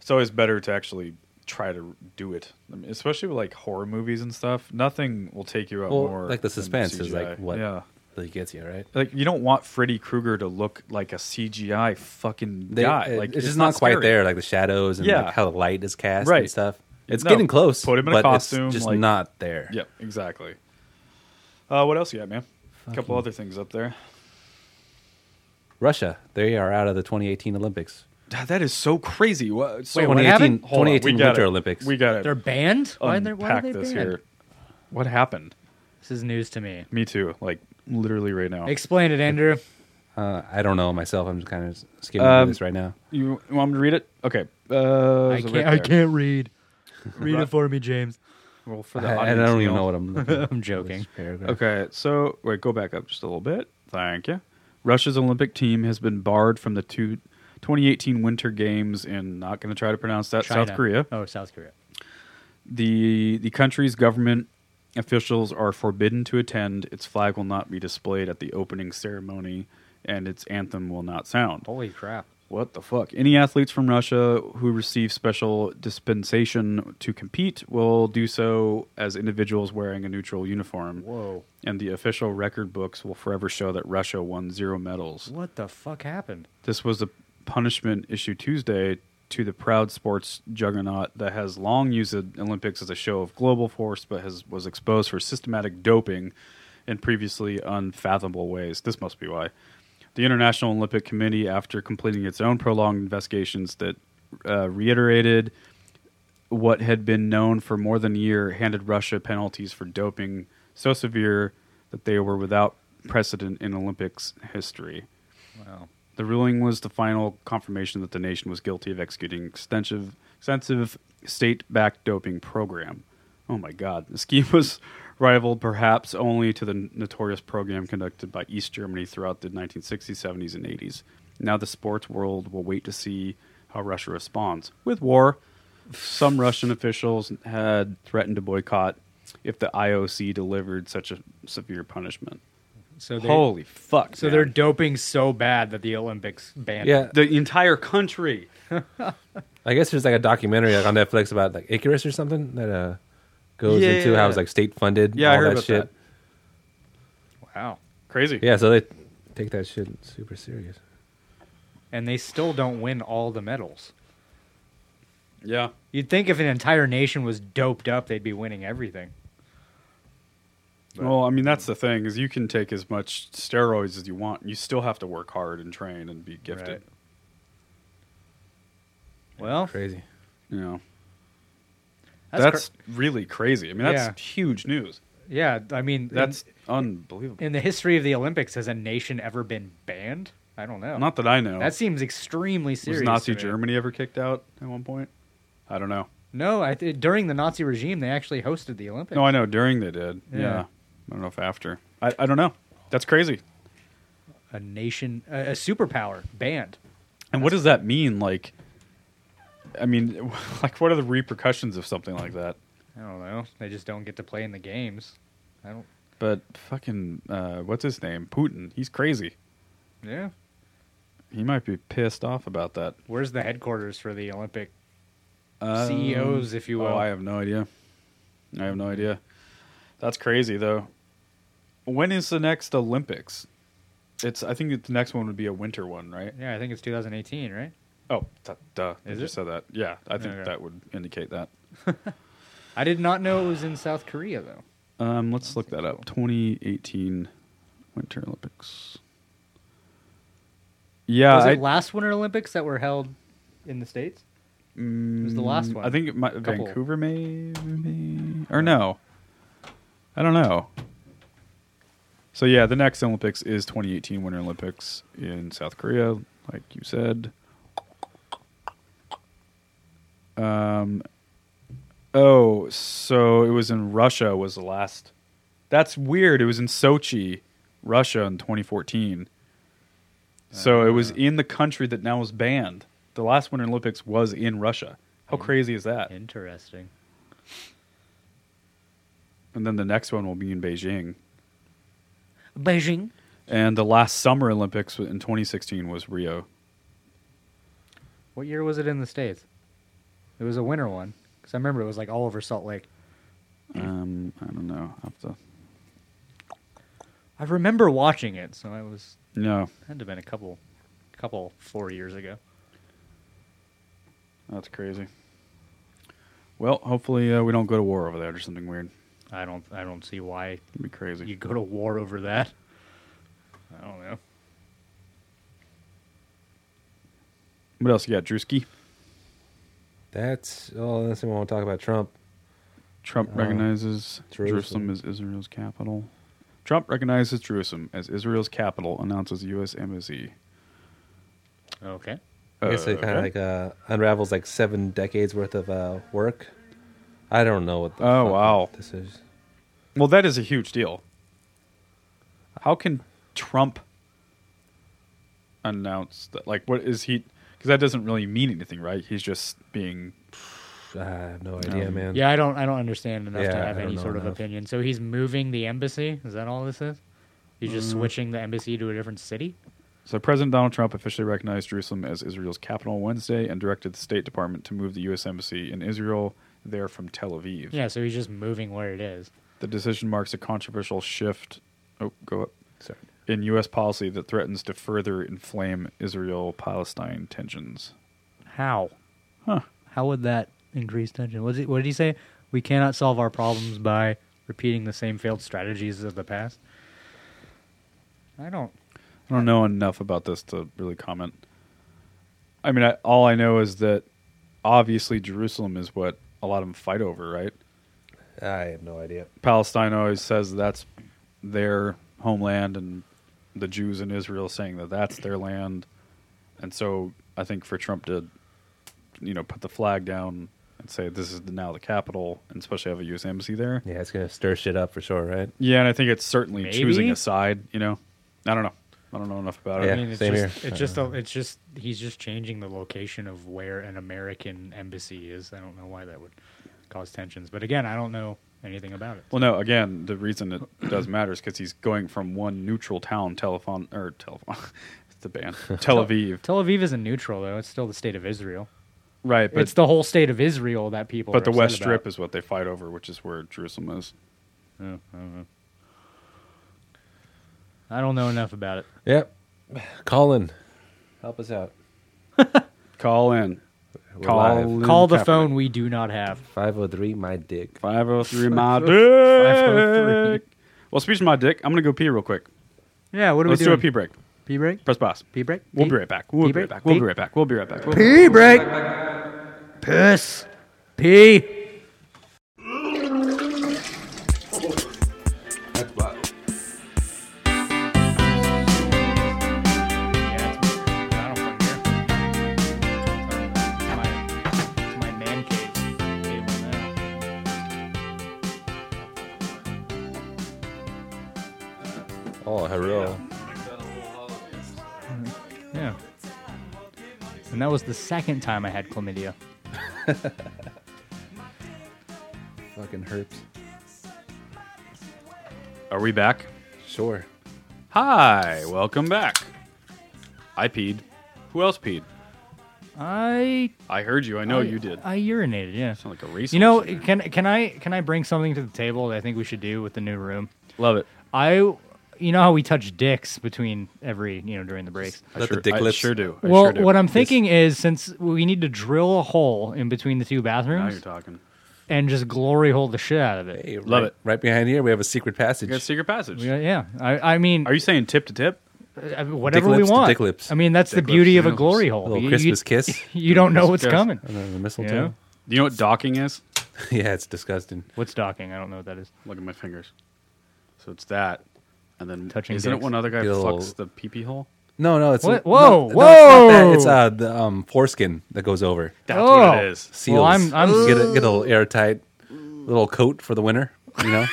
Speaker 2: It's always better to actually try to do it, I mean, especially with like horror movies and stuff. Nothing will take you out
Speaker 4: Well,
Speaker 2: more.
Speaker 4: like the
Speaker 2: than
Speaker 4: suspense is
Speaker 2: CGI.
Speaker 4: like what
Speaker 2: Yeah.
Speaker 4: really gets you, right?
Speaker 2: Like you don't want Freddy Krueger to look like a CGI fucking
Speaker 4: They,
Speaker 2: guy.
Speaker 4: it-
Speaker 2: Like
Speaker 4: it's, just not, quite
Speaker 2: scary.
Speaker 4: there, like the shadows and
Speaker 2: Yeah.
Speaker 4: like how the light is cast
Speaker 2: Right.
Speaker 4: and stuff. It's
Speaker 2: No,
Speaker 4: getting close.
Speaker 2: put him in a
Speaker 4: but
Speaker 2: costume,
Speaker 4: It's just
Speaker 2: like-
Speaker 4: not there.
Speaker 2: Yep, exactly. Uh, what else you got, man? A couple other things up there.
Speaker 4: Russia, they are out of the 2018 Olympics.
Speaker 2: God, that is so crazy. What, so
Speaker 3: Wait, what
Speaker 4: 2018,
Speaker 3: happened? Hold on, we
Speaker 4: 2018
Speaker 2: gotta-
Speaker 4: Winter Olympics.
Speaker 2: We got
Speaker 3: They're
Speaker 2: to
Speaker 3: banned. Why, they,
Speaker 2: unpack
Speaker 3: why are they
Speaker 2: this
Speaker 3: banned?
Speaker 2: here. What happened?
Speaker 3: This is news to me.
Speaker 2: Me too. Like literally right now.
Speaker 3: Explain it, Andrew.
Speaker 4: uh, I don't know myself. I'm just kind of skimming
Speaker 2: Um,
Speaker 4: through this right now.
Speaker 2: you want me to read it? Okay. Uh,
Speaker 3: I
Speaker 2: it's
Speaker 3: can't.
Speaker 2: right
Speaker 3: I
Speaker 2: there.
Speaker 3: can't read. Read it for me, James.
Speaker 2: Well, for the
Speaker 4: I, I
Speaker 2: audience,
Speaker 4: don't even
Speaker 2: you'll-
Speaker 4: know what I'm. looking at.
Speaker 3: I'm joking.
Speaker 4: Paragraph.
Speaker 2: Okay, so wait, go back up just a little bit. Thank you. Russia's Olympic team has been barred from the two, 2018 Winter Games in not going to try to pronounce that South
Speaker 3: China.
Speaker 2: Korea.
Speaker 3: Oh, South Korea.
Speaker 2: the the country's government officials are forbidden to attend. Its flag will not be displayed at the opening ceremony, and its anthem will not sound.
Speaker 3: Holy crap!
Speaker 2: What the fuck? Any athletes from Russia who receive special dispensation to compete will do so as individuals wearing a neutral uniform.
Speaker 3: Whoa!
Speaker 2: And the official record books will forever show that Russia won zero medals.
Speaker 3: What the fuck happened?
Speaker 2: This was a punishment issued Tuesday to the proud sports juggernaut that has long used the Olympics as a show of global force, but has was exposed for systematic doping in previously unfathomable ways. This must be why. The International Olympic Committee, after completing its own prolonged investigations that uh, reiterated what had been known for more than a year, handed Russia penalties for doping so severe that they were without precedent in Olympics history.
Speaker 3: Wow.
Speaker 2: The ruling was the final confirmation that the nation was guilty of executing extensive, extensive state-backed doping program. Oh my God. The scheme was rivaled perhaps only to the notorious program conducted by East Germany throughout the 1960s, 70s, and 80s. Now the sports world will wait to see how Russia responds. With war, some Russian officials had threatened to boycott if the IOC delivered such a severe punishment.
Speaker 3: So they,
Speaker 2: Holy fuck.
Speaker 3: so
Speaker 2: man.
Speaker 3: they're doping so bad that the Olympics banned.
Speaker 4: Yeah.
Speaker 2: the entire country.
Speaker 4: I guess there's like a documentary like on Netflix about like Icarus or something that uh goes
Speaker 2: Yeah,
Speaker 4: into how it's
Speaker 2: yeah.
Speaker 4: like state funded.
Speaker 2: Yeah, I
Speaker 4: all
Speaker 2: heard
Speaker 4: that
Speaker 2: about
Speaker 4: shit.
Speaker 3: it. Wow.
Speaker 2: Crazy.
Speaker 4: Yeah, so they take that shit super serious.
Speaker 3: And they still don't win all the medals.
Speaker 2: Yeah.
Speaker 3: You'd think if an entire nation was doped up, they'd be winning everything.
Speaker 2: Well, I mean, that's the thing is you can take as much steroids as you want. You still have to work hard and train and be gifted.
Speaker 3: Right. Well,
Speaker 4: Crazy.
Speaker 2: You know,
Speaker 3: That's
Speaker 2: that's, really crazy. I mean, that's huge news.
Speaker 3: yeah. I mean,
Speaker 2: That's
Speaker 3: in,
Speaker 2: unbelievable.
Speaker 3: in the history of the Olympics, has a nation ever been banned? I don't know.
Speaker 2: Not that I know.
Speaker 3: that seems extremely serious.
Speaker 2: was Nazi
Speaker 3: to me.
Speaker 2: Germany ever kicked out at one point? I don't know.
Speaker 3: No, I th- during the Nazi regime, they actually hosted the Olympics.
Speaker 2: No, I know during they did.
Speaker 3: Yeah.
Speaker 2: Yeah. I don't know if after. I, I don't know. That's crazy.
Speaker 3: a nation, a, a superpower banned.
Speaker 2: And what does that mean? Like, I mean, like, what are the repercussions of something like that?
Speaker 3: I don't know. They just don't get to play in the games. I don't.
Speaker 2: But fucking, uh, what's his name? Putin. He's crazy.
Speaker 3: Yeah.
Speaker 2: He might be pissed off about that.
Speaker 3: Where's the headquarters for the Olympic CEOs, E if you will?
Speaker 2: Um, Oh, I have no idea. I have no idea. That's crazy though. When is the next Olympics? It's. I think the next one would be a winter one, right?
Speaker 3: yeah, I think it's 2018, right?
Speaker 2: Oh, duh. duh. I
Speaker 3: Is
Speaker 2: just
Speaker 3: it?
Speaker 2: said that. Yeah, I think
Speaker 3: Okay.
Speaker 2: that would indicate that.
Speaker 3: I did not know it was in South Korea though.
Speaker 2: Um, let's look that up. 2018 Winter Olympics. Yeah,
Speaker 3: was
Speaker 2: I,
Speaker 3: it last Winter Olympics that were held in the states? it was the last one.
Speaker 2: Mm, I think it might,
Speaker 3: Couple.
Speaker 2: Vancouver, maybe, or no. I don't know. So yeah, the next Olympics is 2018 Winter Olympics in South Korea, like you said. Um, oh, so it was in Russia was the last. That's weird. It was in Sochi, Russia, in 2014. So it was in the country that now is banned. The last Winter Olympics was in Russia. How crazy is that?
Speaker 3: Interesting.
Speaker 2: And then the next one will be in Beijing.
Speaker 3: Beijing.
Speaker 2: And the last Summer Olympics in 2016 was Rio.
Speaker 3: What year was it in the states? It was a winter one because I remember it was like all over Salt Lake.
Speaker 2: Um, I don't know. I have to.
Speaker 3: I remember watching it, so I was
Speaker 2: No,
Speaker 3: had to have been a couple, couple four years ago.
Speaker 2: that's crazy. Well, hopefully uh, we don't go to war over that or something weird.
Speaker 3: I don't, I don't see why
Speaker 2: It'd be crazy.
Speaker 3: you go to war over that. I don't know.
Speaker 2: What else you got, Drewski?
Speaker 4: That's oh that's the one we'll talk about Trump.
Speaker 2: Trump
Speaker 4: Uh,
Speaker 2: recognizes
Speaker 4: Jerusalem.
Speaker 2: Jerusalem. as Israel's capital. Trump recognizes Jerusalem as Israel's capital, announces U.S. embassy.
Speaker 3: Okay.
Speaker 4: I guess it
Speaker 2: Uh,
Speaker 4: kinda
Speaker 2: okay.
Speaker 4: like uh unravels like seven decades worth of uh work. I don't know what the
Speaker 2: Oh,
Speaker 4: fuck
Speaker 2: wow.
Speaker 4: this is.
Speaker 2: Well, that is a huge deal. How can Trump announce that? Like, what is he? Because that doesn't really mean anything, right? He's just being.
Speaker 4: I have no idea,
Speaker 2: Um,
Speaker 4: man.
Speaker 3: Yeah, I don't, I don't understand enough to
Speaker 4: Yeah,
Speaker 3: have
Speaker 4: I
Speaker 3: any
Speaker 4: don't know
Speaker 3: sort of
Speaker 4: enough.
Speaker 3: opinion. So he's moving the embassy. Is that all this is? He's just
Speaker 4: Mm.
Speaker 3: switching the embassy to a different city.
Speaker 2: So, President Donald Trump officially recognized Jerusalem as Israel's capital Wednesday and directed the State Department to move the U.S. embassy in Israel there from Tel Aviv.
Speaker 3: Yeah, so he's just moving where it is.
Speaker 2: The decision marks a controversial shift. Oh, go up.
Speaker 4: Sorry.
Speaker 2: in U.S. policy that threatens to further inflame Israel Palestine tensions.
Speaker 3: How?
Speaker 2: Huh.
Speaker 3: How would that increase tension? What did, what did he say? We cannot solve our problems by repeating the same failed strategies of the past. I don't.
Speaker 2: I don't know enough about this to really comment. I mean, I, all I know is that obviously Jerusalem is what a lot of them fight over, right?
Speaker 4: I have no idea.
Speaker 2: Palestine always says that's their homeland, and the Jews in Israel saying that that's their land. And so I think for Trump to, you know, put the flag down and say this is now the capital, and especially have a U.S. embassy there.
Speaker 4: Yeah, it's gonna stir shit up for sure, right?
Speaker 2: Yeah, and I think it's certainly
Speaker 3: Maybe?
Speaker 2: choosing a side. You know, I don't know. I don't know enough about
Speaker 4: Yeah,
Speaker 2: it.
Speaker 3: I mean, it's
Speaker 4: same
Speaker 3: just,
Speaker 4: here.
Speaker 3: It's just, a, it's just, he's just changing the location of where an American embassy is. I don't know why that would cause tensions, but again, I don't know anything about it.
Speaker 2: Well, no. Again, the reason it does matter is because he's going from one neutral town, telephone or telephone, it's the band, Tel Aviv,
Speaker 3: Tel Aviv isn't neutral though; it's still the state of Israel.
Speaker 2: right? But
Speaker 3: it's the whole state of Israel that people.
Speaker 2: but the
Speaker 3: are upset
Speaker 2: West
Speaker 3: about.
Speaker 2: Strip is what they fight over, which is where Jerusalem is.
Speaker 3: I don't know enough about it.
Speaker 4: Yep. Colin, help us out.
Speaker 2: Call in.
Speaker 4: We're
Speaker 2: Call
Speaker 4: live.
Speaker 3: Call the phone we do not have.
Speaker 4: 503, my dick.
Speaker 2: Five oh three my
Speaker 3: oh
Speaker 2: dick. Well, speech of my dick. I'm gonna go pee real quick.
Speaker 3: Yeah, what do
Speaker 2: Let's
Speaker 3: we
Speaker 2: do
Speaker 3: do?
Speaker 2: a pee break.
Speaker 3: pee break.
Speaker 2: Press pause.
Speaker 3: Pee break.
Speaker 2: We'll
Speaker 3: Pee?
Speaker 2: be right back. We'll
Speaker 3: Pee
Speaker 2: be right
Speaker 3: break?
Speaker 2: back. We'll be
Speaker 3: Pee?
Speaker 2: right back. We'll be right back. We'll be-
Speaker 3: Pee break. Piss. Pee. Yeah, it's, I don't fucking care. It's my, it's my man cave. Cave on that.
Speaker 4: Oh, hello.
Speaker 3: Yeah. And that was the second time I had chlamydia.
Speaker 4: Fucking herps.
Speaker 2: Are we back?
Speaker 4: Sure.
Speaker 2: Hi. Welcome back. I peed. Who else peed?
Speaker 3: I
Speaker 2: I heard you. I know
Speaker 3: I-
Speaker 2: Oh, you did.
Speaker 3: I urinated. Yeah.
Speaker 2: Sound like a racist.
Speaker 3: You know, can can I can I bring something to the table that I think we should do with the new room?
Speaker 2: love it.
Speaker 3: I, you know how we touch dicks between every you know during the breaks.
Speaker 4: Let
Speaker 2: sure,
Speaker 4: the dick
Speaker 2: I
Speaker 4: lips.
Speaker 2: sure do. I
Speaker 3: well,
Speaker 2: sure do.
Speaker 3: what I'm thinking is since we need to drill a hole in between the two
Speaker 2: Now
Speaker 3: bathrooms
Speaker 2: you're talking.
Speaker 3: and just glory hole the shit out of it.
Speaker 4: Hey,
Speaker 2: Love
Speaker 4: right-
Speaker 2: it.
Speaker 4: Right behind here, we have a secret passage.
Speaker 2: You got secret passage.
Speaker 3: Yeah, yeah. I, I mean,
Speaker 2: Are you saying tip to tip?
Speaker 3: I mean, whatever
Speaker 4: lips
Speaker 3: we
Speaker 4: to
Speaker 3: want.
Speaker 4: dick lips.
Speaker 3: I mean, that's the
Speaker 2: Dick lips
Speaker 3: beauty
Speaker 2: to
Speaker 3: of a
Speaker 2: dick
Speaker 3: glory
Speaker 2: lips.
Speaker 3: hole.
Speaker 4: a little
Speaker 3: You-
Speaker 4: Christmas
Speaker 3: you,
Speaker 4: kiss.
Speaker 3: You don't know what's
Speaker 2: Christmas
Speaker 3: coming.
Speaker 2: kiss.
Speaker 4: And then the
Speaker 3: Yeah.
Speaker 4: mistletoe.
Speaker 2: Do you know what docking is?
Speaker 4: Yeah. it's disgusting.
Speaker 3: What's docking? I don't know what that is.
Speaker 2: Look at my fingers. So it's that, and then
Speaker 3: Touching
Speaker 2: Isn't
Speaker 3: dicks.
Speaker 2: it when other guy
Speaker 4: Get a little-
Speaker 2: fucks the pee pee hole?
Speaker 4: No, no, it's
Speaker 3: What?
Speaker 4: no,
Speaker 3: Whoa,
Speaker 4: no, it's not that.
Speaker 3: whoa.
Speaker 4: It's uh, the um, foreskin that goes over.
Speaker 2: That's
Speaker 3: Oh.
Speaker 2: what it is.
Speaker 4: Seals.
Speaker 3: Well, I'm- I'm-
Speaker 4: get a, get a little airtight little coat for the winter. You know,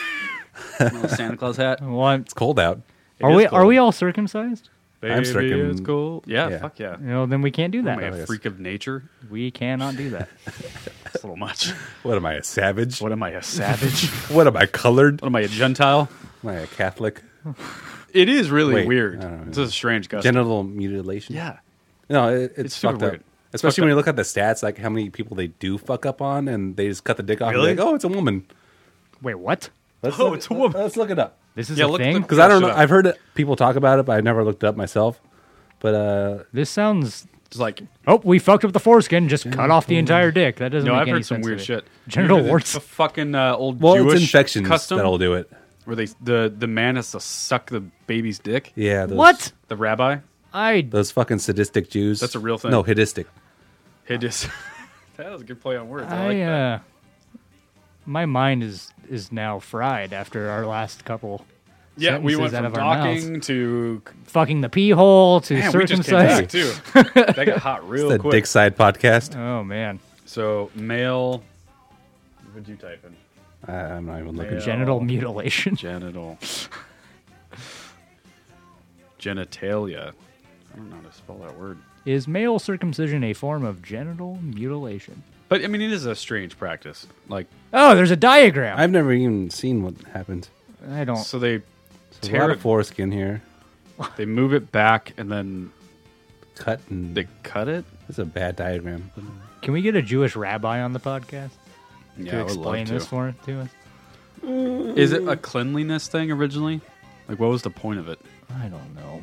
Speaker 2: Santa Claus hat.
Speaker 3: Well, I'm-
Speaker 4: it's cold out.
Speaker 3: are
Speaker 2: is
Speaker 3: we
Speaker 2: cool.
Speaker 3: are we all circumcised?
Speaker 4: I'm stricken-
Speaker 2: It's cool. Yeah,
Speaker 4: Yeah.
Speaker 2: fuck yeah.
Speaker 3: You know, then we can't do
Speaker 2: Am
Speaker 3: that.
Speaker 2: I a
Speaker 4: Yes.
Speaker 2: freak of nature?
Speaker 3: We cannot do that.
Speaker 2: That's a little much.
Speaker 4: What am I, a savage? What,
Speaker 2: What am I, a savage?
Speaker 4: am I, colored?
Speaker 2: what am I, a Gentile?
Speaker 4: Am I a Catholic?
Speaker 2: It is really
Speaker 4: Wait,
Speaker 2: weird.
Speaker 4: I don't know.
Speaker 2: This is a strange custom.
Speaker 4: Genital mutilation?
Speaker 2: yeah.
Speaker 4: No, it, it's,
Speaker 2: It's super
Speaker 4: fucked up.
Speaker 2: weird.
Speaker 4: Especially when you look at the stats, like how many people they do fuck up on, and they just cut the dick off.
Speaker 2: Really?
Speaker 4: And be like, oh, it's a woman.
Speaker 3: Wait, what?
Speaker 4: Let's
Speaker 2: Oh,
Speaker 4: look-
Speaker 2: it's a woman.
Speaker 4: Let's look it up.
Speaker 3: This is
Speaker 2: Yeah,
Speaker 3: a
Speaker 2: look at
Speaker 3: thing.
Speaker 2: the-
Speaker 4: Because I don't
Speaker 2: Shut
Speaker 4: know.
Speaker 2: up.
Speaker 4: I've heard it- people talk about it, but I never looked it up myself. But uh,
Speaker 3: This sounds.
Speaker 2: It's like,
Speaker 3: Oh, we fucked up the foreskin. Just cut off the entire dick. That doesn't
Speaker 2: no,
Speaker 3: make
Speaker 2: I've
Speaker 3: any
Speaker 2: heard some
Speaker 3: sense to
Speaker 2: weird
Speaker 3: me.
Speaker 2: shit.
Speaker 3: Genital
Speaker 2: You know,
Speaker 3: warts.
Speaker 2: The fucking uh, old
Speaker 4: well,
Speaker 2: Jewish
Speaker 4: it's infections
Speaker 2: custom
Speaker 4: that'll do it.
Speaker 2: where they the the man has to suck the baby's dick.
Speaker 4: Yeah. Those,
Speaker 3: What?
Speaker 2: The rabbi,
Speaker 3: I
Speaker 4: Those fucking sadistic Jews.
Speaker 2: That's a real thing.
Speaker 4: No, hedistic.
Speaker 2: hideous. that was a good play on words. I,
Speaker 3: I,
Speaker 2: like that.
Speaker 3: uh, my mind is is now fried after our last couple.
Speaker 2: Yeah, we went
Speaker 3: sentences out
Speaker 2: from
Speaker 3: of our mouths.
Speaker 2: docking to
Speaker 3: Fucking the pee hole to
Speaker 2: Man, we just came back
Speaker 3: circumcised.
Speaker 2: too. that got hot real
Speaker 4: The
Speaker 2: quick.
Speaker 4: Dick Side podcast.
Speaker 3: Oh man,
Speaker 2: So male. What'd you type in?
Speaker 4: I, I'm not even looking.
Speaker 2: Yeah.
Speaker 3: genital mutilation.
Speaker 2: Genital. Genitalia. I don't know how to spell that word.
Speaker 3: Is male circumcision a form of genital mutilation?
Speaker 2: But I mean, it is a strange practice. Like,
Speaker 3: Oh, there's a diagram.
Speaker 4: I've never even seen what happened.
Speaker 3: I, don't.
Speaker 2: so they
Speaker 4: There's a
Speaker 2: tear
Speaker 4: lot
Speaker 2: it,
Speaker 4: of foreskin here.
Speaker 2: they move it back, and then
Speaker 4: Cut and
Speaker 2: they cut it.
Speaker 4: it's a bad diagram.
Speaker 3: Can we get a Jewish rabbi on the podcast
Speaker 2: Yeah,
Speaker 3: to
Speaker 2: I would love
Speaker 3: explain
Speaker 2: to.
Speaker 3: this for to us?
Speaker 2: Is it a cleanliness thing originally? Like, what was the point of it?
Speaker 3: I don't know.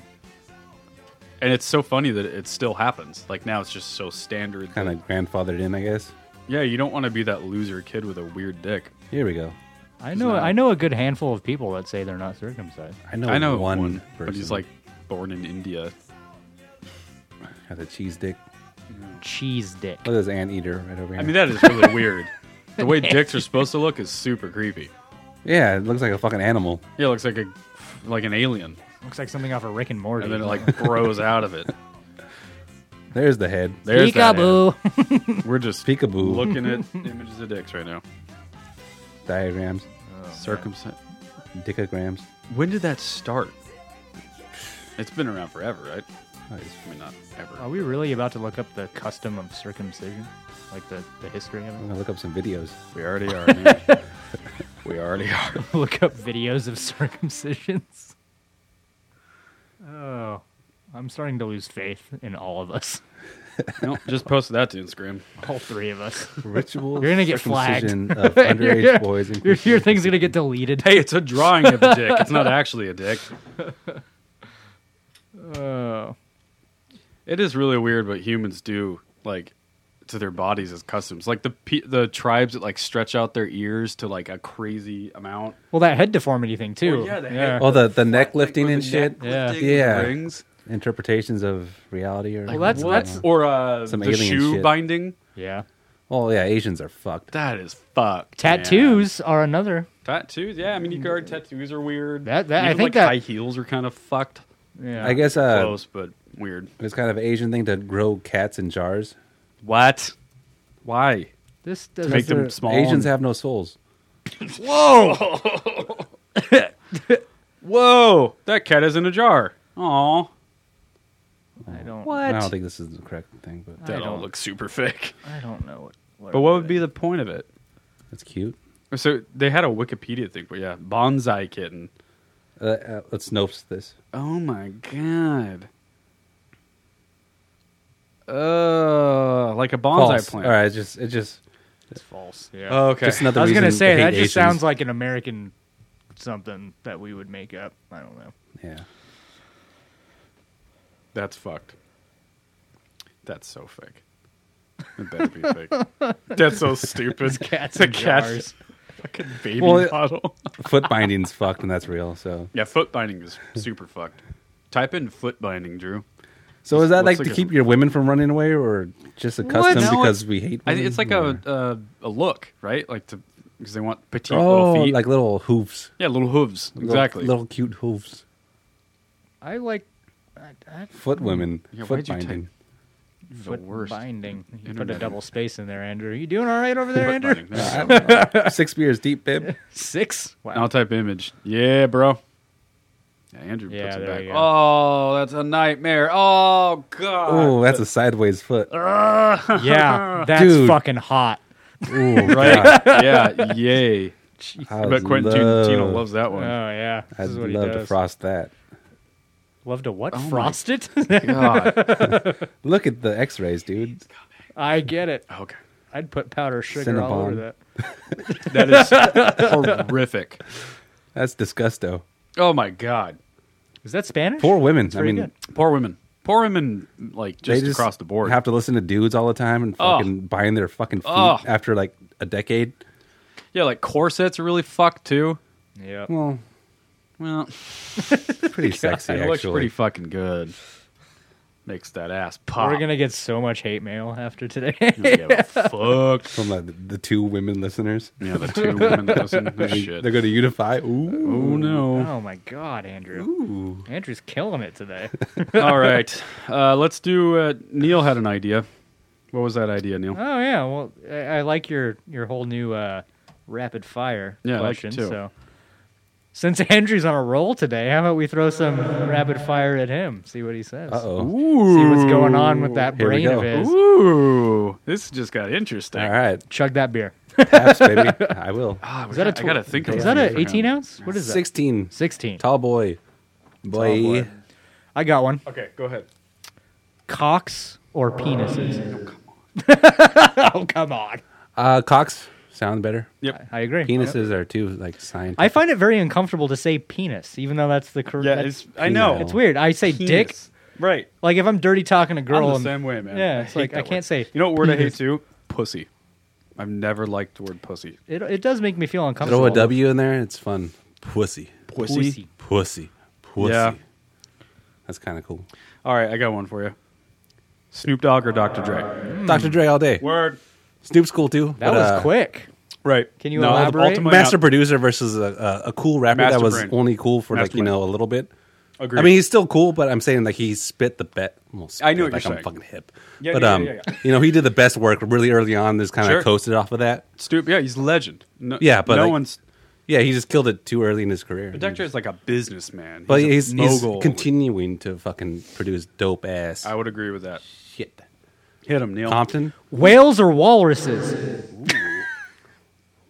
Speaker 2: And it's so funny that it still happens. Like now, it's just so standard.
Speaker 4: Kind of grandfathered in, I guess.
Speaker 2: Yeah, you don't want to be that loser kid with a weird dick.
Speaker 4: Here we go.
Speaker 3: I know.
Speaker 2: not-
Speaker 3: I know a good handful of people that say they're not circumcised.
Speaker 4: I know,
Speaker 2: I know
Speaker 4: one,
Speaker 2: one,
Speaker 4: person.
Speaker 2: but he's like born in India.
Speaker 4: had a cheese dick.
Speaker 3: Cheese dick.
Speaker 4: Look at this anteater right over here.
Speaker 2: I mean, that is really weird. The way dicks are supposed to look is super creepy.
Speaker 4: yeah, it looks like a fucking animal.
Speaker 2: Yeah, it looks like a like an alien,
Speaker 3: Looks like something off of Rick and Morty.
Speaker 2: and then it like grows out of it.
Speaker 4: There's the head.
Speaker 2: There's that
Speaker 3: Peekaboo.
Speaker 2: We're just
Speaker 4: Peekaboo.
Speaker 2: looking at images of dicks right now.
Speaker 4: Diagrams.
Speaker 2: Circumcised.
Speaker 4: Dickograms.
Speaker 2: When did that start? It's been around forever, right?
Speaker 4: Nice.
Speaker 2: I mean, not
Speaker 3: Are
Speaker 2: ever.
Speaker 3: we really about to look up the custom of circumcision? Like the, the history of
Speaker 4: I'm
Speaker 3: it?
Speaker 4: going to look up some videos.
Speaker 2: We already are. man. we already are.
Speaker 3: look up videos of circumcisions. Oh, I'm starting to lose faith in all of us,
Speaker 2: No, just post that to Instagram.
Speaker 3: all three of us.
Speaker 4: Ritual
Speaker 3: You're gonna get
Speaker 4: circumcision of underage boys. And
Speaker 3: Your, your thing's gonna get deleted.
Speaker 2: Hey, it's a drawing of a dick. It's not actually a dick.
Speaker 3: Oh,
Speaker 2: It is really weird what humans do, like to their bodies as customs. Like the pe- the tribes that like stretch out their ears to like a crazy amount.
Speaker 3: well, that head deformity thing too.
Speaker 2: yeah, the head-
Speaker 4: Oh, the, the neck lifting
Speaker 2: With
Speaker 4: and
Speaker 2: the
Speaker 4: shit.
Speaker 2: neck
Speaker 3: Yeah.
Speaker 2: lifting
Speaker 4: Yeah.
Speaker 2: Rings.
Speaker 4: Interpretations of reality or
Speaker 3: Well, that's-
Speaker 4: what?
Speaker 3: that's-
Speaker 2: Or uh,
Speaker 4: Some
Speaker 2: the
Speaker 4: alien
Speaker 2: shoe
Speaker 4: shit.
Speaker 2: binding.
Speaker 3: yeah.
Speaker 4: Oh yeah, Asians are fucked.
Speaker 2: That is fucked. man.
Speaker 3: Tattoos are another.
Speaker 2: Tattoos. Yeah, I mean, you guard tattoos are weird.
Speaker 3: That- that- I
Speaker 2: Even,
Speaker 3: think
Speaker 2: like,
Speaker 3: that-
Speaker 2: high heels are kind of fucked.
Speaker 3: Yeah.
Speaker 4: I guess uh,
Speaker 2: Close, but weird.
Speaker 4: it's kind of an Asian thing to grow cats in jars.
Speaker 2: What? Why?
Speaker 3: this doesn't
Speaker 2: Make them
Speaker 4: They're-
Speaker 2: small and-
Speaker 4: Asians have no souls.
Speaker 2: Whoa! That cat is in a jar. Aw.
Speaker 3: I don't.
Speaker 4: I don't think this is the correct thing, but
Speaker 2: That all
Speaker 3: don't-
Speaker 2: looks super fake.
Speaker 3: I don't know what. what
Speaker 2: But what would be the point of it?
Speaker 4: that's cute.
Speaker 2: So they had a Wikipedia thing, but yeah, bonsai kitten.
Speaker 4: Uh, uh, let's nopes this.
Speaker 2: Oh my god. Uh, like a bonsai
Speaker 4: False.
Speaker 2: plant.
Speaker 4: All right, it's just it just
Speaker 3: It's false. Yeah.
Speaker 2: Oh, okay.
Speaker 4: just another.
Speaker 3: I was
Speaker 4: reason
Speaker 3: gonna
Speaker 4: to
Speaker 3: say
Speaker 4: hate
Speaker 3: that just
Speaker 4: Asians.
Speaker 3: sounds like an American something that we would make up. I don't know.
Speaker 4: yeah.
Speaker 2: That's fucked. That's so fake. It better be fake. That's so stupid.
Speaker 3: Cats
Speaker 2: The
Speaker 3: and jars.
Speaker 2: Fucking baby
Speaker 4: Well, it-
Speaker 2: bottle.
Speaker 4: Foot binding's fucked, and that's real. So
Speaker 2: Yeah, foot binding is super fucked. Type in foot binding, Drew.
Speaker 4: so is that
Speaker 2: Looks
Speaker 4: like,
Speaker 2: like
Speaker 4: to
Speaker 2: a-
Speaker 4: keep your women from running away, or just a
Speaker 2: What?
Speaker 4: custom
Speaker 2: No,
Speaker 4: because we hate?
Speaker 2: I
Speaker 4: Women,
Speaker 2: think it's like
Speaker 4: or-
Speaker 2: a a, a look, right? Like to because they want petite
Speaker 4: oh,
Speaker 2: little feet,
Speaker 4: like little hooves.
Speaker 2: yeah, little hooves,
Speaker 4: Little-
Speaker 2: exactly.
Speaker 4: Little, cute hooves.
Speaker 3: I like. I, I,
Speaker 4: Foot women.
Speaker 2: Yeah,
Speaker 4: foot
Speaker 2: why'd you type-
Speaker 4: binding.
Speaker 2: The
Speaker 3: foot
Speaker 2: worst.
Speaker 3: binding. You put a
Speaker 2: Internet.
Speaker 3: double space in there, Andrew. You doing all right over there,
Speaker 2: Foot
Speaker 3: Andrew?
Speaker 2: binding, that's-
Speaker 4: Six beers deep, babe.
Speaker 3: Six. Wow.
Speaker 2: I'll type image. Yeah, bro. Yeah, Andrew
Speaker 3: Yeah,
Speaker 2: puts it
Speaker 3: there
Speaker 2: back.
Speaker 3: you go.
Speaker 2: Oh, that's a nightmare. Oh god.
Speaker 4: Oh, that's a sideways foot.
Speaker 3: yeah, that's
Speaker 4: Dude.
Speaker 3: fucking hot.
Speaker 4: Ooh,
Speaker 2: right. yeah, yay. I bet Quentin Tarantino
Speaker 4: love-
Speaker 2: loves that
Speaker 3: Oh
Speaker 2: one.
Speaker 3: yeah, this
Speaker 4: I'd
Speaker 3: is what
Speaker 4: love
Speaker 3: he does.
Speaker 4: to frost that.
Speaker 3: Love to what?
Speaker 2: Oh my-
Speaker 3: Frost it?
Speaker 2: God.
Speaker 4: Look at the X-rays, dude.
Speaker 3: I get it.
Speaker 2: Okay.
Speaker 3: I'd put powder sugar all over
Speaker 4: Cinnabon.
Speaker 3: that.
Speaker 2: That is horrific.
Speaker 4: That's disgusto.
Speaker 2: Oh my god.
Speaker 3: Is that Spanish?
Speaker 4: Poor women. I
Speaker 3: pretty
Speaker 4: mean,
Speaker 3: good.
Speaker 2: Poor women. Poor women like
Speaker 4: they
Speaker 2: just, across the board.
Speaker 4: have to listen to dudes all the time and
Speaker 2: Oh.
Speaker 4: fucking buying their fucking feet
Speaker 2: Oh.
Speaker 4: after like a decade.
Speaker 2: yeah, like corsets are really fucked too.
Speaker 3: Yeah.
Speaker 4: Well,
Speaker 2: Well,
Speaker 4: it's pretty sexy
Speaker 2: it
Speaker 4: actually.
Speaker 2: looks pretty fucking good. Makes that ass pop.
Speaker 3: We're gonna get so much hate mail after today.
Speaker 2: We give a fuck.
Speaker 4: From the, the two women listeners,
Speaker 2: Yeah, the two women that listen to this
Speaker 4: they're
Speaker 2: shit.
Speaker 4: going to unify. Ooh,
Speaker 2: Oh no.
Speaker 3: oh my god, Andrew. Andrew's killing it today.
Speaker 2: All right. Uh, let's do. Uh, Neil had an idea. What was that idea, Neil?
Speaker 3: oh yeah. Well, I, I like your your whole new uh, rapid fire
Speaker 2: Yeah, I like it
Speaker 3: question.
Speaker 2: too.
Speaker 3: so, since Andrew's on a roll today, how about we throw some rapid fire at him? See what he says.
Speaker 4: uh oh.
Speaker 2: Ooh.
Speaker 3: See what's going on with that
Speaker 4: Here we
Speaker 3: brain of
Speaker 4: go.
Speaker 3: his.
Speaker 2: Ooh. This just got interesting.
Speaker 4: All right,
Speaker 3: Chug that beer.
Speaker 4: taps, baby. I will.
Speaker 2: Ah,
Speaker 3: Is that a
Speaker 2: I gotta think. of
Speaker 3: Is that
Speaker 2: something
Speaker 3: a
Speaker 2: for
Speaker 3: 18
Speaker 2: him.
Speaker 3: ounce? What is that?
Speaker 4: Sixteen,
Speaker 3: 16.
Speaker 4: tall boy, boy.
Speaker 2: boy.
Speaker 3: I got one.
Speaker 2: Okay, go ahead.
Speaker 3: Cocks or penises? Oh, come on.
Speaker 4: Uh, cocks sound better.
Speaker 2: Yep.
Speaker 3: I agree.
Speaker 4: Penises are too like scientific.
Speaker 3: I find it very uncomfortable to say penis, even though that's the correct.
Speaker 2: Yeah,
Speaker 3: that's-
Speaker 2: it's, I know.
Speaker 4: It's
Speaker 3: it's weird. I say dick.
Speaker 2: Penis. Right.
Speaker 3: Like if I'm dirty talking to girl,
Speaker 2: I'm the
Speaker 3: and-
Speaker 2: same way, man.
Speaker 3: Yeah, it's
Speaker 2: hate
Speaker 3: like I
Speaker 2: that
Speaker 3: can't
Speaker 2: word.
Speaker 3: say.
Speaker 2: You know what word I hate
Speaker 3: penis.
Speaker 2: too? Pussy. I've never liked the word pussy.
Speaker 3: It it does make me feel uncomfortable.
Speaker 4: Throw a W in there. It's fun. Pussy.
Speaker 2: Pussy?
Speaker 3: Pussy.
Speaker 4: Pussy. Pussy.
Speaker 2: Yeah.
Speaker 4: That's kind of cool.
Speaker 2: All right, I got one for you. Snoop Dogg or Dr. Dre?
Speaker 4: Dr. Dre all day.
Speaker 2: Word.
Speaker 4: Snoop's cool too. uh,
Speaker 3: That was quick.
Speaker 2: Right.
Speaker 3: Can you
Speaker 2: No,
Speaker 3: elaborate?
Speaker 2: ultimately
Speaker 4: Master
Speaker 2: not-
Speaker 4: producer versus a, a, a cool rapper
Speaker 2: Master
Speaker 4: that was
Speaker 2: brain.
Speaker 4: only cool for like
Speaker 2: Master
Speaker 4: you know a little bit.
Speaker 2: Agreed.
Speaker 4: I mean, he's still cool, but I'm saying like he spit the bet. Well, spit,
Speaker 2: I know what
Speaker 4: like
Speaker 2: you're
Speaker 4: I'm
Speaker 2: saying.
Speaker 4: fucking hip.
Speaker 2: Yeah,
Speaker 4: but
Speaker 2: yeah,
Speaker 4: um,
Speaker 2: yeah, yeah, yeah.
Speaker 4: you know, he did the best work really early on. This kind of
Speaker 2: Sure.
Speaker 4: coasted off of that.
Speaker 2: Stupid. Yeah, he's a legend. No,
Speaker 4: Yeah, but
Speaker 2: no
Speaker 4: like-
Speaker 2: one's.
Speaker 4: Yeah, he just killed it too early in his career.
Speaker 2: But Dexter is like a businessman.
Speaker 4: but
Speaker 2: a
Speaker 4: he's, he's
Speaker 2: mogul.
Speaker 4: continuing to fucking produce dope ass
Speaker 2: I would agree with that.
Speaker 4: shit.
Speaker 2: Hit him, Neil.
Speaker 4: Compton,
Speaker 3: Whales or walruses?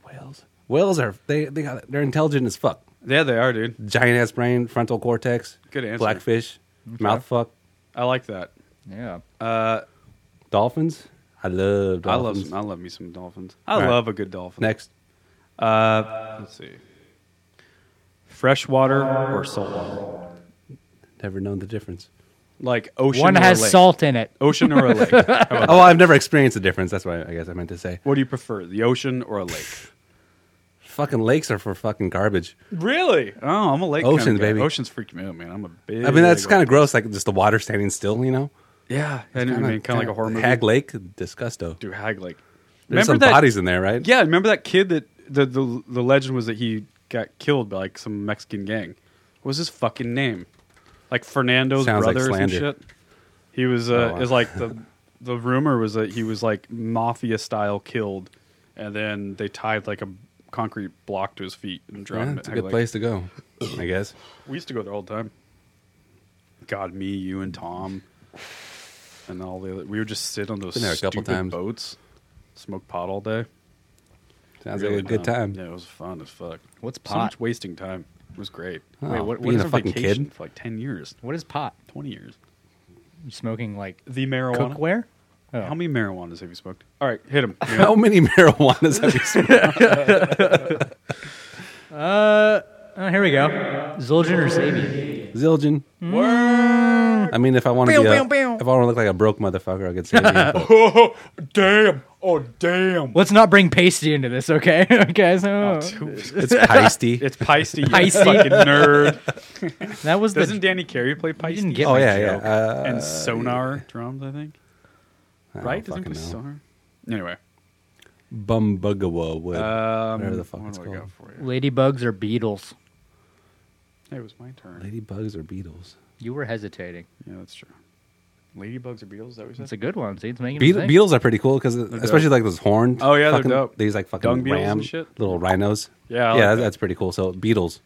Speaker 4: whales. Whales are they they got they're intelligent as fuck.
Speaker 2: Yeah, they are, dude.
Speaker 4: Giant ass brain, frontal cortex.
Speaker 2: Good answer.
Speaker 4: Blackfish, mouth fuck,
Speaker 2: I like that.
Speaker 3: Yeah.
Speaker 4: dolphins. I love dolphins.
Speaker 2: I love. Some, I love me some dolphins. I
Speaker 4: All right.
Speaker 2: love a good dolphin.
Speaker 4: Next,
Speaker 2: Let's see. Freshwater or saltwater?
Speaker 4: never known the difference.
Speaker 2: Like ocean.
Speaker 3: One
Speaker 2: or a
Speaker 3: has
Speaker 2: lake.
Speaker 3: salt in it.
Speaker 2: Ocean or a lake? How about-
Speaker 4: Oh, I've never experienced the difference. That's what I I guess I meant to say.
Speaker 2: what do you prefer, the ocean or a lake?
Speaker 4: Fucking lakes are for fucking garbage.
Speaker 2: Really? Oh, I'm a lake.
Speaker 4: Ocean,
Speaker 2: kind of guy.
Speaker 4: baby.
Speaker 2: Oceans freak me out, man. I'm a big.
Speaker 4: I mean, that's kind of gross. Like just the water standing still, you know.
Speaker 2: Yeah, I know what you mean, kind of like a horror movie.
Speaker 4: Hag Lake, disgusto.
Speaker 2: Dude, hag lake.
Speaker 4: There's some
Speaker 2: that?
Speaker 4: bodies in there, right?
Speaker 2: Yeah, remember that kid that the, the the legend was that he got killed by like some Mexican gang. What was his fucking name? Like Fernando's
Speaker 4: Sounds like
Speaker 2: brother or some
Speaker 4: slander.
Speaker 2: shit. He was uh,
Speaker 4: Oh, wow.
Speaker 2: is like the the rumor was that he was like mafia style killed, and then they tied like a concrete block to his feet and drowned
Speaker 4: Yeah,
Speaker 2: him.
Speaker 4: it's a
Speaker 2: at
Speaker 4: good
Speaker 2: Hag Lake.
Speaker 4: place to go, I guess.
Speaker 2: We used to go there all the time. God, me, you, and Tom, and all the other. We would just sit on those
Speaker 4: Been there a couple
Speaker 2: stupid
Speaker 4: times.
Speaker 2: boats, smoke pot all day.
Speaker 4: Sounds
Speaker 2: Really
Speaker 4: like a good
Speaker 2: fun.
Speaker 4: time.
Speaker 2: Yeah, it was fun as fuck.
Speaker 3: What's
Speaker 2: So
Speaker 3: pot?
Speaker 2: much wasting time. It was great.
Speaker 4: Oh,
Speaker 3: Wait, what- what
Speaker 4: being
Speaker 3: is
Speaker 4: a
Speaker 2: On
Speaker 4: fucking
Speaker 2: vacation
Speaker 4: kid.
Speaker 2: for like ten years,
Speaker 3: What is pot?
Speaker 2: twenty years.
Speaker 3: You smoking like
Speaker 2: The marijuana.
Speaker 3: cookware? Oh.
Speaker 2: How many marijuanas have you smoked? All right, hit him.
Speaker 4: How many marijuanas have you smoked?
Speaker 3: Uh, oh, here we go. Zildjian or Sabian?
Speaker 4: Zildjian. I mean, if I want to be, a, if I want to look like a broke motherfucker, I could say. it, but-
Speaker 2: damn! Oh damn!
Speaker 3: Let's not bring pasty into this, okay? okay, so
Speaker 2: Oh.
Speaker 4: it's Heisty.
Speaker 2: It's Peisty, you
Speaker 3: Peisty.
Speaker 2: fucking nerd.
Speaker 3: that was
Speaker 2: Doesn't
Speaker 3: the.
Speaker 2: Danny Carey play Peisty?
Speaker 3: didn't get
Speaker 4: Oh
Speaker 3: my
Speaker 4: yeah, yeah.
Speaker 3: joke.
Speaker 4: Uh,
Speaker 2: and sonar drums, I think.
Speaker 4: I don't
Speaker 2: right? Doesn't
Speaker 4: fucking
Speaker 2: it play
Speaker 4: know.
Speaker 2: sonar? Anyway,
Speaker 4: Bumbagawa wood.
Speaker 2: um,
Speaker 4: Whatever the fuck
Speaker 2: what
Speaker 4: it's
Speaker 2: do I got
Speaker 4: called.
Speaker 2: for you?
Speaker 3: Ladybugs or beetles?
Speaker 2: Hey, it was my turn.
Speaker 4: Ladybugs or beetles?
Speaker 3: You were hesitating.
Speaker 2: yeah, that's true. Ladybugs or beetles? Is that what you
Speaker 3: It's
Speaker 2: said?
Speaker 3: a good one. See, it's making me
Speaker 4: Beetle,
Speaker 3: think.
Speaker 4: beetles are pretty cool because especially like those horned.
Speaker 2: Oh, yeah, they're
Speaker 4: fucking-
Speaker 2: dope.
Speaker 4: These like fucking
Speaker 2: Dung beetles
Speaker 4: ram
Speaker 2: and shit?
Speaker 4: little rhinos.
Speaker 2: Yeah, I like
Speaker 4: yeah,
Speaker 2: that.
Speaker 4: that's, that's pretty cool. So beetles.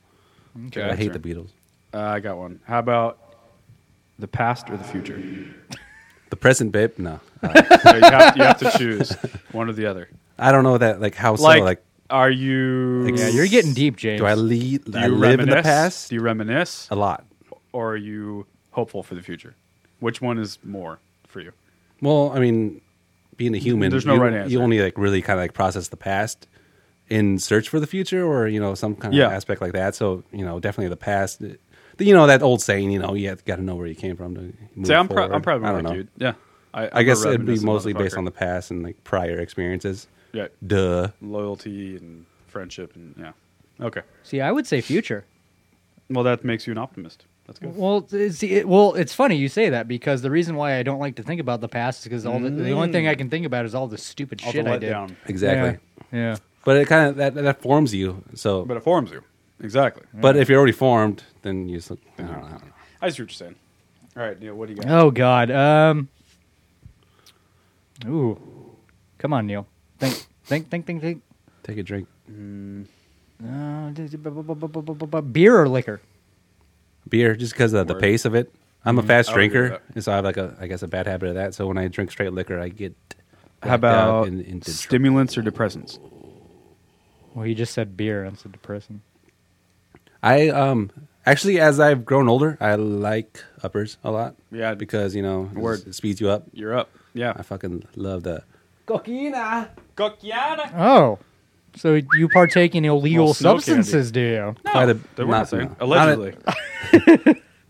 Speaker 2: Okay,
Speaker 4: I hate
Speaker 2: sure.
Speaker 4: the beetles.
Speaker 2: Uh, I got one. How about the past or the future?
Speaker 4: The present babe, no. Uh,
Speaker 2: So you, have, you have to choose one or the other.
Speaker 4: I don't know that like how
Speaker 2: Like,
Speaker 4: so like
Speaker 2: are you?
Speaker 3: Yeah, you're getting deep, James.
Speaker 4: do I, lead,
Speaker 2: Do
Speaker 4: I
Speaker 2: you
Speaker 4: live
Speaker 2: reminisce?
Speaker 4: in the past
Speaker 2: Do you reminisce,
Speaker 4: a lot.
Speaker 2: or are you hopeful for the future? Which one is more for you?
Speaker 4: Well, I mean, being a human,
Speaker 2: There's no
Speaker 4: you,
Speaker 2: right answer.
Speaker 4: You only like really kind of like process the past in search for the future, or you know some kind of
Speaker 2: Yeah.
Speaker 4: aspect like that. So you know, definitely the past. it- You know that old saying, you know, you got to know where you came from to move
Speaker 2: See, I'm, pro-
Speaker 4: forward.
Speaker 2: I'm probably
Speaker 4: I
Speaker 2: more
Speaker 4: don't
Speaker 2: like
Speaker 4: know.
Speaker 2: you. Yeah, I'm
Speaker 4: I
Speaker 2: a
Speaker 4: guess it'd be
Speaker 2: reminiscent
Speaker 4: mostly based
Speaker 2: motherfucker.
Speaker 4: on the past and like prior experiences.
Speaker 2: yeah
Speaker 4: Duh.
Speaker 2: loyalty and friendship and yeah. Okay,
Speaker 3: See, I would say future.
Speaker 2: well that makes you an optimist. That's good.
Speaker 3: Well, t- see, it, well, it's funny you say that because the reason why I don't like to think about the past is because all the, the only thing I can think about is Mm. all the stupid
Speaker 2: All the
Speaker 3: shit I did.
Speaker 2: letdown.
Speaker 4: Exactly.
Speaker 3: Yeah. yeah.
Speaker 4: But it kind of that that forms you. So,
Speaker 2: but
Speaker 4: but,
Speaker 2: it forms you exactly.
Speaker 4: if you're already formed, then you just. Look, I don't know, I don't know.
Speaker 2: I see what you're saying. All right, Neil, what do you got?
Speaker 3: Oh God. Um. Ooh. Come on, Neil. Think. Think. Think. Think. Think.
Speaker 4: Take a drink.
Speaker 3: Uh, d- d- bu- bu- bu- bu- bu- bu- bu- beer or liquor?
Speaker 4: beer just because of the
Speaker 2: Word. Mm-hmm.
Speaker 4: pace of it. I'm a fast
Speaker 2: I would agree
Speaker 4: drinker,
Speaker 2: with that.
Speaker 4: and so I have like a I guess a bad habit of that. So when I drink straight liquor, I get
Speaker 2: How
Speaker 4: blacked out
Speaker 2: about
Speaker 4: and- and to tr-
Speaker 2: stimulants or depressants?
Speaker 3: Well, you just said beer. That's a depressing.
Speaker 4: I um actually as I've grown older, I like uppers a lot.
Speaker 2: Yeah.
Speaker 4: because you know it
Speaker 2: Word.
Speaker 4: just- it speeds you up.
Speaker 2: You're up. Yeah.
Speaker 4: I fucking love the
Speaker 2: Coquiana.
Speaker 3: Oh. So you partake in illegal
Speaker 2: Well, snow
Speaker 3: substances, do you?
Speaker 4: quite a
Speaker 2: They were not
Speaker 4: not-
Speaker 2: saying.
Speaker 4: no.
Speaker 2: Allegedly.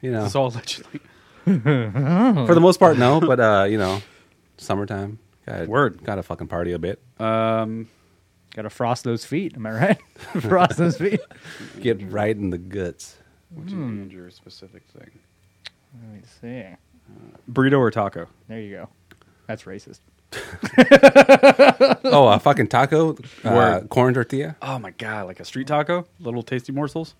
Speaker 4: you know
Speaker 2: It's all allegedly.
Speaker 4: for the most part no, but uh you know summertime gotta,
Speaker 2: Word. Uh,
Speaker 4: gotta fucking party a bit,
Speaker 3: Got to frost those feet. Am I right? frost those feet.
Speaker 4: get right in the guts.
Speaker 2: Which is your specific thing.
Speaker 3: Let me see.
Speaker 2: Burrito or taco?
Speaker 3: There you go. That's racist.
Speaker 4: Oh, a fucking taco, uh,
Speaker 2: Word. Ah,
Speaker 4: corn tortilla.
Speaker 2: Oh my god, like a street taco? Little tasty morsels?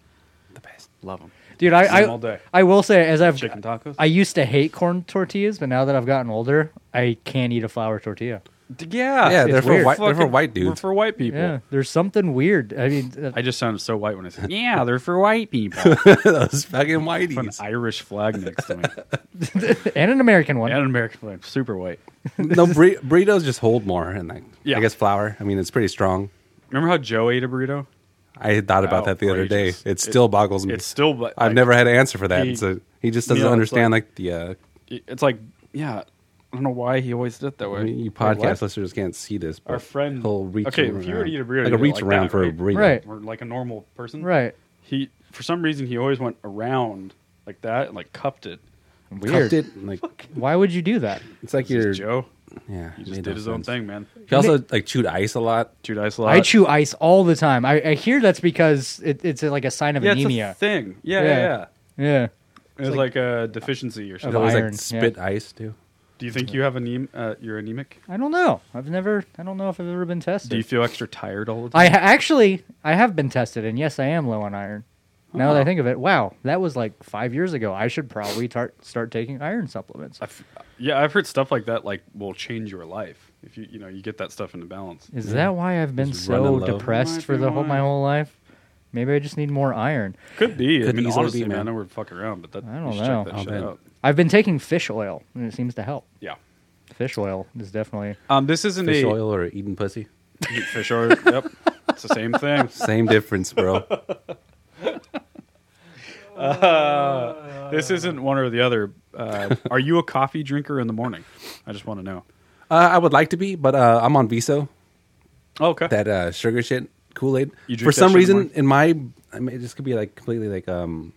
Speaker 4: The best.
Speaker 2: Love them.
Speaker 3: Dude, I
Speaker 4: all day.
Speaker 3: I, I will say as I've
Speaker 2: Chicken tacos?
Speaker 3: I used to hate corn tortillas, but now that I've gotten older, I can't eat a flour tortilla.
Speaker 2: Yeah.
Speaker 4: Yeah, they're
Speaker 3: it's
Speaker 4: for,
Speaker 3: weird.
Speaker 4: white, they're for
Speaker 2: Fucking-
Speaker 4: white
Speaker 2: They're
Speaker 4: dudes.
Speaker 2: for white people.
Speaker 3: Yeah, there's something weird. I mean, uh,
Speaker 2: I just sounded so white when I said, "Yeah, they're for white people."
Speaker 4: Those fucking
Speaker 2: Put an
Speaker 4: whiteies.
Speaker 2: Irish flag next to me
Speaker 3: and an American one.
Speaker 2: and an American flag. Super white.
Speaker 4: no, burri- burritos just hold more, and like
Speaker 2: Yeah.
Speaker 4: I guess flour. I mean, it's pretty strong.
Speaker 2: Remember how Joe ate a burrito?
Speaker 4: I had thought about that the other day.
Speaker 2: Outrageous.
Speaker 4: It
Speaker 2: Oh, It-
Speaker 4: still boggles me.
Speaker 2: It's still, but
Speaker 4: Mm. I've
Speaker 2: like-
Speaker 4: never had an answer for that.
Speaker 2: He-
Speaker 4: so he just doesn't
Speaker 2: Yeah, it's
Speaker 4: understand like, the. Uh,
Speaker 2: It's like, yeah, I don't know why he always did it that way.
Speaker 4: I mean, you
Speaker 2: Like,
Speaker 4: podcast
Speaker 2: what?
Speaker 4: listeners can't see this. But
Speaker 2: Our friend-
Speaker 4: he'll reach
Speaker 2: Okay,
Speaker 4: around,
Speaker 2: if you were to eat a burrito,
Speaker 4: like
Speaker 2: you'd
Speaker 4: a
Speaker 2: do it
Speaker 4: reach
Speaker 2: like
Speaker 4: around
Speaker 2: that,
Speaker 4: for a
Speaker 2: right?
Speaker 4: burrito.
Speaker 3: Right.
Speaker 2: or like a normal person.
Speaker 3: Right.
Speaker 2: He for some reason he always went around like that and like cupped it.
Speaker 3: Weird.
Speaker 4: Cupped it, and, like
Speaker 3: Why would you do that?
Speaker 4: it's like
Speaker 2: This
Speaker 4: your
Speaker 2: is Joe.
Speaker 4: yeah.
Speaker 2: He
Speaker 4: made
Speaker 2: just
Speaker 4: no
Speaker 2: did his own
Speaker 4: sense.
Speaker 2: thing, man.
Speaker 4: He also like chewed ice a lot.
Speaker 2: Chewed ice a lot.
Speaker 3: I chew ice all the time. I, I hear that's because it, it's like a sign of
Speaker 2: yeah,
Speaker 3: anemia.
Speaker 2: It's a thing. Yeah, yeah,
Speaker 3: Yeah.
Speaker 2: yeah.
Speaker 3: yeah.
Speaker 2: It was like, a deficiency or
Speaker 4: He
Speaker 3: Of
Speaker 2: something.
Speaker 4: always
Speaker 3: iron,
Speaker 4: like
Speaker 3: yeah.
Speaker 4: spit ice too.
Speaker 2: Do you think you have anem- uh, you're anemic?
Speaker 3: I don't know. I've never. I don't know if I've ever been tested.
Speaker 2: Do you feel extra tired all the time?
Speaker 3: I ha- actually I have been tested, and yes, I am low on iron. Now
Speaker 4: Oh.
Speaker 3: that I think of it, wow, that was like five years ago. I should probably tar- start taking iron supplements.
Speaker 2: I f- yeah, I've heard stuff like that like will change your life if you you know you get that stuff into balance.
Speaker 3: Is that why I've been
Speaker 4: Just running
Speaker 3: so
Speaker 4: low.
Speaker 3: depressed
Speaker 2: Might
Speaker 3: for
Speaker 2: be
Speaker 3: the whole my
Speaker 2: why.
Speaker 3: whole life? Maybe I just need more iron.
Speaker 2: Could be.
Speaker 4: Could
Speaker 2: I mean,
Speaker 4: easily
Speaker 2: honestly,
Speaker 4: be,
Speaker 2: man.
Speaker 4: man.
Speaker 2: I know we're fucking around, but that
Speaker 3: I
Speaker 2: you
Speaker 3: don't
Speaker 2: should
Speaker 3: know.
Speaker 2: Check that
Speaker 4: I'll
Speaker 2: shit
Speaker 4: bet.
Speaker 2: out.
Speaker 3: I've been taking fish oil, and it seems to help.
Speaker 2: Yeah.
Speaker 3: Fish oil is definitely
Speaker 2: Um, this isn't
Speaker 4: Fish
Speaker 2: a
Speaker 4: oil or eating pussy?
Speaker 2: fish oil. yep, it's the same thing.
Speaker 4: Same difference, bro. Uh,
Speaker 3: Uh,
Speaker 2: This isn't one or the other. Uh, are you a coffee drinker in the morning? I just want to know.
Speaker 4: Uh, I would like to be, but uh, I'm on Viso,
Speaker 2: Oh, okay.
Speaker 4: that uh, sugar shit Kool Aid.
Speaker 2: You drink
Speaker 4: For
Speaker 2: that shit in
Speaker 4: some
Speaker 2: the
Speaker 4: reason,
Speaker 2: morning?
Speaker 4: in my, I mean, this could be like completely like um,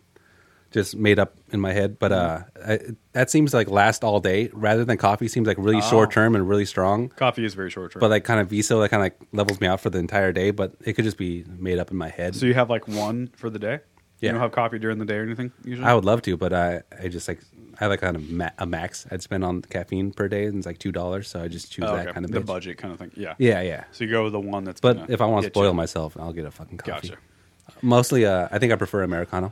Speaker 4: just made up in my head. But uh,
Speaker 2: Mm-hmm.
Speaker 4: I, that seems like last all day rather than coffee. Seems like
Speaker 2: Oh.
Speaker 4: really short term and really strong.
Speaker 2: coffee is very short term.
Speaker 4: But like kind of Viso, that kind of like levels me out for the entire day. But it could just be made up in my head.
Speaker 2: so you have like one for the day.
Speaker 4: Yeah.
Speaker 2: You don't have coffee during the day or anything usually.
Speaker 4: I would love to, but I, I just like I have like kind of ma- a max I'd spend on caffeine per day, and it's like two dollars. So I just choose
Speaker 2: Oh,
Speaker 4: that
Speaker 2: okay.
Speaker 4: kind of
Speaker 2: the
Speaker 4: bitch.
Speaker 2: budget kind of thing. Yeah.
Speaker 4: Yeah, yeah.
Speaker 2: So you go with the one that's.
Speaker 4: But
Speaker 2: gonna
Speaker 4: if I want to
Speaker 2: get
Speaker 4: spoil
Speaker 2: you.
Speaker 4: myself, I'll get a fucking coffee.
Speaker 2: Gotcha.
Speaker 4: Mostly, uh, I think I prefer Americano.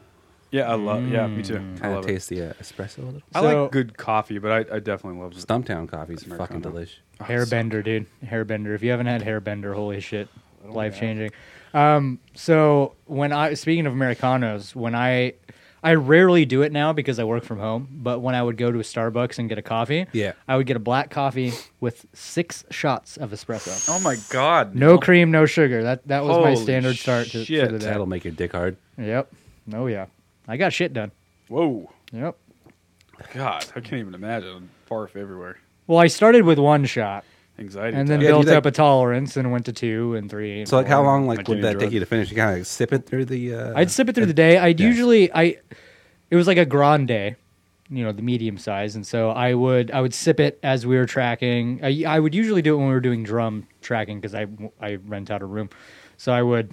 Speaker 2: Yeah, I love. Yeah, me too. I
Speaker 4: Kind
Speaker 2: love
Speaker 4: of
Speaker 2: it.
Speaker 4: taste the uh, espresso a little.
Speaker 2: I
Speaker 3: So-
Speaker 2: like good coffee, but I, I definitely love it.
Speaker 4: Stumptown coffee is fucking
Speaker 2: Americano.
Speaker 4: delish.
Speaker 3: Hairbender, dude. Hairbender. If you haven't had Hairbender, holy shit, life changing. Um, so when I speaking of Americanos, when I I rarely do it now because I work from home, but when I would go to a Starbucks and get a coffee,
Speaker 4: Yeah.
Speaker 3: I would get a black coffee with six shots of espresso.
Speaker 2: Oh my god!
Speaker 3: No cream, no sugar. That that was my
Speaker 2: Holy
Speaker 3: standard start to,
Speaker 2: shit.
Speaker 3: for the day.
Speaker 4: That'll make your dick hard.
Speaker 3: Yep. Oh yeah. I got shit done.
Speaker 2: Whoa!
Speaker 3: Yep.
Speaker 2: God, I can't even imagine. Barf everywhere.
Speaker 3: Well, I started with one shot
Speaker 2: Anxiety.
Speaker 3: and then
Speaker 4: Yeah,
Speaker 3: built
Speaker 4: you, like-
Speaker 3: up a tolerance and went to two and three. And
Speaker 4: So like, how
Speaker 3: four.
Speaker 4: long like
Speaker 2: Like
Speaker 4: would
Speaker 2: you
Speaker 4: that
Speaker 2: Oh, enjoy
Speaker 4: take you to finish? You kind of like, sip it through the. Uh,
Speaker 3: I'd sip it through the day. I'd
Speaker 4: yeah.
Speaker 3: usually I it was like a grande, you know, the medium size, and so I would I would sip it as we were tracking. I I would usually do it when we were doing drum tracking because I I rent out a room, so I would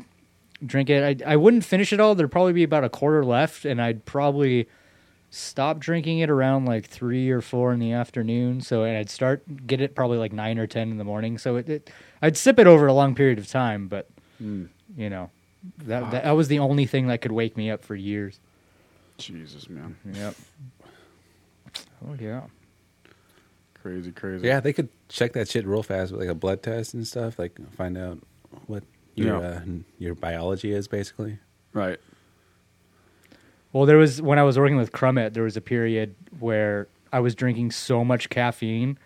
Speaker 3: drink it. I I wouldn't finish it all. There'd probably be about a quarter left, and I'd probably stop drinking it around like three or four in the afternoon. So and I'd start get it probably like nine or ten in the morning. So it, it I'd sip it over a long period of time, but
Speaker 2: Mm.
Speaker 3: you know that, that that was the only thing that could wake me up for years.
Speaker 2: Jesus, man,
Speaker 3: Yep. Oh yeah.
Speaker 2: crazy, crazy.
Speaker 4: yeah, they could check that shit real fast with like a blood test and stuff. Like find out what your
Speaker 2: Yeah.
Speaker 4: uh, your biology is basically.
Speaker 2: Right.
Speaker 3: Well, there was when I was working with Crummett, there was a period where I was drinking so much caffeine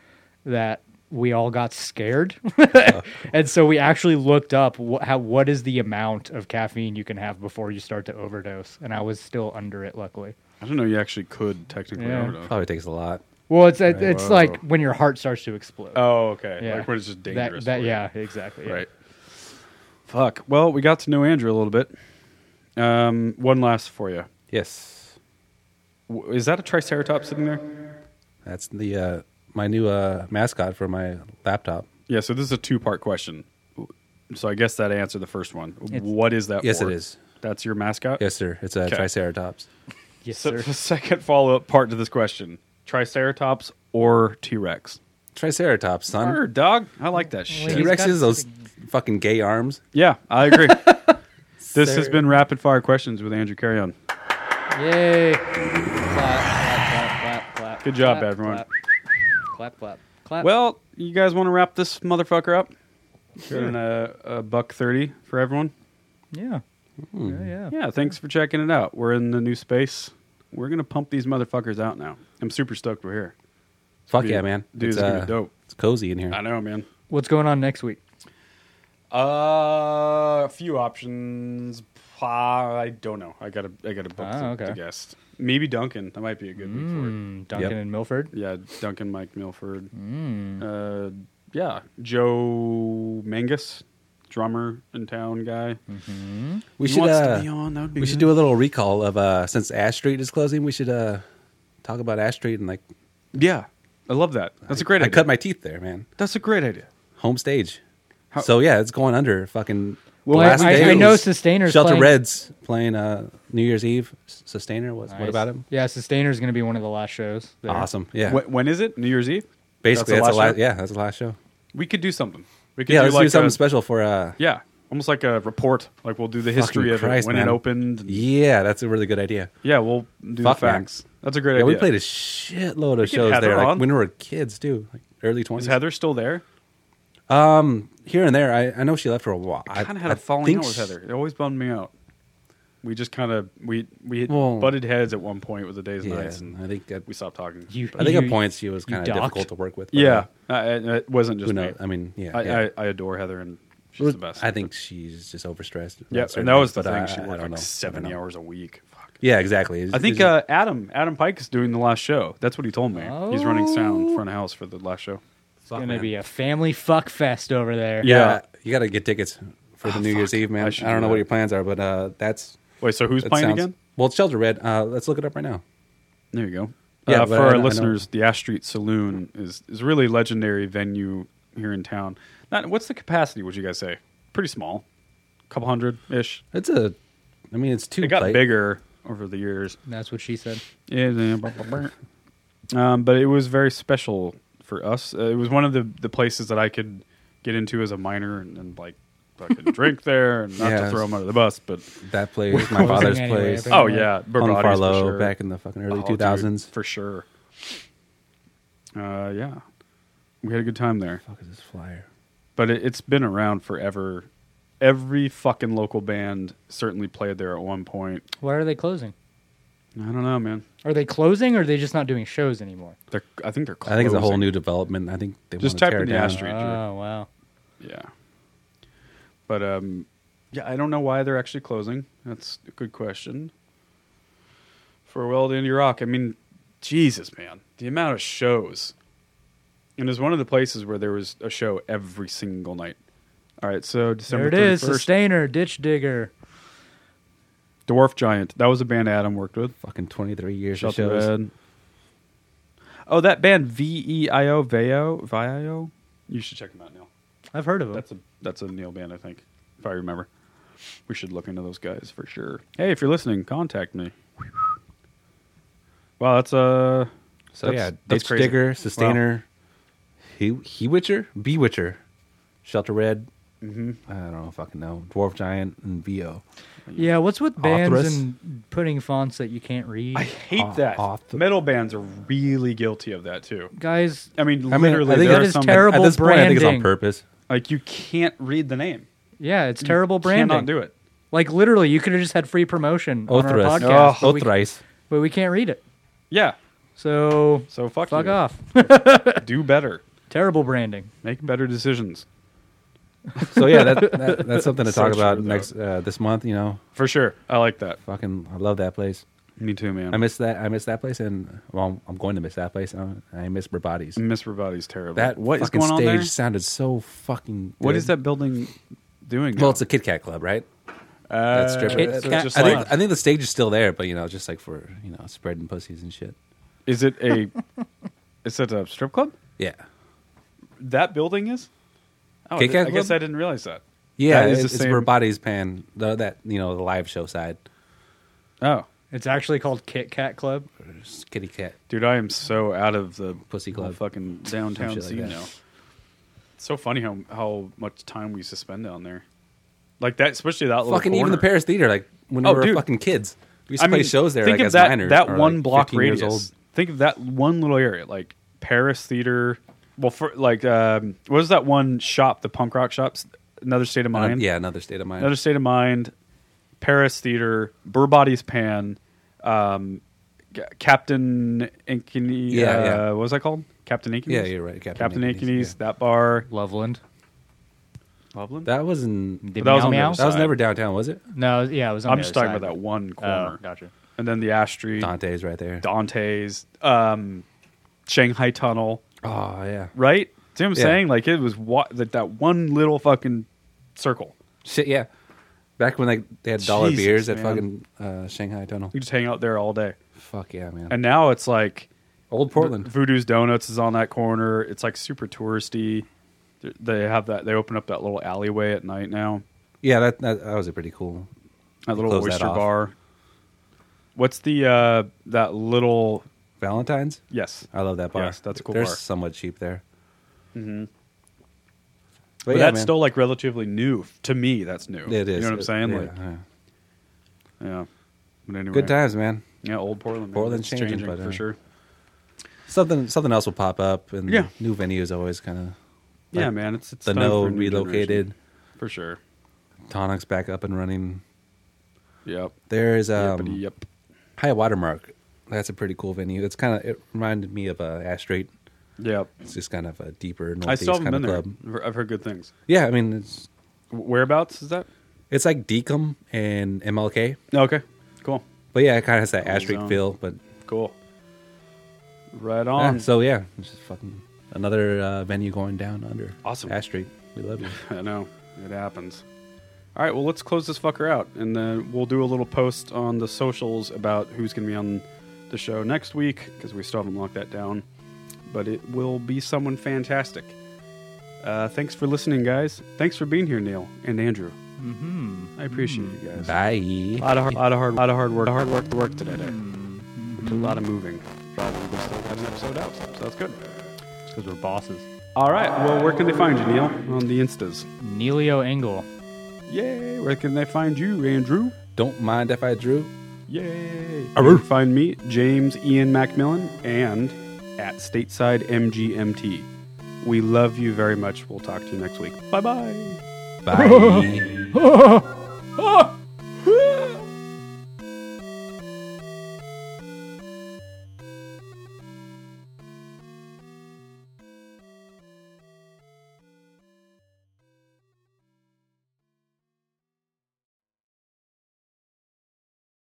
Speaker 3: that we all got scared,
Speaker 2: Uh-huh.
Speaker 3: and so we actually looked up wh- how what is the amount of caffeine you can have before you start to overdose, and I was still under it, luckily.
Speaker 2: I don't know. You actually could technically
Speaker 3: Yeah.
Speaker 2: overdose.
Speaker 4: Probably takes a lot.
Speaker 3: Well, it's it, it's
Speaker 2: Whoa.
Speaker 3: like when your heart starts to explode.
Speaker 2: Oh, okay.
Speaker 3: Yeah.
Speaker 2: Like when it's just
Speaker 3: That-
Speaker 2: dangerous.
Speaker 3: That,
Speaker 2: for you.
Speaker 3: yeah, exactly. yeah.
Speaker 2: Right. Fuck. Well, we got to know Andrew a little bit. Um, one last for you.
Speaker 4: Yes,
Speaker 2: W- Is that a triceratops sitting there?
Speaker 4: that's the uh, my new uh, mascot for my laptop.
Speaker 2: Yeah. So this is a two-part question. So I guess that answered the first one. what is that?
Speaker 4: Yes, it
Speaker 2: for?
Speaker 4: is.
Speaker 2: That's your mascot.
Speaker 4: Yes, sir. It's a
Speaker 2: Okay.
Speaker 4: triceratops.
Speaker 3: Yes,
Speaker 2: So
Speaker 3: sir.
Speaker 2: the second follow-up part to this question: Triceratops or T Rex?
Speaker 4: Triceratops, son.
Speaker 2: Word, dog. I like that
Speaker 3: Wait.
Speaker 2: shit.
Speaker 4: T
Speaker 3: He's got
Speaker 4: Rexes, those fucking gay arms.
Speaker 2: Yeah, I agree. This has been rapid fire questions with Andrew Carrion.
Speaker 3: Yay! Clap, clap, clap, clap, clap.
Speaker 2: Good job,
Speaker 3: clap,
Speaker 2: everyone.
Speaker 3: Clap, clap, clap. clap.
Speaker 2: Well, you guys want to wrap this motherfucker up? Sure. a, a buck thirty for everyone.
Speaker 3: yeah. yeah, yeah.
Speaker 2: Yeah, thanks for checking it out. We're in the new space. We're gonna pump these motherfuckers out now. I'm super stoked we're here.
Speaker 4: Fuck
Speaker 2: Dude,
Speaker 4: yeah, man.
Speaker 2: dude, it's
Speaker 3: uh,
Speaker 2: gonna be dope.
Speaker 4: It's cozy in here.
Speaker 2: I know, man.
Speaker 3: What's going on next week?
Speaker 2: Uh, a few options. Uh, I don't know. I gotta, I gotta book
Speaker 3: Ah,
Speaker 2: the,
Speaker 3: okay.
Speaker 2: the guest. Maybe Duncan. That might be a good week
Speaker 3: Mm, Duncan
Speaker 4: Yep.
Speaker 3: and Milford. Hmm,
Speaker 2: for it. Yeah, Duncan, Mike Milford. Uh, yeah, Joe Mangus, drummer in town guy.
Speaker 4: we
Speaker 2: He
Speaker 4: should
Speaker 2: wants
Speaker 4: uh,
Speaker 2: to be on. That would be
Speaker 4: we should do a little recall of uh since Ash Street is closing, we should uh talk about Ash Street and like
Speaker 2: Yeah, I love that. That's a great.
Speaker 4: I
Speaker 2: idea.
Speaker 4: cut my teeth there, man.
Speaker 2: That's a great idea.
Speaker 4: Home stage. so yeah, it's going under fucking
Speaker 3: Well,
Speaker 4: Blast
Speaker 3: I- I- I
Speaker 4: Days.
Speaker 3: know Sustainer's
Speaker 4: Shelter
Speaker 3: playing-
Speaker 4: Reds playing uh New Year's Eve. S- Sustainer, what what
Speaker 3: Nice.
Speaker 4: about him?
Speaker 3: Yeah, Sustainer's going to be one of the last shows. there.
Speaker 4: Awesome. Yeah.
Speaker 2: Wh- when is it? New Year's Eve.
Speaker 4: Basically that's,
Speaker 2: the
Speaker 4: the last,
Speaker 2: show?
Speaker 4: yeah, that's the last show.
Speaker 2: We could do something. We could
Speaker 4: Yeah,
Speaker 2: do
Speaker 4: let's
Speaker 2: like
Speaker 4: do something
Speaker 2: a-
Speaker 4: special for uh
Speaker 2: Yeah, almost like a report. Like we'll do the history
Speaker 4: Fucking
Speaker 2: of it
Speaker 4: Christ,
Speaker 2: when
Speaker 4: man.
Speaker 2: it opened. and-
Speaker 4: Yeah, that's a really good idea.
Speaker 2: Yeah, we'll do
Speaker 4: Fuck,
Speaker 2: the
Speaker 4: man.
Speaker 2: facts. That's a great
Speaker 4: Yeah,
Speaker 2: idea.
Speaker 4: we played a shitload of
Speaker 2: We could
Speaker 4: shows
Speaker 2: have her
Speaker 4: there, like
Speaker 2: on.
Speaker 4: when we were kids too, like early
Speaker 2: Is
Speaker 4: twenties.
Speaker 2: Heather still there?
Speaker 4: Um, here and there, I, I know she left for a while.
Speaker 2: I kind of
Speaker 4: I-
Speaker 2: had
Speaker 4: I
Speaker 2: a falling
Speaker 4: think
Speaker 2: out with
Speaker 4: she-
Speaker 2: Heather. It always bummed me out. We just kind of we we
Speaker 4: Well-
Speaker 2: butted heads at one point with the days and
Speaker 4: Yeah,
Speaker 2: nights, and
Speaker 4: I think at,
Speaker 2: we stopped talking.
Speaker 3: You-
Speaker 2: But-
Speaker 4: I think
Speaker 3: you-
Speaker 4: at points she was
Speaker 3: you
Speaker 4: kind of
Speaker 3: docked?
Speaker 4: difficult to work with. but,
Speaker 2: yeah,
Speaker 4: uh,
Speaker 2: I, I- it wasn't just
Speaker 4: who
Speaker 2: me.
Speaker 4: knows? I mean, yeah,
Speaker 2: I,
Speaker 4: yeah.
Speaker 2: I, I adore Heather, and she's the best.
Speaker 4: I think she's just overstressed. about
Speaker 2: Yeah,
Speaker 4: certain
Speaker 2: and that was the
Speaker 4: things,
Speaker 2: thing. she
Speaker 4: but I-
Speaker 2: worked
Speaker 4: I don't
Speaker 2: like
Speaker 4: know. I don't
Speaker 2: seventy
Speaker 4: know.
Speaker 2: hours a week. Fuck.
Speaker 4: Yeah, exactly.
Speaker 2: I
Speaker 4: It's-
Speaker 2: think uh,
Speaker 4: it's-
Speaker 2: Adam Adam Pike is doing the last show. That's what he told me. He's running
Speaker 4: Oh.
Speaker 2: sound front of house for the last show.
Speaker 3: It's
Speaker 4: fuck,
Speaker 3: going to
Speaker 4: man.
Speaker 3: be a family fuck fest over there.
Speaker 2: Yeah. Ah,
Speaker 4: yeah, you got to get tickets for the New Year's Eve, man.
Speaker 2: I
Speaker 4: I,
Speaker 2: should
Speaker 4: don't
Speaker 2: do
Speaker 4: know
Speaker 2: that.
Speaker 4: what your plans are, but uh, that's
Speaker 2: Wait, so who's
Speaker 4: that
Speaker 2: playing
Speaker 4: sounds-
Speaker 2: again?
Speaker 4: Well, it's Shelter Red. Uh, let's look it up right now.
Speaker 2: There you go.
Speaker 4: Yeah,
Speaker 2: uh,
Speaker 4: but
Speaker 2: for
Speaker 4: I
Speaker 2: our
Speaker 4: know- I know-
Speaker 2: listeners, the Ash Street Saloon is is a really legendary venue here in town. Not what's the capacity? Would you guys say pretty small, couple hundred ish?
Speaker 4: It's a, I mean, it's two.
Speaker 2: It got
Speaker 4: plate-
Speaker 2: bigger over the years.
Speaker 3: That's what she said.
Speaker 2: Yeah, yeah, brr, brr, brr. um, but it was very special for us. Uh, it was one of the the places that I could get into as a minor and, and like fucking drink there and not to
Speaker 4: Yeah.
Speaker 2: throw them under the bus, but.
Speaker 4: That place, my father's
Speaker 3: anyway,
Speaker 4: place.
Speaker 3: but-
Speaker 2: Oh yeah,
Speaker 4: on
Speaker 2: Barbados for
Speaker 4: Farlow
Speaker 2: sure.
Speaker 4: back in the fucking early
Speaker 2: Oh,
Speaker 4: two thousands.
Speaker 2: dude, for sure. Uh, yeah, we had a good time there,
Speaker 4: Fuck is this flyer?
Speaker 2: but it, it's been around forever. Every fucking local band certainly played there at one point.
Speaker 3: Why are they closing?
Speaker 2: I don't know, man.
Speaker 3: Are they closing or are they just not doing shows anymore?
Speaker 2: They're, I think they're. Closing.
Speaker 4: I think it's a whole new development. I think they
Speaker 2: Just
Speaker 4: want to
Speaker 2: type
Speaker 4: tear
Speaker 2: in the
Speaker 4: down.
Speaker 2: asterisk. Street
Speaker 3: oh,
Speaker 2: Jerk.
Speaker 3: wow.
Speaker 2: Yeah, but um, yeah, I don't know why they're actually closing. That's a good question. Farewell to Indie Rock. I mean, Jesus, man, the amount of shows. And it was one of the places where there was a show every single night. All right, so December
Speaker 3: there it is.
Speaker 2: 31st,
Speaker 3: Sustainer, Ditch Digger.
Speaker 2: Dwarf Giant. That was a band Adam worked with.
Speaker 4: Fucking twenty three years of
Speaker 2: Shelter
Speaker 4: shows.
Speaker 2: Red. Oh, that band V E I O Vio Vio. You should check them out, Neil.
Speaker 3: I've heard of them.
Speaker 2: That's a that's a Neil band, I think, if I remember. We should look into those guys for sure. Hey, if you're listening, contact me. Wow, that's uh
Speaker 4: So
Speaker 2: that's,
Speaker 4: yeah,
Speaker 2: that's
Speaker 4: Ditch
Speaker 2: crazy.
Speaker 4: Digger, Sustainer, he he Witcher, Bee Witcher, Shelter Red. Mm-hmm. I don't know, fucking know. Dwarf Giant and Vo.
Speaker 3: yeah, what's with bands
Speaker 4: Authoress?
Speaker 3: and putting fonts that you can't read?
Speaker 2: I hate
Speaker 4: Off-
Speaker 2: that.
Speaker 4: off the-
Speaker 2: Metal bands are really guilty of that too.
Speaker 3: Guys,
Speaker 2: I mean,
Speaker 4: I mean,
Speaker 2: literally,
Speaker 4: I think
Speaker 2: there
Speaker 4: that
Speaker 2: are
Speaker 3: is
Speaker 2: some
Speaker 3: terrible.
Speaker 4: At this point, I think it's on
Speaker 3: branding.
Speaker 4: purpose.
Speaker 2: like you can't read the name.
Speaker 3: yeah, it's terrible branding.
Speaker 2: Cannot do it.
Speaker 3: Like literally, you could have just had free promotion on our
Speaker 4: Othras,
Speaker 2: Oh,
Speaker 3: podcast, but, we,
Speaker 4: Othrice.
Speaker 3: but we can't read it.
Speaker 2: Yeah.
Speaker 3: So
Speaker 2: So fuck,
Speaker 3: fuck
Speaker 2: you.
Speaker 3: off.
Speaker 2: Do better.
Speaker 3: terrible branding.
Speaker 2: Make better decisions
Speaker 4: So yeah, that, that that's something to
Speaker 2: So
Speaker 4: talk about
Speaker 2: true, though.
Speaker 4: next uh, this month. You know,
Speaker 2: for sure. I like that.
Speaker 4: fucking, I love that place.
Speaker 2: Me too, man.
Speaker 4: I miss that. I miss that place, and well, I'm- I'm going to miss that place. and I I miss Brabati's.
Speaker 2: Miss Rabati's terrible.
Speaker 4: That
Speaker 2: what is
Speaker 4: fucking
Speaker 2: going on
Speaker 4: stage
Speaker 2: there?
Speaker 4: sounded so fucking.
Speaker 2: What
Speaker 4: good.
Speaker 2: is that building doing?
Speaker 4: Well,
Speaker 2: now?
Speaker 4: it's a Kit Kat club, right?
Speaker 2: Uh,
Speaker 4: That stripper.
Speaker 3: Kit
Speaker 4: that's-
Speaker 3: Kat
Speaker 2: just
Speaker 4: I,
Speaker 2: like-
Speaker 4: think, I think the stage is still there, but you know, just like for you know, spreading pussies and shit.
Speaker 2: Is it a? is it a strip club?
Speaker 4: Yeah,
Speaker 2: That building is. Oh,
Speaker 4: Kit
Speaker 2: I
Speaker 4: Kat
Speaker 2: guess
Speaker 4: Club?
Speaker 2: I didn't realize that.
Speaker 4: yeah.
Speaker 2: That is the
Speaker 4: it's
Speaker 2: same-
Speaker 4: where bodies pan the, that you know the live show side.
Speaker 2: Oh,
Speaker 3: It's actually called Kit Kat Club.
Speaker 4: There's Kitty Cat.
Speaker 2: dude, I am so out of the
Speaker 4: Pussy
Speaker 2: whole
Speaker 4: club.
Speaker 2: fucking downtown
Speaker 4: shit like
Speaker 2: scene
Speaker 4: that.
Speaker 2: now. It's so funny how how much time we used to spend down there. Like that, especially that little
Speaker 4: fucking even the
Speaker 2: corner.
Speaker 4: Paris Theater, like when
Speaker 2: Oh,
Speaker 4: we were
Speaker 2: dude.
Speaker 4: fucking kids, we used
Speaker 2: I
Speaker 4: to play
Speaker 2: mean,
Speaker 4: shows there.
Speaker 2: Think
Speaker 4: like
Speaker 2: of
Speaker 4: as
Speaker 2: that
Speaker 4: minors,
Speaker 2: that
Speaker 4: or,
Speaker 2: one
Speaker 4: like,
Speaker 2: block
Speaker 4: 15 years
Speaker 2: radius.
Speaker 4: old.
Speaker 2: Think of that one little area, like Paris Theater. Well, for, like um, what was that one shop? The punk rock shops. Another state of
Speaker 4: Uh,
Speaker 2: mind.
Speaker 4: yeah, another state of mind.
Speaker 2: Another State of Mind, Paris Theater, Burbody's Pan, um, G- Captain Ankeny.
Speaker 4: Yeah,
Speaker 2: uh,
Speaker 4: yeah.
Speaker 2: What was that called? Captain Ankeny.
Speaker 4: Yeah, you're right, Captain
Speaker 2: Captain, Captain
Speaker 4: Ankeny's,
Speaker 2: Ankeny's,
Speaker 4: yeah.
Speaker 2: that bar.
Speaker 3: Loveland.
Speaker 2: Loveland.
Speaker 4: that was in.
Speaker 3: Did
Speaker 2: that was on the
Speaker 3: meow
Speaker 2: other
Speaker 4: That was
Speaker 2: side.
Speaker 4: never downtown, was it?
Speaker 3: No, yeah, it was. On
Speaker 2: I'm
Speaker 3: the
Speaker 2: just
Speaker 3: other
Speaker 2: talking about that
Speaker 3: side.
Speaker 2: one
Speaker 3: Oh,
Speaker 2: corner.
Speaker 3: gotcha.
Speaker 2: And then the Ash Street,
Speaker 4: Dante's right there.
Speaker 2: Dante's, um, Shanghai Tunnel.
Speaker 4: Oh yeah.
Speaker 2: Right? See what I'm
Speaker 4: Yeah.
Speaker 2: saying? Like it was wa- like that one little fucking circle.
Speaker 4: Shit, yeah. Back when like they had dollar
Speaker 2: Jesus,
Speaker 4: beers at
Speaker 2: man.
Speaker 4: fucking uh, Shanghai Tunnel.
Speaker 2: You just hang out there all day.
Speaker 4: Fuck yeah, man.
Speaker 2: And now it's like
Speaker 4: Old Portland.
Speaker 2: Voodoo's Donuts is on that corner. It's like super touristy. Th- They have that. They open up that little alleyway at night now.
Speaker 4: Yeah, that, that that was a pretty cool.
Speaker 2: That little
Speaker 4: Close that
Speaker 2: oyster
Speaker 4: off.
Speaker 2: bar. What's the uh that little?
Speaker 4: Valentine's.
Speaker 2: Yes,
Speaker 4: I love that bar.
Speaker 2: Yes, that's a cool
Speaker 4: They're
Speaker 2: bar.
Speaker 4: somewhat cheap there. Mm-hmm.
Speaker 2: but, that's still like relatively new to me. That's new.
Speaker 4: it is.
Speaker 2: You know what I'm
Speaker 4: It-
Speaker 2: saying?
Speaker 4: yeah,
Speaker 2: like,
Speaker 4: yeah.
Speaker 2: yeah. But anyway,
Speaker 4: Good times, man.
Speaker 2: Yeah, old Portland. man.
Speaker 4: Portland's
Speaker 2: It's
Speaker 4: changing, but,
Speaker 2: for
Speaker 4: uh,
Speaker 2: sure.
Speaker 4: Something something else will pop up, and
Speaker 2: Yeah.
Speaker 4: new venues always kind of.
Speaker 2: yeah, man. It's it's
Speaker 4: The
Speaker 2: time for a
Speaker 4: node
Speaker 2: new
Speaker 4: relocated.
Speaker 2: generation. for sure.
Speaker 4: Tonic's back up and running.
Speaker 2: Yep.
Speaker 4: There is um,
Speaker 2: Yippity yep.
Speaker 4: High Watermark. That's a pretty cool venue. It's kind of it reminded me of uh, Ash Street.
Speaker 2: Yep.
Speaker 4: It's just kind of a deeper
Speaker 2: I
Speaker 4: northeast
Speaker 2: still haven't
Speaker 4: kind
Speaker 2: been
Speaker 4: of
Speaker 2: there.
Speaker 4: club.
Speaker 2: I've heard- I've heard good things.
Speaker 4: Yeah, I mean it's
Speaker 2: Wh- Whereabouts is that?
Speaker 4: it's like Decum and MLK,
Speaker 2: Okay. Cool.
Speaker 4: but yeah, it kind of has that Ash Street
Speaker 2: zone.
Speaker 4: feel. But
Speaker 2: Cool. Right
Speaker 4: yeah,
Speaker 2: on.
Speaker 4: so yeah, it's just fucking another uh, venue going down under.
Speaker 2: Awesome.
Speaker 4: Ash Street. We love you.
Speaker 2: I know. It happens. All right, well, let's close this fucker out, and then we'll do a little post on the socials about who's going to be on the show next week, because we still haven't locked that down. But it will be someone fantastic. Uh, thanks for listening, guys. Thanks for being here, Neil and Andrew. Mm-hmm. I appreciate
Speaker 4: Mm.
Speaker 2: you guys.
Speaker 4: Bye.
Speaker 2: A lot of hard, lot of hard, lot of hard work, hard work, work today. A lot of moving. Probably still got an episode out, so that's good.
Speaker 3: Because we're bosses.
Speaker 2: All right. Well, where can they find you, Neil? On the Instas.
Speaker 3: Neilio Engel.
Speaker 2: Yay. Where can they find you, Andrew?
Speaker 4: Don't mind if I drew.
Speaker 2: Yay. Find me, James Ian Macmillan, and at Stateside MGMT. We love you very much. We'll talk to you next week. Bye bye.
Speaker 4: Bye.